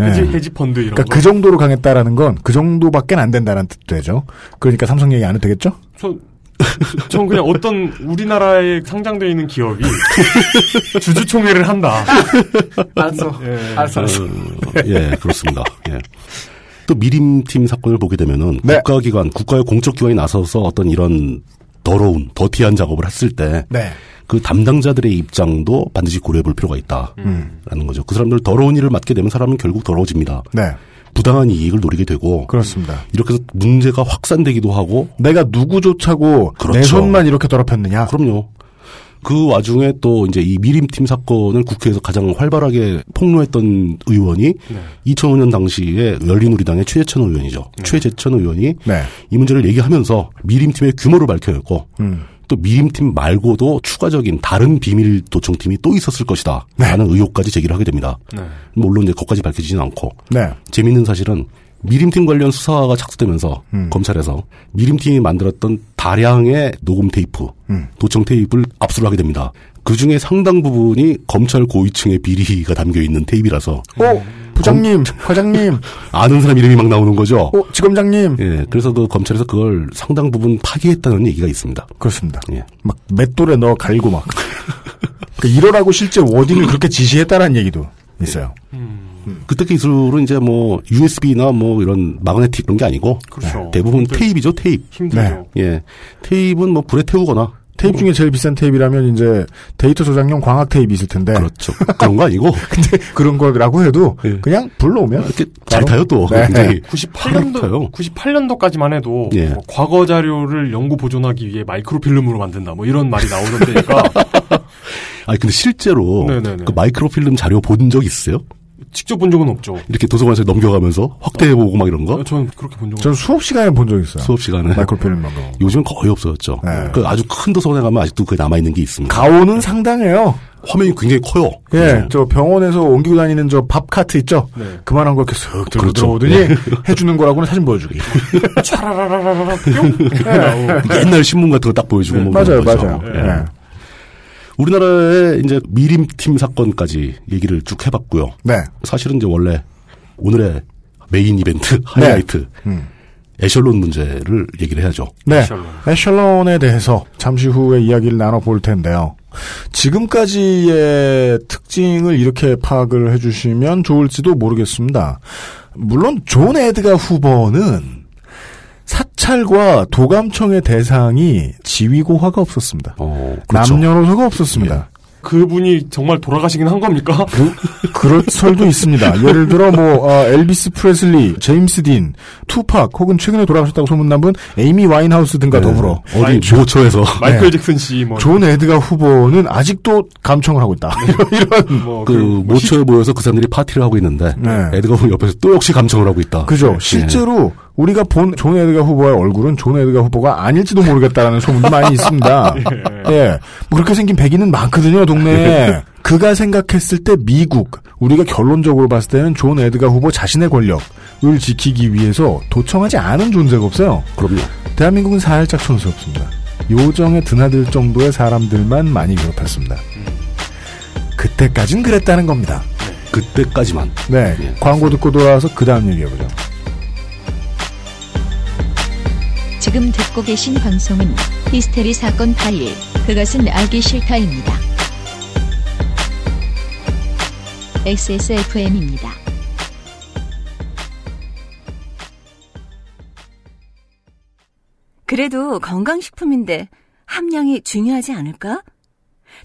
[SPEAKER 3] 예.
[SPEAKER 2] 해지 해지 펀드 이런
[SPEAKER 3] 그러니까
[SPEAKER 2] 거.
[SPEAKER 3] 그 정도로 강했다라는 건 그 정도밖에 안 된다는 뜻 되죠. 그러니까 삼성 얘기 안 해도 되겠죠?
[SPEAKER 2] 저, 전 그냥 어떤 우리나라에 상장되어 있는 기업이 주주총회를 한다.
[SPEAKER 15] 알았어. 알았어. 알았어.
[SPEAKER 4] 예, 그렇습니다. 예. 또 미림팀 사건을 보게 되면은
[SPEAKER 3] 네.
[SPEAKER 4] 국가기관, 국가의 공적기관이 나서서 어떤 이런 더러운, 더티한 작업을 했을 때
[SPEAKER 3] 네.
[SPEAKER 4] 그 담당자들의 입장도 반드시 고려해 볼 필요가
[SPEAKER 3] 음.
[SPEAKER 4] 있다라는 거죠. 그 사람들 더러운 일을 맡게 되면 사람은 결국 더러워집니다.
[SPEAKER 3] 네.
[SPEAKER 4] 부당한 이익을 노리게 되고
[SPEAKER 3] 그렇습니다.
[SPEAKER 4] 이렇게 해서 문제가 확산되기도 하고
[SPEAKER 3] 내가 누구 쫓아고
[SPEAKER 4] 그렇죠.
[SPEAKER 3] 내 손만 이렇게 더럽혔느냐?
[SPEAKER 4] 그럼요. 그 와중에 또 이제 이 미림팀 사건을 국회에서 가장 활발하게 폭로했던 의원이
[SPEAKER 3] 네.
[SPEAKER 4] 2005년 당시에 열린우리당의 최재천 의원이죠. 최재천 의원이
[SPEAKER 3] 네.
[SPEAKER 4] 이 문제를 얘기하면서 미림팀의 규모를 밝혀냈고
[SPEAKER 3] 음.
[SPEAKER 4] 또 미림팀 말고도 추가적인 다른 비밀 도청팀이 또 있었을 것이다.
[SPEAKER 3] 네.
[SPEAKER 4] 라는 의혹까지 제기를 하게 됩니다. 물론 이제 그것까지 밝혀지진 않고
[SPEAKER 3] 네.
[SPEAKER 4] 재밌는 사실은 미림팀 관련 수사가 착수되면서
[SPEAKER 3] 음.
[SPEAKER 4] 검찰에서 미림팀이 만들었던 다량의 녹음 테이프,
[SPEAKER 3] 음.
[SPEAKER 4] 도청 테이프를 압수를 하게 됩니다. 그 중에 상당 부분이 검찰 고위층의 비리가 담겨 있는 테이프라서
[SPEAKER 3] 어, 부장님, 과장님,
[SPEAKER 4] 아는 사람 이름이 막 나오는 거죠.
[SPEAKER 3] 어, 지검장님.
[SPEAKER 4] 예, 그래서 그 검찰에서 그걸 상당 부분 파기했다는 얘기가 있습니다.
[SPEAKER 3] 그렇습니다.
[SPEAKER 4] 예.
[SPEAKER 3] 막 맷돌에 넣어 갈고 막. 그러니까 이러라고 실제 워딩을 그렇게 지시했다라는 얘기도 있어요.
[SPEAKER 4] 그때 기술은 이제 뭐 USB나 뭐 이런 마그네틱 그런 게 아니고 예,
[SPEAKER 3] 그렇죠.
[SPEAKER 4] 대부분 테이프죠, 테이프.
[SPEAKER 3] 힘들죠.
[SPEAKER 4] 예. 테이프는 뭐 불에 태우거나
[SPEAKER 3] 테이프 중에 제일 비싼 테이프라면 이제 데이터 저장용 광학 테이프 있을 텐데.
[SPEAKER 4] 그렇죠. 예. 그런 거 아니고.
[SPEAKER 3] 네. 근데 그런 거라고 해도 그냥 불러오면
[SPEAKER 4] 이렇게
[SPEAKER 2] 잘 타요, 또.
[SPEAKER 3] 네.
[SPEAKER 2] 굉장히.
[SPEAKER 4] 98년도
[SPEAKER 2] 98년도까지만 해도
[SPEAKER 4] 예.
[SPEAKER 2] 뭐 과거 자료를 연구 보존하기 위해 마이크로필름으로 만든다. 뭐 이런 말이 나오는 데니까
[SPEAKER 4] 아니 근데 실제로
[SPEAKER 2] 네네네.
[SPEAKER 4] 그 마이크로필름 자료 본 적 있어요?
[SPEAKER 2] 직접 본 적은 없죠. 어?
[SPEAKER 4] 이렇게 도서관에서 넘겨가면서 확대해보고 막 이런 거?
[SPEAKER 2] 저는 그렇게 본 적은
[SPEAKER 3] 전 수업 시간에 본 적 있어요.
[SPEAKER 4] 수업 시간에
[SPEAKER 3] 마이크로필름 먹어.
[SPEAKER 4] 요즘 은 거의 없어졌죠. 그 아주 큰 도서관에 가면 아직도 그게 남아 있는 게 있습니다.
[SPEAKER 3] 가오는 상당해요.
[SPEAKER 4] 화면이 굉장히 커요.
[SPEAKER 3] 예,
[SPEAKER 4] 음.
[SPEAKER 3] 저 병원에서 옮기고 다니는 저 밥 카트 있죠? 그만한 거 이렇게 쓱 들고
[SPEAKER 4] 네. 그렇죠.
[SPEAKER 3] 들어오더니
[SPEAKER 4] 예.
[SPEAKER 3] 해주는 거라고는 사진 보여주기.
[SPEAKER 2] 차라라라라라 뿅 이렇게 나오고.
[SPEAKER 4] 예. 그러니까 옛날 신문 같은 거 딱 보여주고
[SPEAKER 3] 네.
[SPEAKER 4] 뭐
[SPEAKER 3] 맞아요,
[SPEAKER 4] 그런 거죠.
[SPEAKER 3] 맞아요.
[SPEAKER 4] 예.
[SPEAKER 3] 네.
[SPEAKER 4] 우리나라의 이제 미림팀 사건까지 얘기를 쭉 해봤고요.
[SPEAKER 3] 네.
[SPEAKER 4] 사실은 이제 원래 오늘의 메인 이벤트 하이라이트
[SPEAKER 3] 네. 음.
[SPEAKER 4] 에셜론 문제를 얘기를 해야죠.
[SPEAKER 3] 네. 에셜론에 대해서 잠시 후에 이야기를 나눠볼 텐데요. 지금까지의 특징을 이렇게 파악을 해주시면 좋을지도 모르겠습니다. 물론 존 에드가 후보는 사찰과 도감청의 대상이 지위고화가 없었습니다.
[SPEAKER 2] 그렇죠.
[SPEAKER 3] 어,
[SPEAKER 2] 예.
[SPEAKER 3] 남녀노소가 없었습니다.
[SPEAKER 2] 그분이 정말 돌아가시긴 한 겁니까?
[SPEAKER 3] 그럴 네. 설도 있습니다. 예를 들어 뭐 어, 엘비스 프레슬리, 제임스 딘, 투팍 혹은 최근에 돌아가셨다고 소문난 분 에이미 와인하우스 등과
[SPEAKER 2] 네.
[SPEAKER 3] 더불어
[SPEAKER 4] 어디 모처에서 네.
[SPEAKER 2] 마이클 잭슨 씨 뭐.
[SPEAKER 3] 존 에드가 후보는 아직도 감청을 하고 있다. 이런
[SPEAKER 2] 뭐
[SPEAKER 4] 그 모처에 모여서 그 사람들이 파티를 하고 있는데 에드가 후 옆에서 또 역시 감청을 하고 있다.
[SPEAKER 3] 그죠.
[SPEAKER 4] 예.
[SPEAKER 3] 실제로 우리가 본 존 에드가 후보의 얼굴은 존 에드가 후보가 아닐지도 모르겠다라는 소문도 많이 있습니다. 예. 뭐 그렇게 생긴 백인은 많거든요, 동네에. 그가 생각했을 때 미국, 우리가 결론적으로 봤을 때는 존 에드가 후보 자신의 권력을 지키기 위해서 도청하지 않은 존재가 없어요.
[SPEAKER 4] 그럼요.
[SPEAKER 3] 대한민국은 살짝 촌스럽습니다. 요정에 드나들 정도의 사람들만 많이 괴롭혔습니다. 그때까진 그랬다는 겁니다.
[SPEAKER 4] 그때까지만.
[SPEAKER 3] 네. 광고 듣고 돌아와서 그 다음 얘기해보죠.
[SPEAKER 1] 지금 듣고 계신 방송은 히스테리 사건 파일 그것은 알기 싫다입니다. XSFM입니다.
[SPEAKER 7] 그래도 건강식품인데 함량이 중요하지 않을까?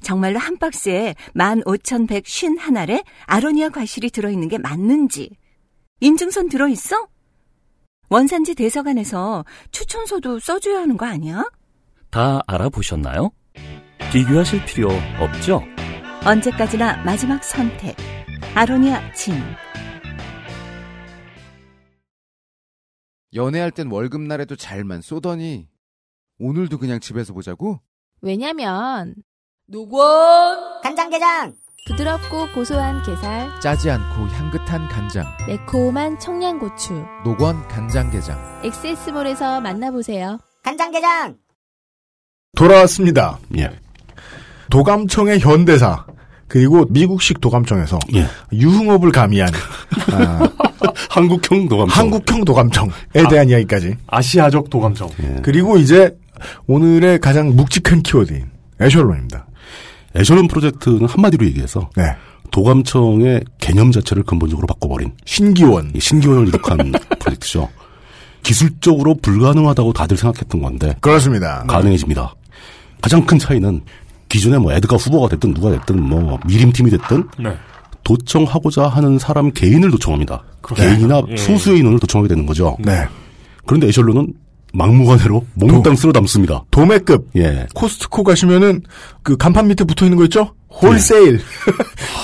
[SPEAKER 7] 정말로 한 박스에 15,151알의 아로니아 과실이 들어있는 게 맞는지. 인증선 들어있어? 원산지 대서관에서 추천서도 써줘야 하는 거 아니야?
[SPEAKER 16] 다 알아보셨나요? 비교하실 필요 없죠?
[SPEAKER 7] 언제까지나 마지막 선택. 아로니아 진.
[SPEAKER 17] 연애할 땐 월급날에도 잘만 쏘더니 오늘도 그냥 집에서 보자고?
[SPEAKER 5] 왜냐면 노곤 간장게장 부드럽고 고소한 게살
[SPEAKER 17] 짜지 않고 향긋한 간장
[SPEAKER 5] 매콤한 청양고추
[SPEAKER 17] 노건 간장게장
[SPEAKER 5] 엑세스몰에서 만나보세요 간장게장
[SPEAKER 3] 돌아왔습니다.
[SPEAKER 4] 예.
[SPEAKER 3] 도감청의 현대사 그리고 미국식 도감청에서 유흥업을 가미한
[SPEAKER 4] 한국형 도감청
[SPEAKER 3] 한국형 도감청에 대한 이야기까지
[SPEAKER 2] 아시아적 도감청
[SPEAKER 3] 예. 그리고 이제 오늘의 가장 묵직한 키워드인 애셜론입니다. 네,
[SPEAKER 4] 애셜론 프로젝트는 한마디로 얘기해서 도감청의 개념 자체를 근본적으로 바꿔버린
[SPEAKER 3] 신기원
[SPEAKER 4] 신기원을 이룩한 프로젝트죠. 기술적으로 불가능하다고 다들 생각했던 건데
[SPEAKER 3] 그렇습니다.
[SPEAKER 4] 가능해집니다. 가장 큰 차이는 기존에 뭐 에드가 후보가 됐든 누가 됐든 뭐 미림팀이 됐든
[SPEAKER 2] 네.
[SPEAKER 4] 도청하고자 하는 사람 개인을 도청합니다.
[SPEAKER 3] 그렇죠.
[SPEAKER 4] 개인이나
[SPEAKER 3] 예.
[SPEAKER 4] 소수의 인원을 도청하게 되는 거죠.
[SPEAKER 3] 네.
[SPEAKER 4] 그런데 에셜론은 막무가내로 몽땅 쓸어 담습니다.
[SPEAKER 3] 도매급.
[SPEAKER 4] 예.
[SPEAKER 3] 코스트코 가시면은 그 간판 밑에 붙어 있는 거 있죠? 홀세일.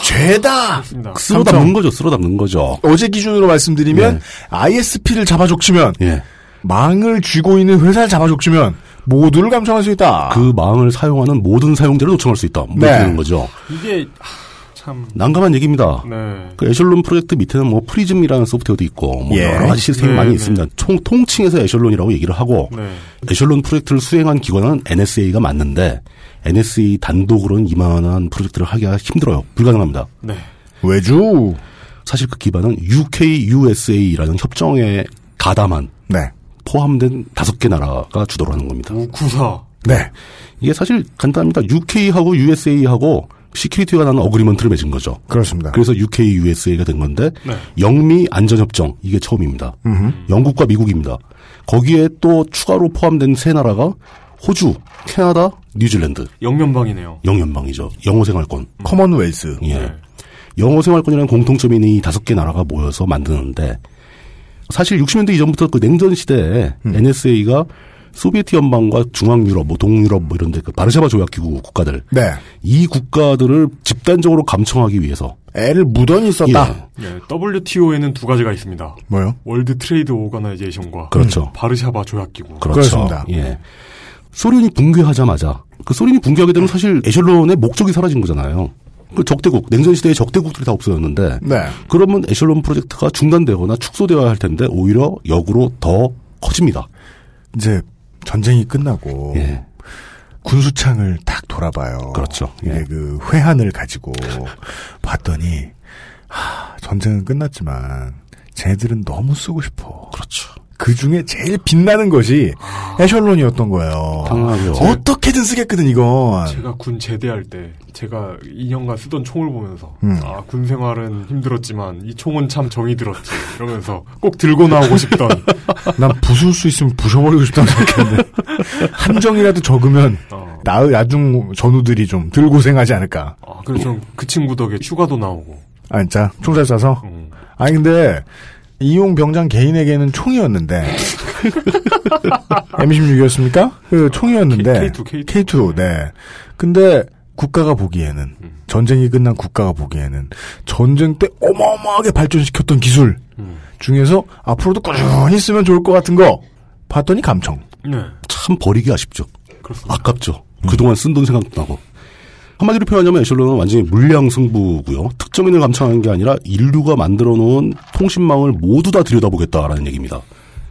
[SPEAKER 3] 죄다.
[SPEAKER 4] 쓸어 담는 거죠. 쓸어 담는 거죠.
[SPEAKER 3] 어제 기준으로 말씀드리면 ISP를 잡아족치면
[SPEAKER 4] 예.
[SPEAKER 3] 망을 쥐고 있는 회사를 잡아족치면 모두를 감청할 수 있다.
[SPEAKER 4] 그 망을 사용하는 모든 사용자를 도청할 수 있다. 뭐
[SPEAKER 3] 네.
[SPEAKER 4] 이렇게 되는 거죠.
[SPEAKER 2] 이게 하, 참
[SPEAKER 4] 난감한 얘기입니다.
[SPEAKER 2] 네.
[SPEAKER 4] 그 애셜론 프로젝트 밑에는 뭐 프리즘이라는 소프트웨어도 있고 뭐
[SPEAKER 2] 예.
[SPEAKER 4] 여러 가지 시스템이
[SPEAKER 2] 네,
[SPEAKER 4] 많이
[SPEAKER 2] 네.
[SPEAKER 4] 있습니다. 총 통칭해서 애셜론이라고 얘기를 하고
[SPEAKER 2] 네.
[SPEAKER 4] 애셜론 프로젝트를 수행한 기관은 NSA가 맞는데 NSA 단독으로는 이만한 프로젝트를 하기가 힘들어요. 불가능합니다.
[SPEAKER 2] 네.
[SPEAKER 4] 그
[SPEAKER 3] 왜죠?
[SPEAKER 4] 사실 그 기반은 UK-USA라는 협정에 가담한
[SPEAKER 3] 네.
[SPEAKER 4] 포함된 다섯 개 나라가 주도를 하는 겁니다.
[SPEAKER 3] 음.
[SPEAKER 2] 구사.
[SPEAKER 3] 네.
[SPEAKER 4] 이게 사실 간단합니다. UK하고 USA하고 시큐리티가 나는 어그리먼트를 맺은 거죠.
[SPEAKER 3] 그렇습니다.
[SPEAKER 4] 그래서 UK, USA가 된 건데
[SPEAKER 3] 네.
[SPEAKER 4] 영미 안전협정 이게 처음입니다.
[SPEAKER 3] 음흠.
[SPEAKER 4] 영국과 미국입니다. 거기에 또 추가로 포함된 세 나라가 호주, 캐나다, 뉴질랜드.
[SPEAKER 2] 영면방이네요.
[SPEAKER 4] 영연방이죠. 영어생활권.
[SPEAKER 3] 커먼웰스.
[SPEAKER 4] 예. 영어생활권이라는 공통점이 있는 이 다섯 개 나라가 모여서 만드는데 사실 60년대 이전부터 그 냉전 시대에 NSA가 소비에트 연방과 중앙 유럽, 뭐 동유럽 뭐 이런데 그 바르샤바 조약 기구 국가들
[SPEAKER 3] 네.
[SPEAKER 4] 이 국가들을 집단적으로 감청하기 위해서
[SPEAKER 3] 애를 무던히 썼다.
[SPEAKER 2] 예, WTO에는 두 가지가 있습니다.
[SPEAKER 3] 뭐요?
[SPEAKER 2] 월드 트레이드 오가나이제이션과
[SPEAKER 4] 그렇죠.
[SPEAKER 2] 바르샤바 조약기구.
[SPEAKER 4] 그렇죠. 예. 소련이 붕괴하자마자 그 소련이 붕괴하게 되면 사실 애셜론의 목적이 사라진 거잖아요. 그 적대국 냉전 시대의 적대국들이 다 없어졌는데
[SPEAKER 3] 네.
[SPEAKER 4] 그러면 애셜론 프로젝트가 중단되거나 축소되어야 할 텐데 오히려 역으로 더 커집니다.
[SPEAKER 3] 이제 전쟁이 끝나고 군수창을 딱 돌아봐요.
[SPEAKER 4] 예. 그렇죠.
[SPEAKER 3] 이게 그 회한을 가지고 봤더니 하, 전쟁은 끝났지만 쟤들은 너무 쓰고 싶어.
[SPEAKER 4] 그렇죠. 아.
[SPEAKER 3] 그 중에 제일 빛나는 것이 애셜론이었던 거예요.
[SPEAKER 4] 당황하죠.
[SPEAKER 3] 어떻게든 쓰겠거든 이건.
[SPEAKER 2] 제가 군 제대할 때 제가 2년간 쓰던 총을 보면서
[SPEAKER 3] 음.
[SPEAKER 2] 아, 군 생활은 힘들었지만 이 총은 참 정이 들었지. 이러면서 꼭 들고 나오고 싶던
[SPEAKER 3] 난 부술 수 있으면 부셔버리고 싶다는 생각했는데 함정이라도 적으면 나 나중 전우들이 좀 덜 고생하지 않을까.
[SPEAKER 2] 아, 그래서 저는 그 친구 덕에 추가도 나오고 음.
[SPEAKER 3] 아 진짜 총살 쏴서. 아니 근데 이용 병장 개인에게는 총이었는데 M16이었습니까? 그 총이었는데
[SPEAKER 2] K2, K2.
[SPEAKER 3] 네. 근데 국가가 보기에는 전쟁이 끝난 국가가 보기에는 전쟁 때 어마어마하게 발전시켰던 기술 중에서 앞으로도 꾸준히 쓰면 좋을 것 같은 거 봤더니 감청.
[SPEAKER 2] 네,
[SPEAKER 4] 참 버리기 아쉽죠. 아깝죠. 그동안 쓴 돈 생각도 나고. 한마디로 표현하면 애슐론은 완전히 물량 승부고요. 특정인을 감청하는 게 아니라 인류가 만들어 놓은 통신망을 모두 다 들여다보겠다라는 얘기입니다.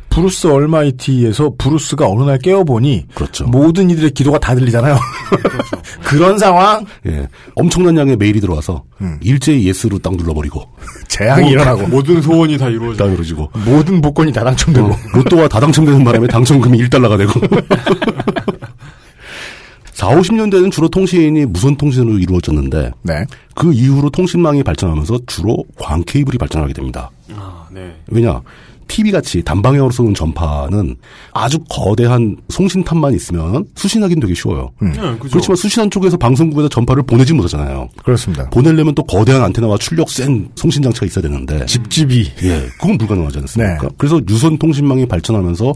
[SPEAKER 3] 브루스 얼마이티에서 브루스가 어느 날 깨어보니 모든 이들의 기도가 다 들리잖아요. 그런 상황.
[SPEAKER 4] 예. 엄청난 양의 메일이 들어와서 일제히 예스로 딱 눌러버리고
[SPEAKER 3] 재앙이
[SPEAKER 4] 모-
[SPEAKER 3] 아, 일어나고.
[SPEAKER 2] 모든 소원이 다 이루어지고
[SPEAKER 4] 다 이루어지고
[SPEAKER 3] 모든 복권이 다 당첨되고
[SPEAKER 4] 로또가 다 당첨되는 바람에 당첨금이 1달러가 되고 4, 50년대는 주로 통신이 무선 통신으로 이루어졌는데
[SPEAKER 3] 네.
[SPEAKER 4] 그 이후로 통신망이 발전하면서 주로 광 케이블이 발전하게 됩니다.
[SPEAKER 2] 아, 네.
[SPEAKER 4] 왜냐? TV같이 단방향으로 쏘는 전파는 아주 거대한 송신탑만 있으면 수신하기는 되게 쉬워요.
[SPEAKER 3] 음. 네, 그죠.
[SPEAKER 4] 그렇지만 수신한 쪽에서 방송국에서 전파를 보내지 못하잖아요.
[SPEAKER 3] 그렇습니다.
[SPEAKER 4] 보내려면 또 거대한 안테나와 출력 센 송신장치가 있어야 되는데.
[SPEAKER 3] 집집이.
[SPEAKER 4] 예, 그건 불가능하지 않습니까? 그래서 유선 통신망이 발전하면서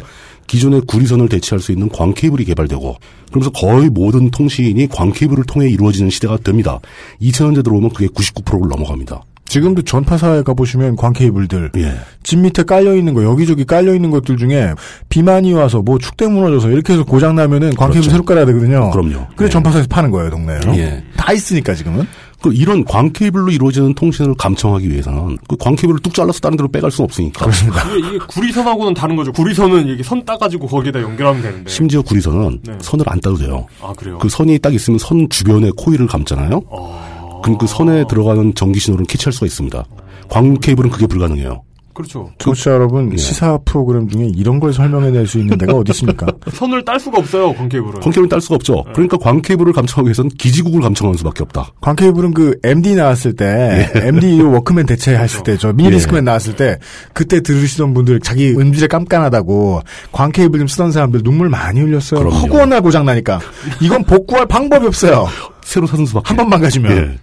[SPEAKER 4] 기존의 구리선을 대체할 수 있는 광 케이블이 개발되고 그러면서 거의 모든 통신이 광 케이블을 통해 이루어지는 시대가 됩니다. 2000년대 들어오면 그게 99%를 넘어갑니다.
[SPEAKER 3] 지금도 전파사에 가보시면 광케이블들. 집 밑에 깔려있는 거, 여기저기 깔려있는 것들 중에 비만이 와서 뭐 축대 무너져서 이렇게 해서 고장나면은 광케이블 새로 깔아야 되거든요. 그렇죠. 그럼요. 그래 전파사에서 파는 거예요, 동네에요.
[SPEAKER 4] 예.
[SPEAKER 3] 다 있으니까 지금은.
[SPEAKER 4] 그 이런 광 케이블로 이루어지는 통신을 감청하기 위해서는 그광 케이블을 뚝 잘라서 다른 데로 빼갈 수는 없으니까.
[SPEAKER 2] 이게, 이게 구리선하고는 다른 거죠. 구리선은 이게 선 따가지고 거기에다 연결하면 되는데.
[SPEAKER 4] 심지어 구리선은
[SPEAKER 2] 네.
[SPEAKER 4] 선을 안 따도 돼요.
[SPEAKER 2] 아, 그래요?
[SPEAKER 4] 그 선이 딱 있으면 선 주변에 코일을 감잖아요. 그럼 그 선에 들어가는 전기 신호를 캐치할 수가 있습니다. 광 케이블은 그게 불가능해요.
[SPEAKER 2] 그렇죠.
[SPEAKER 3] 청취자 여러분, 시사 프로그램 중에 이런 걸 설명해낼 수 있는 데가 어디 있습니까?
[SPEAKER 2] 선을 딸 수가 없어요, 광케이블은.
[SPEAKER 4] 광 케이블은 딸 수가 없죠. 그러니까 광 케이블을 감청하기 위해서는 기지국을 감청하는 수밖에 없다.
[SPEAKER 3] 광케이블은 그 MD 나왔을 때,
[SPEAKER 2] 예.
[SPEAKER 3] MD 워크맨
[SPEAKER 2] 그렇죠.
[SPEAKER 3] 대체했을 때, 저 미니디스크맨 나왔을 때, 그때 들으시던 분들 자기 음질이 깜깜하다고 광케이블 좀 쓰던 사람들 눈물 많이 흘렸어요. 허구하나 고장나니까. 이건 복구할 방법이 없어요.
[SPEAKER 4] 새로 사는 수밖에.
[SPEAKER 3] 한 번 망가지면.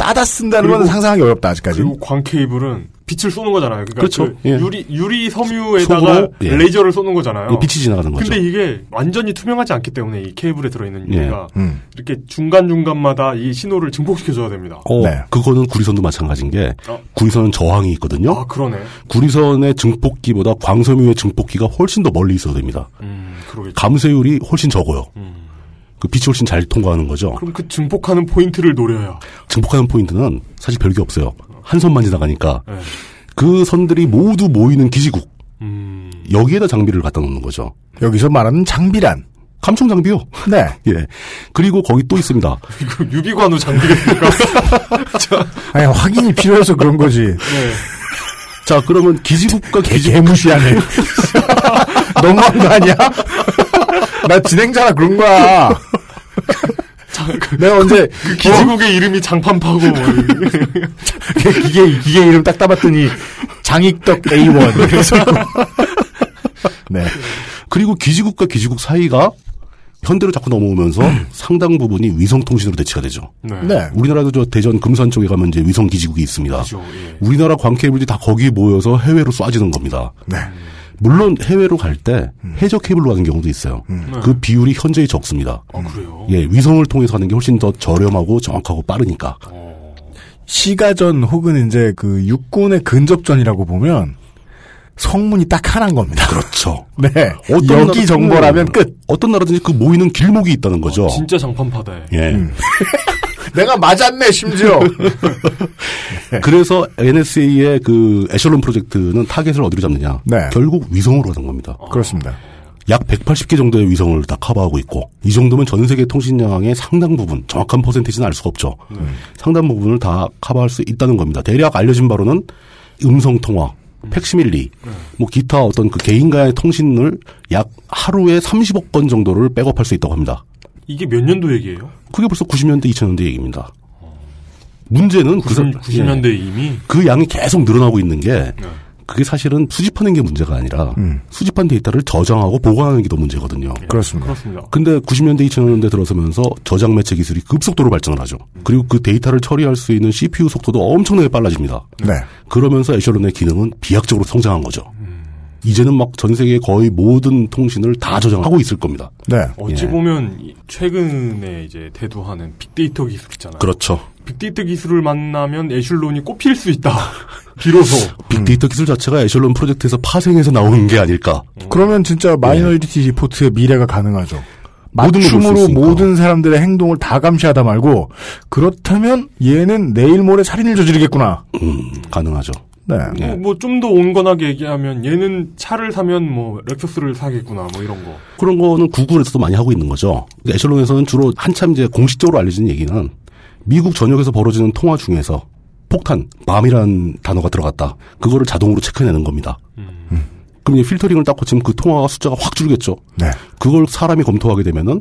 [SPEAKER 3] 따다 쓴다는 건
[SPEAKER 2] 그리고-
[SPEAKER 3] 상상하기 어렵다, 아직까지.
[SPEAKER 2] 그리고 광케이블은 빛을 쏘는 거잖아요. 그러니까
[SPEAKER 3] 그렇죠.
[SPEAKER 2] 그
[SPEAKER 3] 예.
[SPEAKER 2] 유리 유리 섬유에다가
[SPEAKER 4] 속으로, 예.
[SPEAKER 2] 레이저를 쏘는 거잖아요.
[SPEAKER 4] 예, 빛이 지나가는 거죠.
[SPEAKER 2] 근데 이게 완전히 투명하지 않기 때문에 이 케이블에 들어 있는
[SPEAKER 4] 예.
[SPEAKER 2] 유리가
[SPEAKER 4] 음.
[SPEAKER 2] 이렇게 중간 중간마다 이 신호를 증폭시켜 줘야 됩니다.
[SPEAKER 4] 어, 그거는 구리선도 마찬가지인 게 구리선은 저항이 있거든요.
[SPEAKER 2] 어. 아, 그러네.
[SPEAKER 4] 구리선의 증폭기보다 광섬유의 증폭기가 훨씬 더 멀리 있어야 됩니다.
[SPEAKER 2] 음,
[SPEAKER 4] 감쇄율이 훨씬 적어요. 그 빛이 훨씬 잘 통과하는 거죠.
[SPEAKER 2] 그럼 그 증폭하는 포인트를 노려야.
[SPEAKER 4] 증폭하는 포인트는 사실 별게 없어요. 한 선만 지나가니까
[SPEAKER 2] 네.
[SPEAKER 4] 그 선들이 모두 모이는 기지국 여기에다 장비를 갖다 놓는 거죠.
[SPEAKER 3] 여기서 말하는 장비란
[SPEAKER 4] 감청 장비요.
[SPEAKER 3] 네.
[SPEAKER 4] 예. 그리고 거기 또 있습니다.
[SPEAKER 2] 이거 유비관우 장비겠습니까?
[SPEAKER 3] 아니, 확인이 필요해서 그런 거지.
[SPEAKER 2] 네.
[SPEAKER 4] 자, 그러면 기지국과 기지국.
[SPEAKER 3] 개무시하네. 너무한 거 아니야? 나 진행자라 그런 거야. 내가 언제
[SPEAKER 2] 그 기지국의 이름이 장판파고
[SPEAKER 3] 기계 기계 이름 딱 따봤더니 장익덕 A1 그래서 네.
[SPEAKER 4] 그리고 기지국과 기지국 사이가 현대로 자꾸 넘어오면서 상당 부분이 위성 통신으로 대체가 되죠.
[SPEAKER 2] 네.
[SPEAKER 4] 우리나라도 저 대전 금산 쪽에 가면 이제 위성 기지국이 있습니다.
[SPEAKER 3] 예.
[SPEAKER 4] 우리나라 광케이블이 다 거기 모여서 해외로 쏴지는 겁니다.
[SPEAKER 3] 네.
[SPEAKER 4] 물론 해외로 갈 때 해적 케이블로 가는 경우도 있어요.
[SPEAKER 3] 음.
[SPEAKER 2] 네.
[SPEAKER 4] 그 비율이 현저히 적습니다.
[SPEAKER 3] 어,
[SPEAKER 2] 그래요?
[SPEAKER 4] 예, 위성을 통해서 하는 게 훨씬 더 저렴하고 정확하고 빠르니까.
[SPEAKER 3] 어. 시가전 혹은 이제 그 육군의 근접전이라고 보면 성문이 딱 하나인 겁니다.
[SPEAKER 4] 그렇죠.
[SPEAKER 3] 네. 여기
[SPEAKER 4] 나라-
[SPEAKER 3] 정보라면
[SPEAKER 4] 음,
[SPEAKER 3] 끝. 어,
[SPEAKER 4] 어떤 나라든지 그 모이는 길목이 있다는 거죠.
[SPEAKER 2] 진짜 장판파다.
[SPEAKER 4] 예.
[SPEAKER 3] 음. 내가 맞았네 심지어. 네.
[SPEAKER 4] 그래서 NSA의 그 애셜론 프로젝트는 타겟을 어디로 잡느냐?
[SPEAKER 3] 네.
[SPEAKER 4] 결국 위성으로 하는 겁니다.
[SPEAKER 3] 그렇습니다.
[SPEAKER 4] 약 180개 정도의 위성을 다 커버하고 있고 이 정도면 전 세계 통신 양의 상당 부분 정확한 퍼센티지는 알 수가 없죠.
[SPEAKER 2] 네.
[SPEAKER 4] 상당 부분을 다 커버할 수 있다는 겁니다. 대략 알려진 바로는 음성 통화, 팩시밀리,
[SPEAKER 2] 네.
[SPEAKER 4] 뭐 기타 어떤 그 개인 간의 통신을 약 하루에 30억 건 정도를 백업할 수 있다고 합니다.
[SPEAKER 2] 이게 몇 년도 얘기예요?
[SPEAKER 4] 그게 벌써 90년대, 2000년대 얘기입니다. 문제는 그
[SPEAKER 2] 90,
[SPEAKER 4] 사-
[SPEAKER 2] 어. 90년대 네.
[SPEAKER 4] 예.
[SPEAKER 2] 이미
[SPEAKER 4] 그 양이 계속 늘어나고 있는 게 그게 사실은 수집하는 게 문제가 아니라
[SPEAKER 2] 음.
[SPEAKER 4] 수집한 데이터를 저장하고 보관하는 게 더 문제거든요.
[SPEAKER 2] 예.
[SPEAKER 3] 그렇습니다.
[SPEAKER 2] 그렇습니다.
[SPEAKER 4] 근데 90년대, 2000년대 들어서면서 저장 매체 기술이 급속도로 발전을 하죠. 그리고 그 데이터를 처리할 수 있는 CPU 속도도 엄청나게 빨라집니다.
[SPEAKER 3] 네.
[SPEAKER 4] 그러면서 애셜론의 기능은 비약적으로 성장한 거죠. 이제는 막 전 세계 거의 모든 통신을 다 저장하고 있을 겁니다.
[SPEAKER 3] 네.
[SPEAKER 2] 어찌
[SPEAKER 4] 예.
[SPEAKER 2] 보면 이- 최근에 이제 대두하는 빅데이터 기술 있잖아요.
[SPEAKER 4] 그렇죠.
[SPEAKER 2] 빅데이터 기술을 만나면 애슐론이 꼽힐 수 있다. 비로소
[SPEAKER 3] 음.
[SPEAKER 4] 빅데이터 기술 자체가 애셜론 프로젝트에서 파생해서 나오는 게 아닐까.
[SPEAKER 3] 그러면
[SPEAKER 4] 네.
[SPEAKER 3] 진짜 마이너리티 리포트의 미래가 가능하죠.
[SPEAKER 4] 모든 걸볼수
[SPEAKER 3] 맞춤으로
[SPEAKER 4] 있으니까.
[SPEAKER 3] 모든 사람들의 행동을 다 감시하다 말고 그렇다면 얘는 내일 모레 살인을 저지르겠구나.
[SPEAKER 4] 음, 가능하죠.
[SPEAKER 3] 네.
[SPEAKER 2] 뭐 좀 더 온건하게 얘기하면 얘는 차를 사면 뭐 렉서스를 사겠구나 뭐 이런 거.
[SPEAKER 4] 그런 거는 구글에서도 많이 하고 있는 거죠. 그러니까 애셜론에서는 주로 한참 이제 공식적으로 알려진 얘기는 미국 전역에서 벌어지는 통화 중에서 폭탄, 밤이라는 단어가 들어갔다. 그거를 자동으로 체크해내는 겁니다. 음. 그럼 이제 필터링을 딱 고치면 그 통화 숫자가 확 줄겠죠.
[SPEAKER 3] 네.
[SPEAKER 4] 그걸 사람이 검토하게 되면은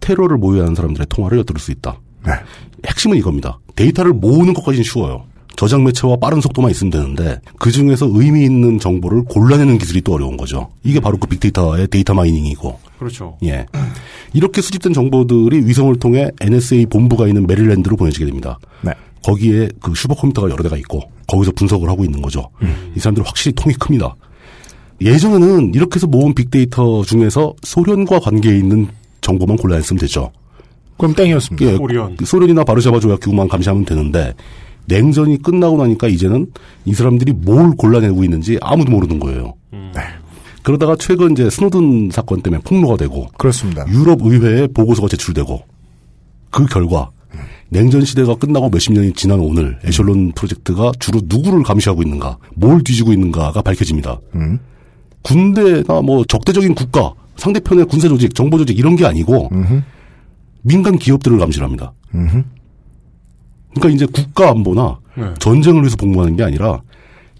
[SPEAKER 4] 테러를 모의하는 사람들의 통화를 엿들을 수 있다.
[SPEAKER 3] 네.
[SPEAKER 4] 핵심은 이겁니다. 데이터를 모으는 것까지는 쉬워요. 저장 매체와 빠른 속도만 있으면 되는데 그 중에서 의미 있는 정보를 골라내는 기술이 또 어려운 거죠. 이게 바로 그 빅데이터의 데이터 마이닝이고
[SPEAKER 2] 그렇죠.
[SPEAKER 4] 예. 이렇게 수집된 정보들이 위성을 통해 NSA 본부가 있는 메릴랜드로 보내지게 됩니다.
[SPEAKER 3] 네.
[SPEAKER 4] 거기에 그 슈퍼컴퓨터가 여러 대가 있고 거기서 분석을 하고 있는 거죠. 이 사람들은 확실히 통이 큽니다. 예전에는 이렇게 해서 모은 빅데이터 중에서 소련과 관계에 있는 정보만 골라냈으면 되죠.
[SPEAKER 3] 그럼 땡이었습니다.
[SPEAKER 4] 예, 그 소련이나 바르샤바 조약 기구만 감시하면 되는데 냉전이 끝나고 나니까 이제는 이 사람들이 뭘 골라내고 있는지 아무도 모르는 거예요.
[SPEAKER 3] 네,
[SPEAKER 4] 그러다가 최근 이제 스노든 사건 때문에 폭로가 되고
[SPEAKER 3] 그렇습니다.
[SPEAKER 4] 유럽 의회에 보고서가 제출되고 그 결과 냉전 시대가 끝나고 몇십 년이 지난 오늘 에셜론 프로젝트가 주로 누구를 감시하고 있는가, 뭘 뒤지고 있는가가 밝혀집니다.
[SPEAKER 3] 음.
[SPEAKER 4] 군대나 뭐 적대적인 국가, 상대편의 군사 조직, 정보 조직 이런 게 아니고 민간 기업들을 감시합니다. 그러니까 이제 국가 안보나
[SPEAKER 2] 네.
[SPEAKER 4] 전쟁을 위해서 복무하는 게 아니라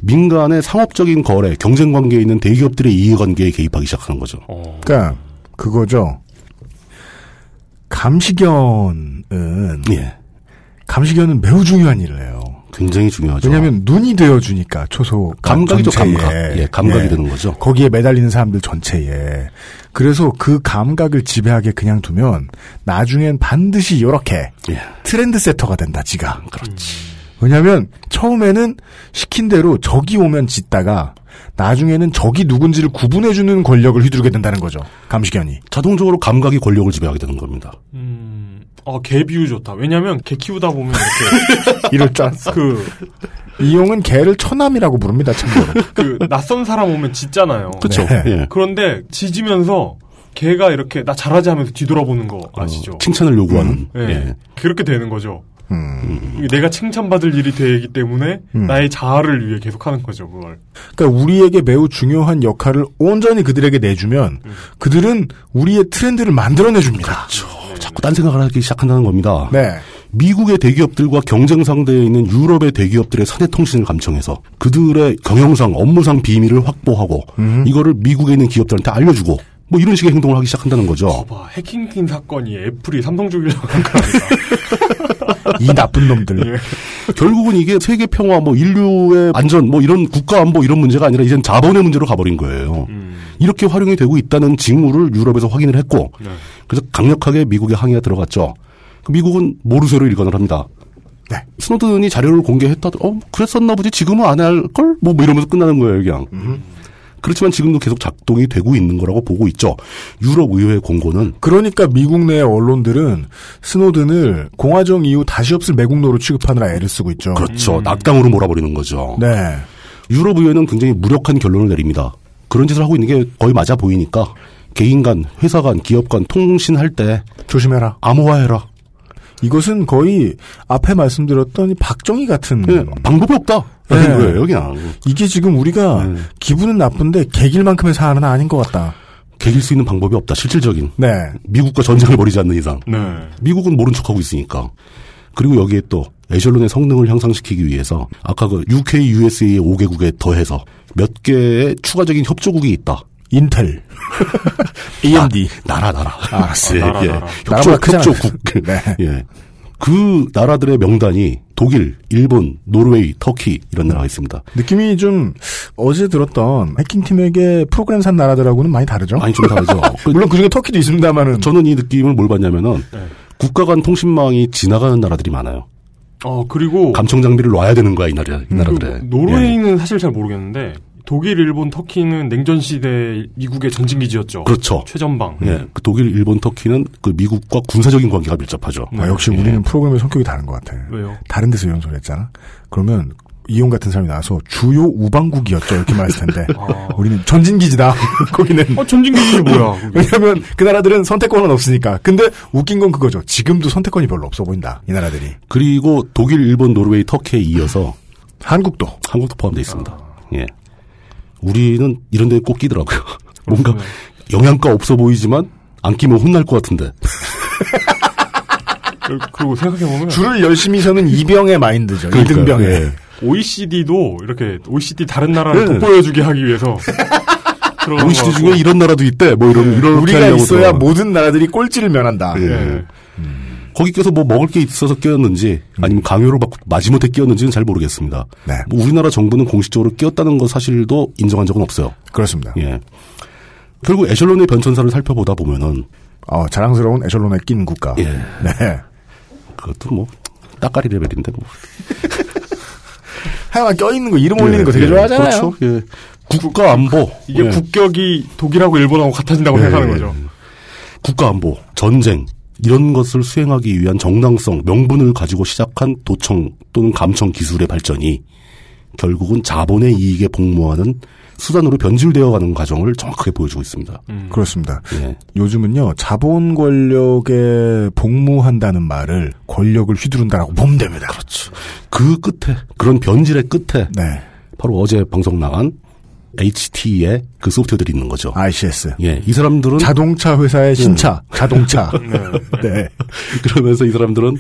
[SPEAKER 4] 민간의 상업적인 거래, 경쟁 관계에 있는 대기업들의 이해관계에 개입하기 시작하는 거죠.
[SPEAKER 3] 그러니까 그거죠. 감시견은 감시견은 매우 중요한 일을 해요.
[SPEAKER 4] 예. 굉장히 중요하죠.
[SPEAKER 3] 왜냐하면 눈이 되어주니까 초소
[SPEAKER 4] 그렇죠. 감각이죠,
[SPEAKER 3] 전체에.
[SPEAKER 4] 감각. 예, 감각이 되는 거죠.
[SPEAKER 3] 거기에 매달리는 사람들 전체에 그래서 그 감각을 지배하게 그냥 두면 나중엔 반드시 이렇게
[SPEAKER 4] 예.
[SPEAKER 3] 트렌드 세터가 된다 지가
[SPEAKER 4] 음, 그렇지
[SPEAKER 3] 왜냐하면 처음에는 시킨 대로 적이 오면 짓다가 나중에는 적이 누군지를 구분해주는 권력을 휘두르게 된다는 거죠 감시견이
[SPEAKER 4] 자동적으로 감각이 권력을 지배하게 되는 겁니다
[SPEAKER 2] 아, 어개 비유 좋다. 왜냐면 개 키우다 보면 이렇게
[SPEAKER 3] 이럴 줄 알았어.
[SPEAKER 2] 그,
[SPEAKER 3] 이용은 개를 처남이라고 부릅니다 참고로
[SPEAKER 2] 그 낯선 사람 오면 짖잖아요.
[SPEAKER 4] 그렇죠?
[SPEAKER 3] 그쵸. 네. 예.
[SPEAKER 2] 그런데 짖으면서 개가 이렇게 나 잘하지 하면서 뒤돌아보는 거
[SPEAKER 3] 어,
[SPEAKER 2] 아시죠?
[SPEAKER 4] 칭찬을 요구하는.
[SPEAKER 2] 예.
[SPEAKER 4] 예. 음.
[SPEAKER 2] 그렇게 되는 거죠. 이게 내가 칭찬받을 일이 되기 때문에
[SPEAKER 3] 음.
[SPEAKER 2] 나의 자아를 위해 계속하는 거죠. 그걸.
[SPEAKER 3] 그러니까 우리에게 매우 중요한 역할을 온전히 그들에게 내주면
[SPEAKER 4] 음.
[SPEAKER 3] 그들은 우리의 트렌드를 만들어내 줍니다.
[SPEAKER 4] 그렇죠. 자꾸 딴 생각을 하기 시작한다는 겁니다.
[SPEAKER 3] 네.
[SPEAKER 4] 미국의 대기업들과 경쟁 상대에 있는 유럽의 대기업들의 사내 통신을 감청해서 그들의 경영상, 업무상 비밀을 확보하고 이거를 미국에 있는 기업들한테 알려주고 뭐 이런 식의 행동을 하기 시작한다는 거죠.
[SPEAKER 2] 봐, 해킹팀 사건이 애플이 삼성 죽이려고 한 거야.
[SPEAKER 3] 이 나쁜 놈들.
[SPEAKER 4] 결국은 이게 세계 평화, 뭐 인류의 안전, 뭐 이런 국가 안보 이런 문제가 아니라 이젠 자본의 문제로 가버린 거예요. 이렇게 활용이 되고 있다는 징후를 유럽에서 확인을 했고 그래서 강력하게 미국의 항의가 들어갔죠. 그 미국은 모르쇠로 일관을 합니다. 스노든이 자료를 공개했다도 어 그랬었나 보지 지금은 안 할 걸? 뭐, 뭐 이러면서 끝나는 거예요 그냥. 그렇지만 지금도 계속 작동이 되고 있는 거라고 보고 있죠. 유럽 의회 공고는
[SPEAKER 3] 그러니까 미국 내 언론들은 스노든을 공화정 이후 다시 없을 매국노로 취급하느라 애를 쓰고 있죠.
[SPEAKER 4] 그렇죠. 낙당으로 몰아버리는 거죠.
[SPEAKER 3] 네.
[SPEAKER 4] 유럽 의회는 굉장히 무력한 결론을 내립니다. 그런 짓을 하고 있는 게 거의 맞아 보이니까 개인 간, 회사 간, 기업 간 통신할 때
[SPEAKER 3] 조심해라.
[SPEAKER 4] 암호화해라.
[SPEAKER 3] 이것은 거의 앞에 말씀드렸던 이 박정희 같은
[SPEAKER 4] 예, 방법이 없다. 라는 거예요, 그냥.
[SPEAKER 3] 이게 지금 우리가 기분은 나쁜데 개길만큼의 사안은 아닌 것 같다.
[SPEAKER 4] 개길 수 있는 방법이 없다. 실질적인.
[SPEAKER 3] 네.
[SPEAKER 4] 미국과 전쟁을 벌이지 않는 이상. 미국은 모른 척하고 있으니까. 그리고 여기에 또 에셜론의 성능을 향상시키기 위해서 아까 그 UK, USA의 5개국에 더해서 몇 개의 추가적인 협조국이 있다.
[SPEAKER 3] 인텔, E
[SPEAKER 4] AMD, 아, 나, 라 나라.
[SPEAKER 3] 알았어.
[SPEAKER 4] 예,
[SPEAKER 3] 아, 나라,
[SPEAKER 4] 예.
[SPEAKER 3] 나라.
[SPEAKER 4] 협조,
[SPEAKER 3] 나라보다 크잖아요. 네.
[SPEAKER 4] 협조국. 예. 그 나라들의 명단이 독일, 일본, 노르웨이, 터키 이런 나라가 있습니다.
[SPEAKER 3] 느낌이 좀 어제 들었던 해킹팀에게 프로그램 산 나라들하고는 많이 다르죠?
[SPEAKER 4] 아니 좀 다르죠.
[SPEAKER 3] 물론 그중에 터키도 있습니다만은 네.
[SPEAKER 4] 저는 이 느낌을 뭘 받냐면은 국가 간 통신망이 지나가는 나라들이 많아요.
[SPEAKER 2] 어 그리고
[SPEAKER 4] 감청 장비를 놔야 되는 거야 이 나라
[SPEAKER 3] 음,
[SPEAKER 4] 이 예. 나라들에.
[SPEAKER 3] 뭐
[SPEAKER 2] 노르웨이는 사실 잘 모르겠는데 독일, 일본, 터키는 냉전 시대 미국의 전진기지였죠.
[SPEAKER 4] 그렇죠.
[SPEAKER 2] 최전방.
[SPEAKER 4] 예,
[SPEAKER 3] 음.
[SPEAKER 4] 그 독일, 일본, 터키는 그 미국과 군사적인 관계가 밀접하죠. 예.
[SPEAKER 3] 아, 역시 우리는 프로그램의 성격이 다른 것 같아.
[SPEAKER 2] 왜요?
[SPEAKER 3] 다른 데서 이런 소리 했잖아. 그러면 이용 같은 사람이 나와서 주요 우방국이었죠 이렇게 말했을 텐데 우리는 전진기지다 거기는
[SPEAKER 2] 아, 전진기지 뭐야, 그게.
[SPEAKER 3] 왜냐하면 그 나라들은 선택권은 없으니까 근데 웃긴 건 그거죠 지금도 선택권이 별로 없어 보인다 이 나라들이
[SPEAKER 4] 그리고 독일, 일본, 노르웨이, 터키에 이어서
[SPEAKER 3] 한국도
[SPEAKER 4] 한국도 포함되어 있습니다. 예. 우리는 이런 데 꼭 끼더라고요. 뭔가 영양가 없어 보이지만 안 끼면 혼날 것 같은데.
[SPEAKER 2] 그리고 생각해보면.
[SPEAKER 3] 줄을 열심히 서는 이병의 마인드죠 이등병의
[SPEAKER 4] 예.
[SPEAKER 2] OECD도 이렇게 OECD 다른
[SPEAKER 3] 예.
[SPEAKER 2] 나라를 돋보여주게 하기 위해서. 들어간
[SPEAKER 4] OECD
[SPEAKER 2] 것
[SPEAKER 4] 중에
[SPEAKER 2] 같고.
[SPEAKER 4] 이런 나라도 있대. 뭐 이런 이런
[SPEAKER 3] 예. 우리가 있어야 뭐- 모든 나라들이 꼴찌를 면한다
[SPEAKER 4] 예. 거기 껴서 뭐 먹을 게 있어서 끼었는지 아니면 강요로 받고 마지못해 끼었는지는 잘 모르겠습니다.
[SPEAKER 3] 네.
[SPEAKER 4] 뭐 우리나라 정부는 공식적으로 끼었다는 거 사실도 인정한 적은 없어요.
[SPEAKER 3] 그렇습니다.
[SPEAKER 4] 예. 결국 에셜론의 변천사를 살펴보다 보면은
[SPEAKER 3] 어, 자랑스러운 에셜론에 낀 국가.
[SPEAKER 4] 예.
[SPEAKER 3] 네.
[SPEAKER 4] 그것도 뭐 따까리 레벨인데 뭐.
[SPEAKER 3] 하여간 껴있는 거 이름
[SPEAKER 4] 예,
[SPEAKER 3] 올리는 거 되게
[SPEAKER 4] 예.
[SPEAKER 3] 좋아하잖아요
[SPEAKER 4] 그렇죠. 예. 국가 안보.
[SPEAKER 2] 이게
[SPEAKER 4] 예.
[SPEAKER 2] 국격이 독일하고 일본하고 같아진다고
[SPEAKER 4] 예,
[SPEAKER 2] 생각하는
[SPEAKER 4] 예.
[SPEAKER 2] 거죠.
[SPEAKER 4] 국가 안보, 전쟁 이런 것을 수행하기 위한 정당성, 명분을 가지고 시작한 도청 또는 감청 기술의 발전이 결국은 자본의 이익에 복무하는 수단으로 변질되어 가는 과정을 정확하게 보여주고 있습니다.
[SPEAKER 3] 음. 그렇습니다.
[SPEAKER 4] 예.
[SPEAKER 3] 요즘은요 자본 권력에 복무한다는 말을 권력을 휘두른다라고 보면 됩니다.
[SPEAKER 4] 그렇죠. 그 끝에 그런 변질의 끝에
[SPEAKER 3] 네.
[SPEAKER 4] 바로 어제 방송 나간 HT의 그 소프트웨어들이 있는 거죠.
[SPEAKER 3] ICS.
[SPEAKER 4] 예, 이 사람들은
[SPEAKER 3] 아. 자동차 회사의 신차,
[SPEAKER 4] 음.
[SPEAKER 3] 자동차. 네.
[SPEAKER 4] 그러면서 이 사람들은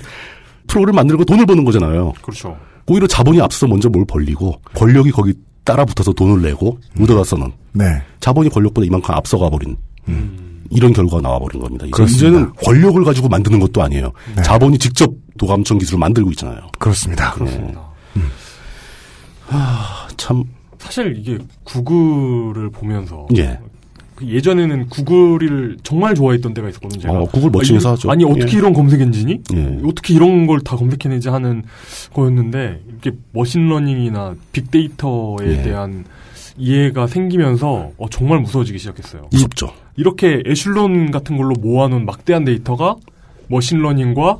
[SPEAKER 4] 프로를 만들고 돈을 버는 거잖아요.
[SPEAKER 2] 그렇죠.
[SPEAKER 4] 오히려 자본이 앞서 먼저 뭘 벌리고 권력이 거기 따라 붙어서 돈을 내고 묻어가서는
[SPEAKER 3] 네.
[SPEAKER 4] 자본이 권력보다 이만큼 앞서가 버린
[SPEAKER 2] 음.
[SPEAKER 4] 이런 결과가 나와버린 겁니다. 이제
[SPEAKER 3] 그렇습니다. 네.
[SPEAKER 4] 이제는 권력을 가지고 만드는 것도 아니에요. 자본이 직접 도감청 기술을 만들고 있잖아요.
[SPEAKER 3] 그렇습니다.
[SPEAKER 4] 네. 아, 참
[SPEAKER 2] 사실 이게 구글을 보면서
[SPEAKER 4] 예.
[SPEAKER 2] 그 예전에는 구글을 정말 좋아했던 때가 있었거든요. 제가.
[SPEAKER 4] 어, 구글
[SPEAKER 2] 아,
[SPEAKER 4] 멋진
[SPEAKER 2] 이-
[SPEAKER 4] 회사 하죠.
[SPEAKER 2] 아니 어떻게
[SPEAKER 4] 예.
[SPEAKER 2] 이런 검색 엔진이
[SPEAKER 4] 예.
[SPEAKER 2] 어떻게 이런 걸 다 검색해내지 하는 거였는데 이렇게 머신러닝이나 빅데이터에
[SPEAKER 4] 예.
[SPEAKER 2] 대한 이해가 생기면서 어, 정말 무서워지기 시작했어요.
[SPEAKER 4] 무섭죠.
[SPEAKER 2] 이렇게 애슐론 같은 걸로 모아놓은 막대한 데이터가 머신러닝과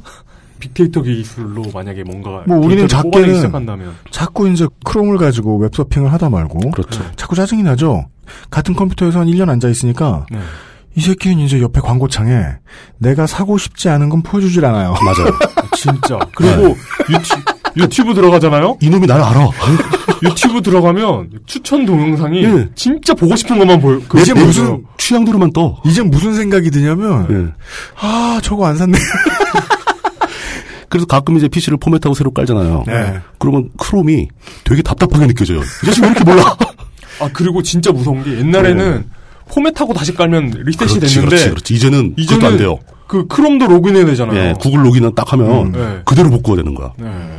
[SPEAKER 2] 빅데이터 기술로 만약에 뭔가
[SPEAKER 3] 뭐 우리는
[SPEAKER 2] 데이터를 뽑아내기
[SPEAKER 3] 작게는
[SPEAKER 2] 시작한다면
[SPEAKER 3] 자꾸 이제 크롬을 가지고 웹서핑을 하다 말고
[SPEAKER 4] 그렇죠.
[SPEAKER 3] 자꾸 짜증이 나죠. 같은 컴퓨터에서 한 1년 앉아 있으니까
[SPEAKER 2] 네.
[SPEAKER 3] 이 새끼는 이제 옆에 광고창에 내가 사고 싶지 않은 건 보여주질 않아요.
[SPEAKER 4] 맞아요. 네.
[SPEAKER 2] 진짜. 그리고 네. 유튜, 유튜브 들어가잖아요?
[SPEAKER 4] 이놈이 날 알아.
[SPEAKER 2] 유튜브 들어가면 추천 동영상이
[SPEAKER 4] 예.
[SPEAKER 2] 진짜 보고 싶은 것만 보여. 그거
[SPEAKER 3] 이제
[SPEAKER 2] 보여줘요.
[SPEAKER 3] 무슨
[SPEAKER 4] 취향대로만 떠.
[SPEAKER 2] 어.
[SPEAKER 4] 예.
[SPEAKER 3] 이제 무슨 생각이 드냐면
[SPEAKER 4] 네.
[SPEAKER 3] 아 저거 안 샀네.
[SPEAKER 4] 그래서 가끔 이제 PC를 포맷하고 새로 깔잖아요.
[SPEAKER 3] 네.
[SPEAKER 4] 그러면 크롬이 되게 답답하게 느껴져요. 이 자식 왜 이렇게 몰라?
[SPEAKER 2] 아, 그리고 진짜 무서운 게 옛날에는 포맷하고 다시 깔면 리셋이
[SPEAKER 4] 네. 그렇지,
[SPEAKER 2] 됐는데
[SPEAKER 4] 그렇지, 그렇지. 이제는
[SPEAKER 2] 이제는
[SPEAKER 4] 그것도 안 돼요.
[SPEAKER 2] 그 크롬도 로그인해야 되잖아요.
[SPEAKER 4] 예, 구글 로그인을 딱 하면
[SPEAKER 2] 음, 네.
[SPEAKER 4] 그대로 복구가 되는 거야.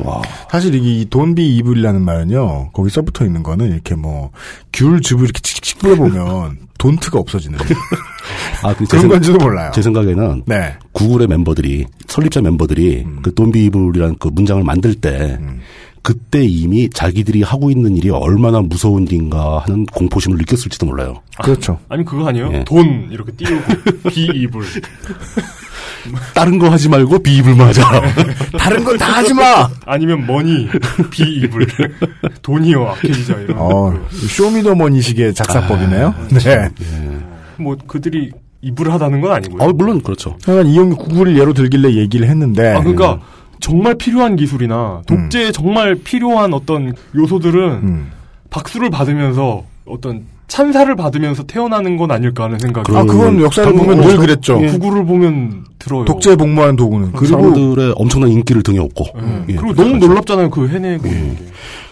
[SPEAKER 4] 와.
[SPEAKER 3] 사실 이게 이 돈비 이불이라는 말은요 거기 써붙어 있는 거는 이렇게 뭐귤 즙을 이렇게 칙칙 뿌려보면 돈트가 없어지는
[SPEAKER 4] 아, 그
[SPEAKER 3] 그런 건지도 몰라요.
[SPEAKER 4] 제 생각에는
[SPEAKER 3] 네.
[SPEAKER 4] 구글의 멤버들이 설립자 멤버들이 그 돈비블이라는 그 문장을 만들 때 그때 이미 자기들이 하고 있는 일이 얼마나 무서운 일인가 하는 공포심을 느꼈을지도 몰라요.
[SPEAKER 3] 그렇죠.
[SPEAKER 2] 아니 그거 아니에요?
[SPEAKER 4] 예.
[SPEAKER 2] 돈 이렇게 띄우고 비이불.
[SPEAKER 4] 다른 거 하지 말고 비이블만 하자.
[SPEAKER 3] 다른 거 다 하지 마.
[SPEAKER 2] 아니면 머니 비이불. 돈이요 아케이자 이런.
[SPEAKER 3] 어 쇼미더머니식의 작사법이네요. 네.
[SPEAKER 2] 뭐 그들이 이불 하다는 건 아니고요.
[SPEAKER 3] 뭐,
[SPEAKER 4] 아, 물론 그렇죠.
[SPEAKER 3] 하여간 이용 구글을 예로 들길래 얘기를 했는데
[SPEAKER 2] 아, 그러니까 정말 필요한 기술이나
[SPEAKER 3] 음.
[SPEAKER 2] 독재에 정말 필요한 어떤 요소들은 박수를 받으면서 어떤 찬사를 받으면서 태어나는 건 아닐까 하는 생각이
[SPEAKER 3] 아, 그건 역사를 보면 늘 그랬죠.
[SPEAKER 2] 예. 구구를 보면 들어요.
[SPEAKER 3] 독재 복무하는 도구는.
[SPEAKER 4] 그리고
[SPEAKER 3] 그리고
[SPEAKER 4] 사람들의 엄청난 인기를 등에 업고. 예. 그렇죠.
[SPEAKER 2] 음. 그리고 너무 놀랍잖아요. 그
[SPEAKER 3] 예.
[SPEAKER 2] 해내고.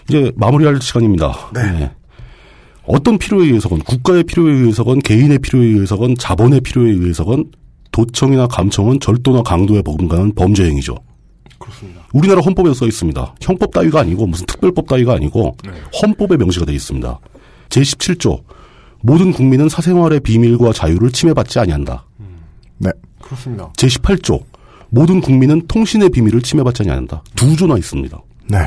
[SPEAKER 4] 이제 마무리할 시간입니다.
[SPEAKER 2] 네.
[SPEAKER 4] 예. 어떤 필요에 의해서건 국가의 필요에 의해서건 개인의 필요에 의해서건 자본의 필요에 의해서건 도청이나 감청은 절도나 강도에 버금가는 범죄 행위죠.
[SPEAKER 2] 그렇습니다.
[SPEAKER 4] 우리나라 헌법에 써 있습니다. 형법 따위가 아니고 무슨 특별법 따위가 아니고
[SPEAKER 2] 네.
[SPEAKER 4] 헌법에 명시가 되어 있습니다. 제17조 모든 국민은 사생활의 비밀과 자유를 침해받지 아니한다.
[SPEAKER 3] 네.
[SPEAKER 2] 그렇습니다.
[SPEAKER 4] 제18조 모든 국민은 통신의 비밀을 침해받지 아니한다. 두 조나 있습니다.
[SPEAKER 3] 네.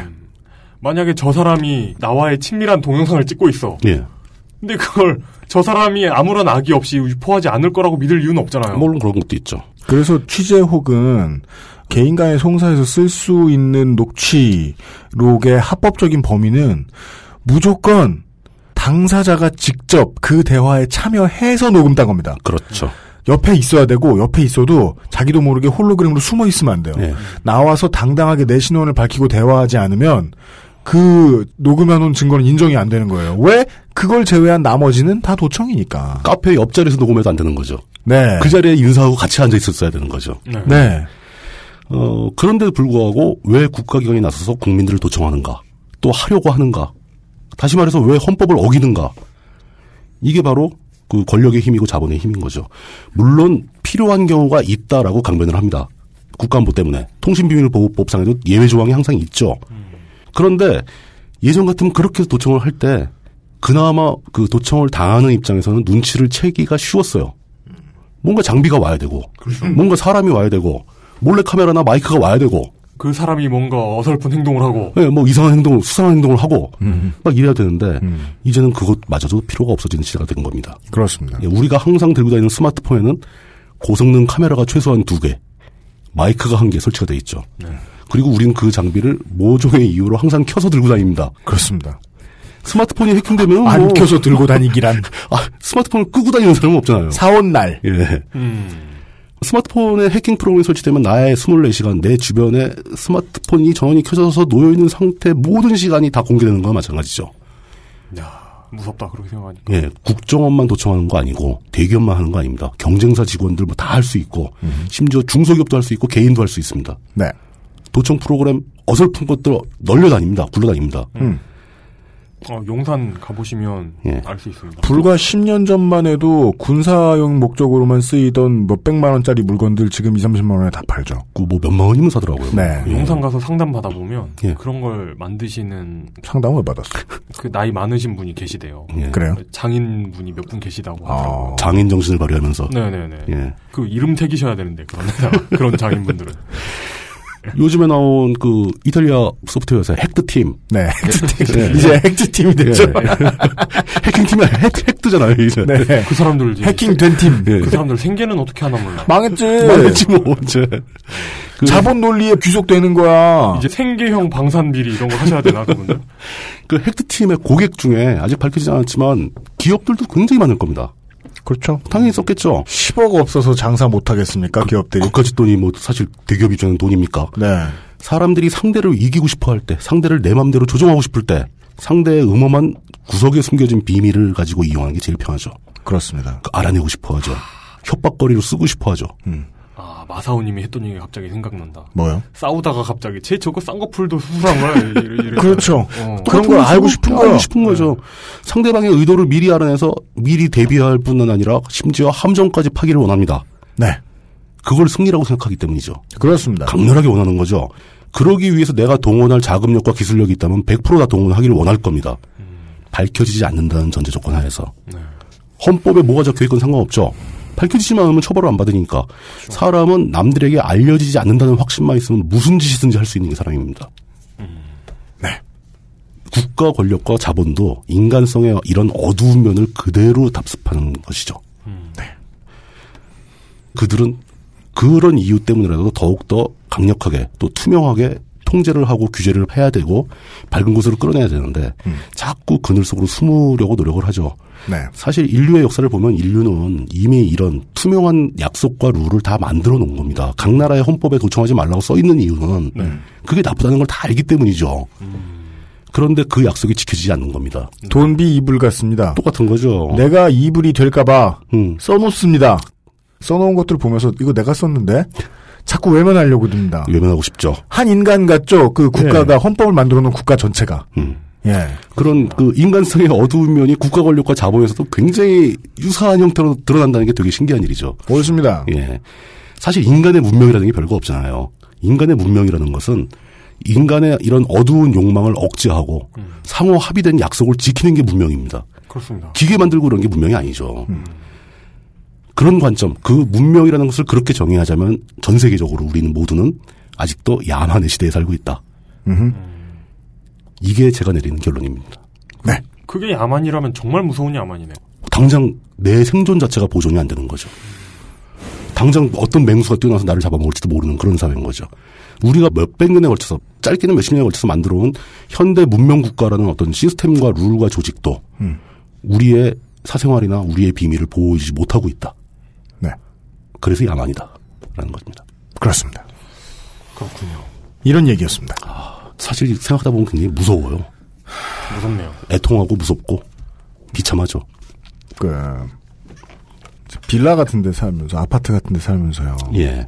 [SPEAKER 2] 만약에 저 사람이 나와의 친밀한 동영상을 찍고 있어.
[SPEAKER 4] 예.
[SPEAKER 2] 근데 그걸 저 사람이 아무런 악의 없이 유포하지 않을 거라고 믿을 이유는 없잖아요.
[SPEAKER 4] 물론 그런 것도 있죠.
[SPEAKER 3] 그래서 취재 혹은 개인 간의 송사에서 쓸 수 있는 녹취록의 합법적인 범위는 무조건 당사자가 직접 그 대화에 참여해서 녹음 딴 겁니다.
[SPEAKER 4] 그렇죠.
[SPEAKER 3] 옆에 있어야 되고 옆에 있어도 자기도 모르게 홀로그램으로 숨어 있으면 안 돼요.
[SPEAKER 2] 아.
[SPEAKER 4] 예.
[SPEAKER 3] 나와서 당당하게 내 신원을 밝히고 대화하지 않으면 그 녹음해놓은 증거는 인정이 안 되는 거예요. 왜? 그걸 제외한 나머지는 다 도청이니까.
[SPEAKER 4] 카페 옆자리에서 녹음해도 안 되는 거죠.
[SPEAKER 3] 네.
[SPEAKER 4] 그 자리에 인사하고 같이 앉아 있었어야 되는 거죠.
[SPEAKER 2] 네.
[SPEAKER 4] 어, 그런데도 불구하고 왜 국가기관이 나서서 국민들을 도청하는가? 또 하려고 하는가? 다시 말해서 왜 헌법을 어기는가? 이게 바로 그 권력의 힘이고 자본의 힘인 거죠. 물론 필요한 경우가 있다라고 강변을 합니다. 국가안보 때문에. 통신비밀보호법상에도 예외 조항이 항상 있죠. 그런데 예전 같으면 그렇게 도청을 할 때 그나마 그 도청을 당하는 입장에서는 눈치를 채기가 쉬웠어요. 뭔가 장비가 와야 되고,
[SPEAKER 3] 그렇죠.
[SPEAKER 4] 뭔가 사람이 와야 되고, 몰래 카메라나 마이크가 와야 되고,
[SPEAKER 2] 그 사람이 뭔가 어설픈 행동을 하고
[SPEAKER 4] 예, 뭐 이상한 행동을 수상한 행동을 하고
[SPEAKER 3] 음.
[SPEAKER 4] 막 이래야 되는데 이제는 그것마저도 필요가 없어지는 시대가 된 겁니다.
[SPEAKER 3] 그렇습니다.
[SPEAKER 4] 예, 우리가 항상 들고 다니는 스마트폰에는 고성능 카메라가 최소한 두 개, 마이크가 한 개 설치가 돼 있죠.
[SPEAKER 3] 네.
[SPEAKER 4] 그리고 우리는 그 장비를 모종의 이유로 항상 켜서 들고 다닙니다.
[SPEAKER 3] 그렇습니다.
[SPEAKER 4] 스마트폰이 해킹되면
[SPEAKER 3] 안
[SPEAKER 4] 뭐-
[SPEAKER 3] 켜서 들고 다니기란.
[SPEAKER 4] 아, 스마트폰을 끄고 다니는 사람은 없잖아요.
[SPEAKER 3] 사온 날.
[SPEAKER 4] 예.
[SPEAKER 3] 음.
[SPEAKER 4] 스마트폰에 해킹 프로그램이 설치되면 나의 24시간 내 주변에 스마트폰이 전원이 켜져서 놓여 있는 상태 모든 시간이 다 공개되는 거와 마찬가지죠.
[SPEAKER 2] 무섭다 그렇게 생각하니.
[SPEAKER 4] 예, 국정원만 도청하는 거 아니고 대기업만 하는 거 아닙니다. 경쟁사 직원들 뭐 다 할 수 있고
[SPEAKER 3] 음.
[SPEAKER 4] 심지어 중소기업도 할 수 있고 개인도 할 수 있습니다.
[SPEAKER 3] 네.
[SPEAKER 4] 도청 프로그램 어설픈 것들 널려 다닙니다. 굴러 다닙니다.
[SPEAKER 3] 음.
[SPEAKER 2] 어, 용산 가보시면
[SPEAKER 4] 예.
[SPEAKER 2] 알 수 있습니다.
[SPEAKER 3] 불과 10년 전만 해도 군사용 목적으로만 쓰이던 뭐 몇백만 원짜리 물건들 지금 2, 30만 원에 다 팔죠.
[SPEAKER 4] 그뭐 몇만 원이면 사더라고요.
[SPEAKER 3] 네.
[SPEAKER 2] 용산 가서 상담 받아보면
[SPEAKER 3] 예.
[SPEAKER 2] 그런 걸 만드시는
[SPEAKER 3] 상담을 받았어.
[SPEAKER 2] 그 나이 많으신 분이 계시대요.
[SPEAKER 4] 예. 아.
[SPEAKER 3] 그래요?
[SPEAKER 2] 장인 분이 몇 분 계시다고
[SPEAKER 3] 아.
[SPEAKER 2] 하더라고요.
[SPEAKER 4] 장인 정신을
[SPEAKER 3] 음.
[SPEAKER 4] 발휘하면서.
[SPEAKER 2] 네네네.
[SPEAKER 4] 예.
[SPEAKER 2] 그 이름 새기셔야 되는데 그런 그런 장인분들은.
[SPEAKER 4] 요즘에 나온 그 이탈리아 소프트웨어 회사 핵트팀.
[SPEAKER 3] 네.
[SPEAKER 4] 네.
[SPEAKER 3] 이제 핵트팀이 됐죠.
[SPEAKER 4] 예. 해킹팀이 아니라 핵, 핵트잖아요, 이제. 뭐
[SPEAKER 3] 네.
[SPEAKER 2] 그 사람들 이제
[SPEAKER 3] 해킹된 팀.
[SPEAKER 4] 예.
[SPEAKER 2] 그 사람들 생계는 어떻게 하나 몰라.
[SPEAKER 3] 망했지.
[SPEAKER 4] 망했지, 뭐, 이제. 그-
[SPEAKER 3] 자본 논리에 귀속되는 거야.
[SPEAKER 2] 이제 생계형 방산비리 이런 거 하셔야 되나 그분들.
[SPEAKER 4] 그 핵트팀의 고객 중에 아직 밝혀지지 않았지만 기업들도 굉장히 많을 겁니다.
[SPEAKER 3] 그렇죠.
[SPEAKER 4] 당연히 썼겠죠.
[SPEAKER 3] 10억 없어서 장사 못 하겠습니까, 기업들이.
[SPEAKER 4] 그까지 돈이 뭐 사실 대기업 입장에는 돈입니까?
[SPEAKER 3] 네.
[SPEAKER 4] 사람들이 상대를 이기고 싶어 할 때, 상대를 내 맘대로 조종하고 싶을 때, 상대의 음험한 구석에 숨겨진 비밀을 가지고 이용하는 게 제일 편하죠.
[SPEAKER 3] 그렇습니다.
[SPEAKER 4] 그 알아내고 싶어 하죠. 협박거리로 쓰고 싶어 하죠.
[SPEAKER 2] 아 마사오님이 했던 얘기 가 갑자기 생각난다.
[SPEAKER 3] 뭐요?
[SPEAKER 2] 싸우다가 갑자기 쟤 저거 쌍꺼풀도 수술한 거야. 이래, 이래.
[SPEAKER 3] 그렇죠. 그런 걸 알고 싶은 네. 거야.
[SPEAKER 4] 알고 싶은 거죠. 상대방의 의도를 미리 알아내서 미리 대비할 뿐만 아니라 심지어 함정까지 파기를 원합니다.
[SPEAKER 3] 네.
[SPEAKER 4] 그걸 승리라고 생각하기 때문이죠.
[SPEAKER 3] 그렇습니다.
[SPEAKER 4] 강렬하게 원하는 거죠. 그러기 위해서 내가 동원할 자금력과 기술력이 있다면 100%다 동원하기를 원할 겁니다. 밝혀지지 않는다는 전제 조건 하에서.
[SPEAKER 3] 네.
[SPEAKER 4] 헌법에 뭐가 적혀 있건 상관없죠. 밝혀지지만 않으면 처벌을 안 받으니까. 사람은 남들에게 알려지지 않는다는 확신만 있으면 무슨 짓이든지 할 수 있는 게 사람입니다.
[SPEAKER 3] 음.
[SPEAKER 4] 네. 국가 권력과 자본도 인간성의 이런 어두운 면을 그대로 답습하는 것이죠.
[SPEAKER 3] 음.
[SPEAKER 4] 네. 그들은 그런 이유 때문이라도 더욱더 강력하게 또 투명하게 통제를 하고 규제를 해야 되고 밝은 곳으로 끌어내야 되는데 자꾸 그늘 속으로 숨으려고 노력을 하죠.
[SPEAKER 3] 네.
[SPEAKER 4] 사실 인류의 역사를 보면 인류는 이미 이런 투명한 약속과 룰을 다 만들어 놓은 겁니다. 각 나라의 헌법에 도청하지 말라고 써 있는 이유는 그게 나쁘다는 걸 다 알기 때문이죠. 그런데 그 약속이 지켜지지 않는 겁니다.
[SPEAKER 3] 돈비 이불 같습니다.
[SPEAKER 4] 똑같은 거죠. 음.
[SPEAKER 3] 내가 이불이 될까봐 써놓습니다. 써놓은 것들을 보면서 이거 내가 썼는데 자꾸 외면하려고 듭니다.
[SPEAKER 4] 외면하고 싶죠.
[SPEAKER 3] 한 인간 같죠. 그 국가가 헌법을 만들어 놓은 국가 전체가. 예.
[SPEAKER 4] 그런 그 인간성의 어두운 면이 국가 권력과 자본에서도 굉장히 유사한 형태로 드러난다는 게 되게 신기한 일이죠.
[SPEAKER 3] 그렇습니다.
[SPEAKER 4] 예. 사실 인간의 문명이라는 게 별거 없잖아요. 인간의 문명이라는 것은 인간의 이런 어두운 욕망을 억제하고 상호 합의된 약속을 지키는 게 문명입니다.
[SPEAKER 2] 그렇습니다.
[SPEAKER 4] 기계 만들고 그런 게 문명이 아니죠. 그런 관점, 그 문명이라는 것을 그렇게 정의하자면 전 세계적으로 우리는 모두는 아직도 야만의 시대에 살고 있다. 이게 제가 내리는 결론입니다.
[SPEAKER 3] 네,
[SPEAKER 2] 그게 야만이라면 정말 무서운 야만이네.
[SPEAKER 4] 당장 내 생존 자체가 보존이 안 되는 거죠. 당장 어떤 맹수가 뛰어나서 나를 잡아먹을지도 모르는 그런 사회인 거죠. 우리가 몇백 년에 걸쳐서 짧게는 몇십 년에 걸쳐서 만들어온 현대 문명 국가라는 어떤 시스템과 룰과 조직도
[SPEAKER 3] 음.
[SPEAKER 4] 우리의 사생활이나 우리의 비밀을 보호하지 못하고 있다.
[SPEAKER 3] 네.
[SPEAKER 4] 그래서 야만이다라는 겁니다.
[SPEAKER 3] 그렇습니다.
[SPEAKER 2] 그렇군요.
[SPEAKER 3] 이런 얘기였습니다.
[SPEAKER 4] 사실 생각하다 보면 굉장히 무서워요.
[SPEAKER 2] 무섭네요.
[SPEAKER 4] 애통하고 무섭고 비참하죠.
[SPEAKER 3] 그 빌라 같은 데 살면서 아파트 같은 데 살면서요.
[SPEAKER 4] 예.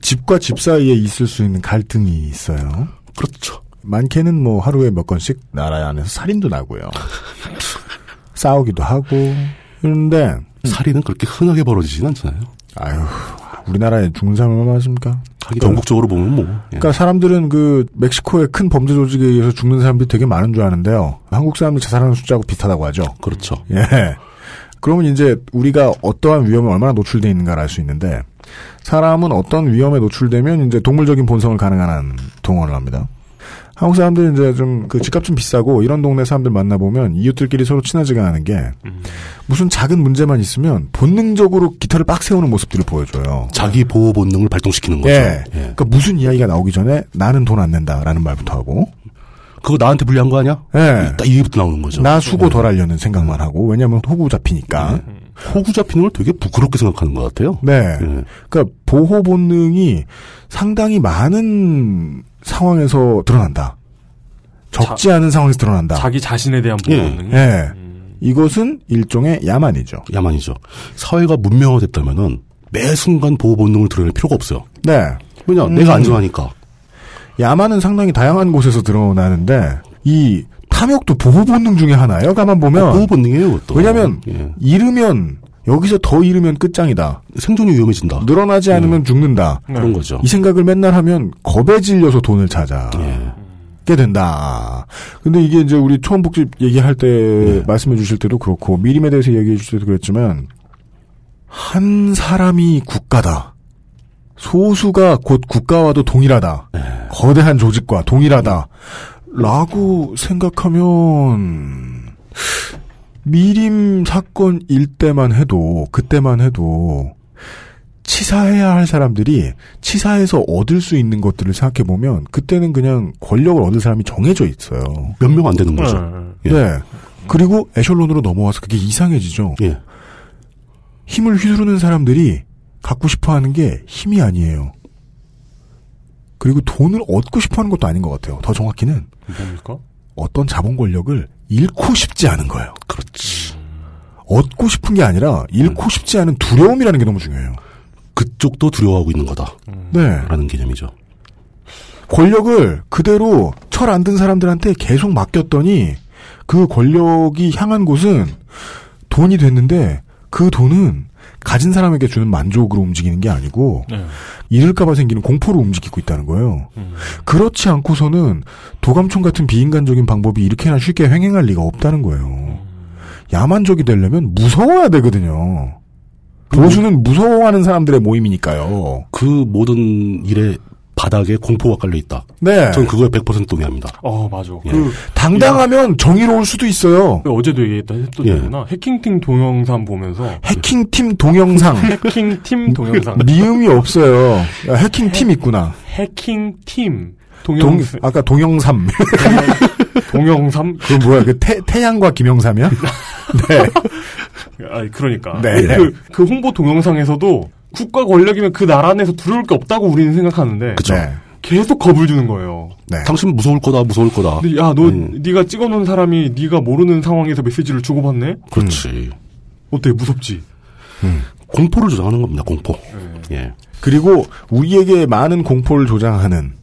[SPEAKER 3] 집과 집 사이에 있을 수 있는 갈등이 있어요.
[SPEAKER 4] 그렇죠.
[SPEAKER 3] 많게는 뭐 하루에 몇 건씩 나라 안에서 살인도 나고요. 싸우기도 하고 그런데
[SPEAKER 2] 음.
[SPEAKER 4] 살인은 그렇게 흔하게 벌어지진 않잖아요.
[SPEAKER 3] 아유, 우리나라에 죽는 사람 얼마나 많습니까?
[SPEAKER 4] 하긴 전국적으로 보면 뭐. 예.
[SPEAKER 3] 그러니까 사람들은 그 멕시코의 큰 범죄 조직에 의해서 죽는 사람들이 되게 많은 줄 아는데요. 한국 사람들 자살하는 숫자하고 비슷하다고 하죠.
[SPEAKER 4] 그렇죠.
[SPEAKER 3] 예. 그러면 이제 우리가 어떠한 위험에 얼마나 노출돼 있는가를 알 수 있는데 사람은 어떤 위험에 노출되면 이제 동물적인 본성을 가능한 한 동원을 합니다. 한국 사람들 이제 좀 그 집값 좀 비싸고 이런 동네 사람들 만나 보면 이웃들끼리 서로 친하지가 않은 게 무슨 작은 문제만 있으면 본능적으로 기타를 빡 세우는 모습들을 보여줘요.
[SPEAKER 4] 자기 보호 본능을 발동시키는 거죠.
[SPEAKER 3] 예.
[SPEAKER 4] 예.
[SPEAKER 3] 그러니까 무슨 이야기가 나오기 전에 나는 돈 안 낸다라는 말부터 하고
[SPEAKER 4] 그거 나한테 불리한 거 아니야?
[SPEAKER 3] 예.
[SPEAKER 4] 딱 이부터 나오는 거죠.
[SPEAKER 3] 나 수고 덜 하려는 생각만 하고 왜냐하면 호구 잡히니까.
[SPEAKER 4] 호구 잡히는 걸 되게 부끄럽게 생각하는 것 같아요.
[SPEAKER 3] 네.
[SPEAKER 4] 예.
[SPEAKER 3] 그러니까 보호 본능이 상당히 많은 상황에서 드러난다. 적지 않은 상황에서 드러난다.
[SPEAKER 2] 자기 자신에 대한 음.
[SPEAKER 4] 예.
[SPEAKER 2] 본능이
[SPEAKER 3] 예. 이것은 일종의 야만이죠.
[SPEAKER 4] 야만이죠. 사회가 문명화됐다면은 매 순간 보호 본능을 드러낼 필요가 없어요.
[SPEAKER 3] 네.
[SPEAKER 4] 왜냐, 내가 안전하니까. 어,
[SPEAKER 3] 야만은 상당히 다양한 곳에서 드러나는데 이 탐욕도 보호 본능 중에 하나예요. 가만 보면
[SPEAKER 4] 어, 보호 본능이에요, 그것도.
[SPEAKER 3] 왜냐하면
[SPEAKER 4] 예.
[SPEAKER 3] 이르면 여기서 더 이르면 끝장이다.
[SPEAKER 4] 생존이 위험해진다.
[SPEAKER 3] 늘어나지 않으면 죽는다.
[SPEAKER 4] 그런 거죠.
[SPEAKER 3] 네. 이 생각을 맨날 하면 겁에 질려서 돈을 찾아.
[SPEAKER 4] 예.
[SPEAKER 3] 게 된다. 근데 이게 이제 우리 초음 복집 얘기할 때
[SPEAKER 4] 예.
[SPEAKER 3] 말씀해 주실 때도 그렇고 미림에 대해서 얘기해 주실 때도 그랬지만 한 사람이 국가다. 소수가 곧 국가와도 동일하다. 거대한 조직과 동일하다. 라고 생각하면 미림 사건일 때만 해도 그때만 해도 치사해야 할 사람들이 치사해서 얻을 수 있는 것들을 생각해 보면 그때는 그냥 권력을 얻을 사람이 정해져 있어요.
[SPEAKER 4] 몇 명 안 되는 거죠. 예.
[SPEAKER 3] 네. 그리고 에셜론으로 넘어와서 그게 이상해지죠.
[SPEAKER 4] 예.
[SPEAKER 3] 힘을 휘두르는 사람들이 갖고 싶어 하는 게 힘이 아니에요. 그리고 돈을 얻고 싶어 하는 것도 아닌 것 같아요. 더 정확히는
[SPEAKER 2] 뭡니까?
[SPEAKER 3] 어떤 자본 권력을 잃고 싶지 않은 거예요.
[SPEAKER 4] 그렇지.
[SPEAKER 3] 얻고 싶은 게 아니라 잃고 싶지 않은 두려움이라는 게 너무 중요해요.
[SPEAKER 4] 그쪽도 두려워하고 있는 거다.
[SPEAKER 3] 네.
[SPEAKER 4] 라는 개념이죠.
[SPEAKER 3] 권력을 그대로 철 안 든 사람들한테 계속 맡겼더니 그 권력이 향한 곳은 돈이 됐는데 그 돈은 가진 사람에게 주는 만족으로 움직이는 게 아니고 잃을까봐 생기는 공포로 움직이고 있다는 거예요.
[SPEAKER 2] 음.
[SPEAKER 3] 그렇지 않고서는 도감청 같은 비인간적인 방법이 이렇게나 쉽게 횡행할 리가 없다는
[SPEAKER 2] 음.
[SPEAKER 3] 거예요. 야만족이 되려면 무서워야 되거든요. 보수는 무서워하는 사람들의 모임이니까요.
[SPEAKER 4] 그 모든 일의 바닥에 공포가 깔려 있다.
[SPEAKER 3] 네.
[SPEAKER 4] 전 그거에 100% 동의합니다.
[SPEAKER 2] 어 맞아.
[SPEAKER 4] 예.
[SPEAKER 2] 그
[SPEAKER 3] 당당하면 정의로울 수도 있어요.
[SPEAKER 2] 그 어제도 얘기했다 했던
[SPEAKER 4] 예.
[SPEAKER 2] 얘기구나. 해킹팀 동영상 보면서
[SPEAKER 3] 해킹팀 네. 동영상.
[SPEAKER 2] 해킹팀 동영상
[SPEAKER 3] 미음이 없어요. 야, 해킹팀 있구나.
[SPEAKER 2] 해킹팀
[SPEAKER 3] 동,
[SPEAKER 2] 동영상
[SPEAKER 3] 아까 동영삼.
[SPEAKER 2] 동영상
[SPEAKER 3] 그 뭐야, 그 태, 태양과 김영삼이야? 네.
[SPEAKER 2] 아 그러니까
[SPEAKER 3] 네.
[SPEAKER 2] 그, 그 홍보 동영상에서도 국가 권력이면 그 나라 안에서 두려울 게 없다고 우리는 생각하는데
[SPEAKER 4] 그쵸.
[SPEAKER 3] 네.
[SPEAKER 2] 계속 겁을 주는 거예요.
[SPEAKER 4] 당신 무서울 거다, 무서울 거다.
[SPEAKER 2] 근데 야, 너
[SPEAKER 3] 음.
[SPEAKER 2] 네가 찍어놓은 사람이 네가 모르는 상황에서 메시지를 주고받네.
[SPEAKER 4] 그렇지.
[SPEAKER 2] 어때 무섭지?
[SPEAKER 4] 공포를 조장하는 겁니다. 공포. 예.
[SPEAKER 3] 그리고 우리에게 많은 공포를 조장하는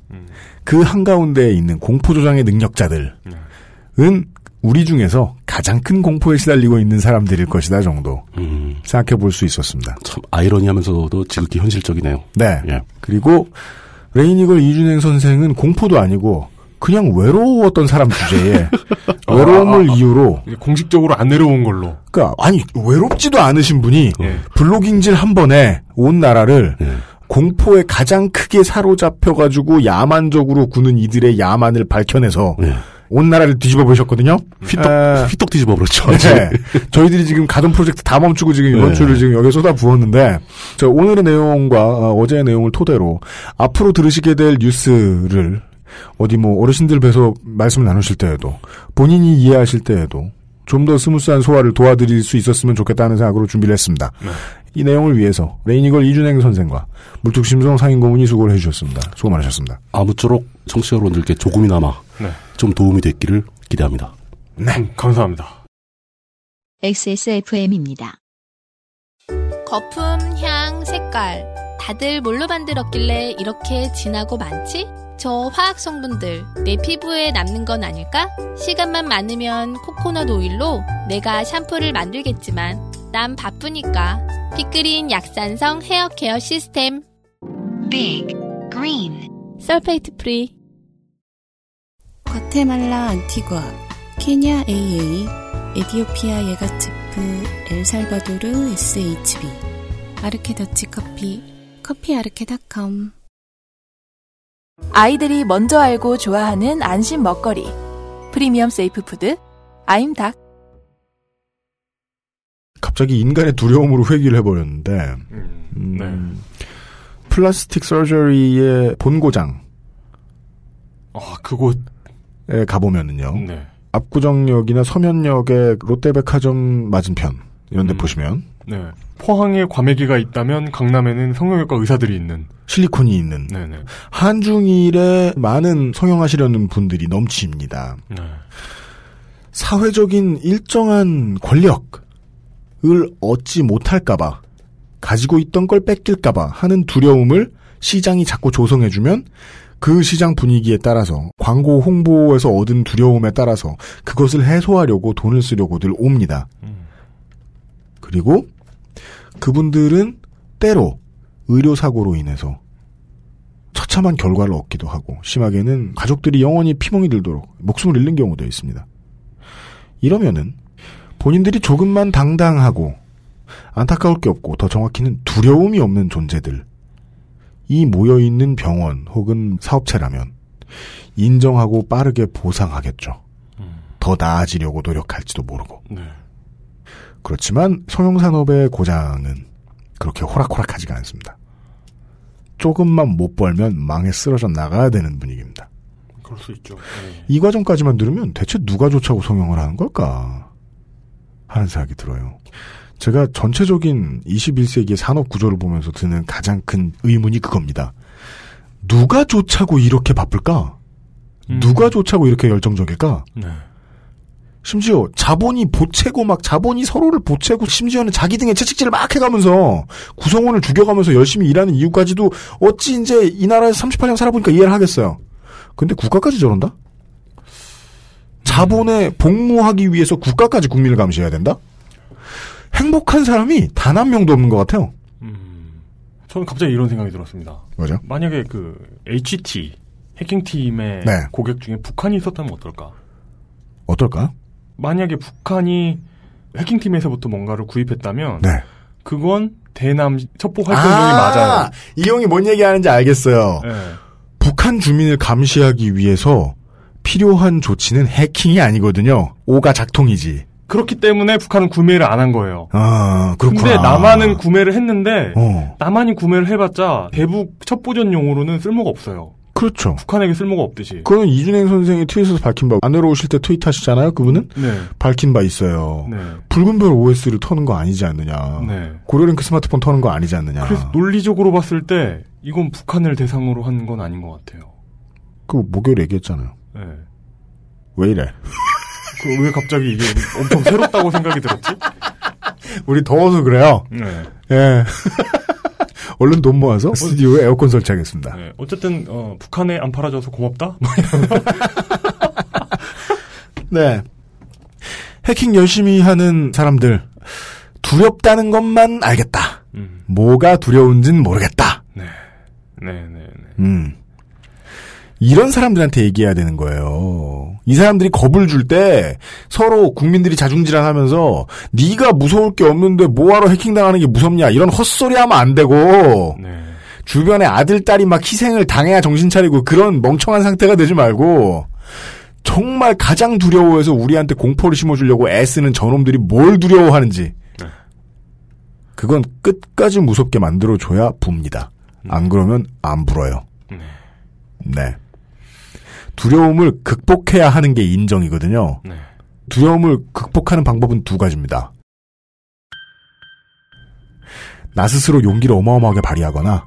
[SPEAKER 3] 그 한가운데에 있는 공포 조장의 능력자들은 우리 중에서 가장 큰 공포에 시달리고 있는 사람들일 것이다 정도 생각해 볼 수 있었습니다.
[SPEAKER 4] 음. 참 아이러니하면서도 지극히 현실적이네요.
[SPEAKER 3] 네. 그리고 레이니걸 이준행 선생은 공포도 아니고 그냥 외로웠던 사람 주제에 외로움을 이유로
[SPEAKER 2] 공식적으로 안 내려온 걸로.
[SPEAKER 3] 그러니까 아니 외롭지도 않으신 분이 블로깅질 한 번에 온 나라를 공포에 가장 크게 사로잡혀 가지고 야만적으로 구는 이들의 야만을 밝혀내서
[SPEAKER 4] 예.
[SPEAKER 3] 온 나라를 뒤집어 보셨거든요.
[SPEAKER 4] 휘떡, 휘떡 뒤집어 그렇죠. 버렸죠.
[SPEAKER 3] 네. 저희들이 지금 가던 프로젝트 다 멈추고 지금 이번
[SPEAKER 4] 네.
[SPEAKER 3] 주를 지금 여기에 쏟아 부었는데, 저 오늘의 내용과 어, 어제의 내용을 토대로 앞으로 들으시게 될 뉴스를 어디 뭐 어르신들 뵈서 말씀을 나누실 때에도 본인이 이해하실 때에도 좀 더 스무스한 소화를 도와드릴 수 있었으면 좋겠다는 생각으로 준비를 했습니다. 이 내용을 위해서 레이니걸 이준행 선생과 물뚝심송 상인고문이 수고를 해주셨습니다. 수고 많으셨습니다.
[SPEAKER 4] 아무쪼록 청취자 여러분들께 조금이나마
[SPEAKER 2] 네.
[SPEAKER 4] 좀 도움이 됐기를 기대합니다.
[SPEAKER 2] 네. 감사합니다.
[SPEAKER 1] XSFM입니다.
[SPEAKER 5] 거품, 향, 색깔. 다들 뭘로 만들었길래 이렇게 진하고 많지? 저 화학 성분들 내 피부에 남는 건 아닐까? 시간만 많으면 코코넛 오일로 내가 샴푸를 만들겠지만 난 바쁘니까 피크린 약산성 헤어 케어 시스템
[SPEAKER 6] Big Green
[SPEAKER 5] 설페이트 프리
[SPEAKER 10] 과테말라 안티과, 케냐 AA, 에디오피아 예가체프, 엘살바도르 SHB, 아르케더치 커피, 커피아르케닷컴.
[SPEAKER 18] 아이들이 먼저 알고 좋아하는 안심 먹거리. 프리미엄 세이프 푸드 아임닭.
[SPEAKER 3] 갑자기 인간의 두려움으로 회귀를 해버렸는데 음,
[SPEAKER 2] 네.
[SPEAKER 3] 플라스틱 서저리의 본고장
[SPEAKER 2] 아 그곳
[SPEAKER 3] 에 가보면은요
[SPEAKER 2] 네.
[SPEAKER 3] 압구정역이나 서면역의 롯데백화점 맞은편 이런데 보시면
[SPEAKER 2] 네. 포항에 과메기가 있다면 강남에는 성형외과 의사들이 있는.
[SPEAKER 3] 실리콘이 있는
[SPEAKER 2] 네네.
[SPEAKER 3] 한중일에 많은 성형하시려는 분들이 넘칩니다.
[SPEAKER 2] 네.
[SPEAKER 3] 사회적인 일정한 권력을 얻지 못할까봐 가지고 있던 걸 뺏길까봐 하는 두려움을 시장이 자꾸 조성해주면 그 시장 분위기에 따라서 광고 홍보에서 얻은 두려움에 따라서 그것을 해소하려고 돈을 쓰려고들 옵니다.
[SPEAKER 2] 음.
[SPEAKER 3] 그리고 그분들은 때로 의료사고로 인해서 처참한 결과를 얻기도 하고 심하게는 가족들이 영원히 피멍이 들도록 목숨을 잃는 경우도 있습니다. 이러면은 본인들이 조금만 당당하고 안타까울 게 없고 더 정확히는 두려움이 없는 존재들 이 모여 있는 병원 혹은 사업체라면 인정하고 빠르게 보상하겠죠. 더 나아지려고 노력할지도 모르고.
[SPEAKER 2] 네.
[SPEAKER 3] 그렇지만 성형산업의 고장은 그렇게 호락호락하지가 않습니다. 조금만 못 벌면 망에 쓰러져 나가야 되는 분위기입니다.
[SPEAKER 2] 그럴 수 있죠. 네.
[SPEAKER 3] 이 과정까지만 들으면 대체 누가 좋다고 성형을 하는 걸까 하는 생각이 들어요. 제가 전체적인 21세기의 산업 구조를 보면서 드는 가장 큰 의문이 그겁니다. 누가 좋다고 이렇게 바쁠까?
[SPEAKER 2] 음.
[SPEAKER 3] 음. 누가 좋다고 이렇게 열정적일까?
[SPEAKER 2] 네.
[SPEAKER 3] 심지어 자본이 보채고 막 자본이 서로를 보채고 심지어는 자기 등에 채찍질을 막 해가면서 구성원을 죽여가면서 열심히 일하는 이유까지도 어찌 이제 이 나라에서 38년 살아보니까 이해를 하겠어요. 근데 국가까지 저런다? 자본에 복무하기 위해서 국가까지 국민을 감시해야 된다? 행복한 사람이 단 한 명도 없는 것 같아요.
[SPEAKER 2] 음. 저는 갑자기 이런 생각이 들었습니다.
[SPEAKER 3] 뭐죠?
[SPEAKER 2] 만약에 그 HT 해킹팀의
[SPEAKER 3] 네.
[SPEAKER 2] 고객 중에 북한이 있었다면 어떨까?
[SPEAKER 3] 어떨까요?
[SPEAKER 2] 만약에 북한이 해킹팀에서부터 뭔가를 구입했다면
[SPEAKER 3] 네.
[SPEAKER 2] 그건 대남 첩보 활동용이 맞아요.
[SPEAKER 3] 이 형이 뭔 얘기하는지 알겠어요.
[SPEAKER 2] 네.
[SPEAKER 3] 북한 주민을 감시하기 위해서 필요한 조치는 해킹이 아니거든요. 오가 작통이지.
[SPEAKER 2] 그렇기 때문에 북한은 구매를 안 한 거예요.
[SPEAKER 3] 아, 그렇구나.
[SPEAKER 2] 근데 남한은 구매를 했는데
[SPEAKER 3] 어.
[SPEAKER 2] 남한이 구매를 해봤자 대북 첩보전용으로는 쓸모가 없어요.
[SPEAKER 3] 그렇죠.
[SPEAKER 2] 북한에게 쓸모가 없듯이.
[SPEAKER 3] 그건 이준행 선생이 트윗에서 밝힌 바, 안 외로우실 때 트윗 하시잖아요, 그분은?
[SPEAKER 2] 네.
[SPEAKER 3] 밝힌 바 있어요.
[SPEAKER 2] 네.
[SPEAKER 3] 붉은별 OS를 터는 거 아니지 않느냐.
[SPEAKER 2] 네.
[SPEAKER 3] 고려링크 스마트폰 터는 거 아니지 않느냐.
[SPEAKER 2] 그래서 논리적으로 봤을 때 이건 북한을 대상으로 한 건 아닌 것 같아요.
[SPEAKER 3] 그 목요일 얘기했잖아요.
[SPEAKER 2] 네.
[SPEAKER 3] 왜 이래?
[SPEAKER 2] 그 왜 갑자기 이게 엄청 새롭다고 생각이 들었지?
[SPEAKER 3] 우리 더워서 그래요.
[SPEAKER 2] 네.
[SPEAKER 3] 예. 얼른 돈 모아서 스튜디오에 에어컨 설치하겠습니다.
[SPEAKER 2] 네, 어쨌든 어, 북한에 안 팔아줘서 고맙다. 뭐
[SPEAKER 3] 네. 해킹 열심히 하는 사람들 두렵다는 것만 알겠다.
[SPEAKER 2] 음.
[SPEAKER 3] 뭐가 두려운진 모르겠다.
[SPEAKER 2] 이런. 네, 네, 네.
[SPEAKER 3] 음. 이런 사람들한테 얘기해야 되는 거예요. 이 사람들이 겁을 줄 때 서로 국민들이 자중질환하면서 네가 무서울 게 없는데 뭐하러 해킹당하는 게 무섭냐 이런 헛소리 하면 안 되고
[SPEAKER 2] 네.
[SPEAKER 3] 주변에 아들 딸이 막 희생을 당해야 정신 차리고 그런 멍청한 상태가 되지 말고 정말 가장 두려워해서 우리한테 공포를 심어주려고 애쓰는 저놈들이 뭘 두려워하는지 그건 끝까지 무섭게 만들어줘야 붑니다. 안 그러면 안 불어요. 네. 두려움을 극복해야 하는 게 인정이거든요. 두려움을 극복하는 방법은 두 가지입니다. 나 스스로 용기를 어마어마하게 발휘하거나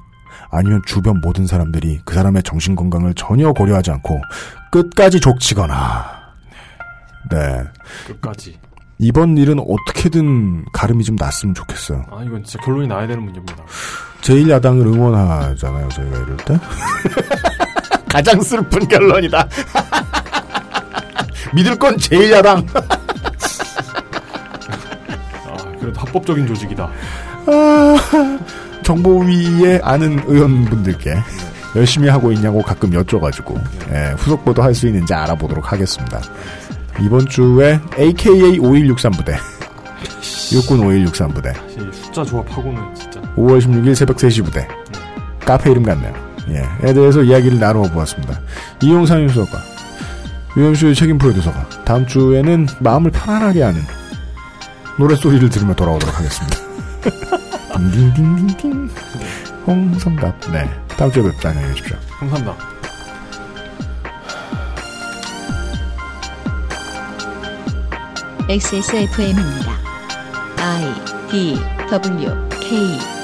[SPEAKER 3] 아니면 주변 모든 사람들이 그 사람의 정신 건강을 전혀 고려하지 않고 끝까지 족치거나 네
[SPEAKER 2] 끝까지.
[SPEAKER 3] 이번 일은 어떻게든 가름이 좀 났으면 좋겠어요.
[SPEAKER 2] 아 이건 진짜 결론이 나야 되는 문제입니다.
[SPEAKER 3] 제1야당을 응원하잖아요, 저희가 이럴 때. 가장 슬픈 결론이다. 믿을 건 제1야당.
[SPEAKER 2] 아, 그래도 합법적인 조직이다.
[SPEAKER 3] 아, 정보위에 아는 의원분들께 열심히 하고 있냐고 가끔 여쭤가지고 예, 후속 보도 할 수 있는지 알아보도록 하겠습니다. 이번 주에 AKA 5163 부대, 육군 5163 부대,
[SPEAKER 2] 사실 숫자 조합하고는 진짜.
[SPEAKER 3] 5월 16일 새벽 3시 부대. 카페 이름 같네요. 예. 에 대해서 이야기를 나누어 보았습니다. 이용상 유서가, 유영수의 책임 프로듀서가 다음 주에는 마음을 편안하게 하는 노랫소리를 들으며 돌아오도록 하겠습니다. 딩딩딩딩딩. 홍성갑. 네. 다음 주에 뵙자. 안녕히 계십시오.
[SPEAKER 2] 감사합니다.
[SPEAKER 1] XSFM입니다. I D W K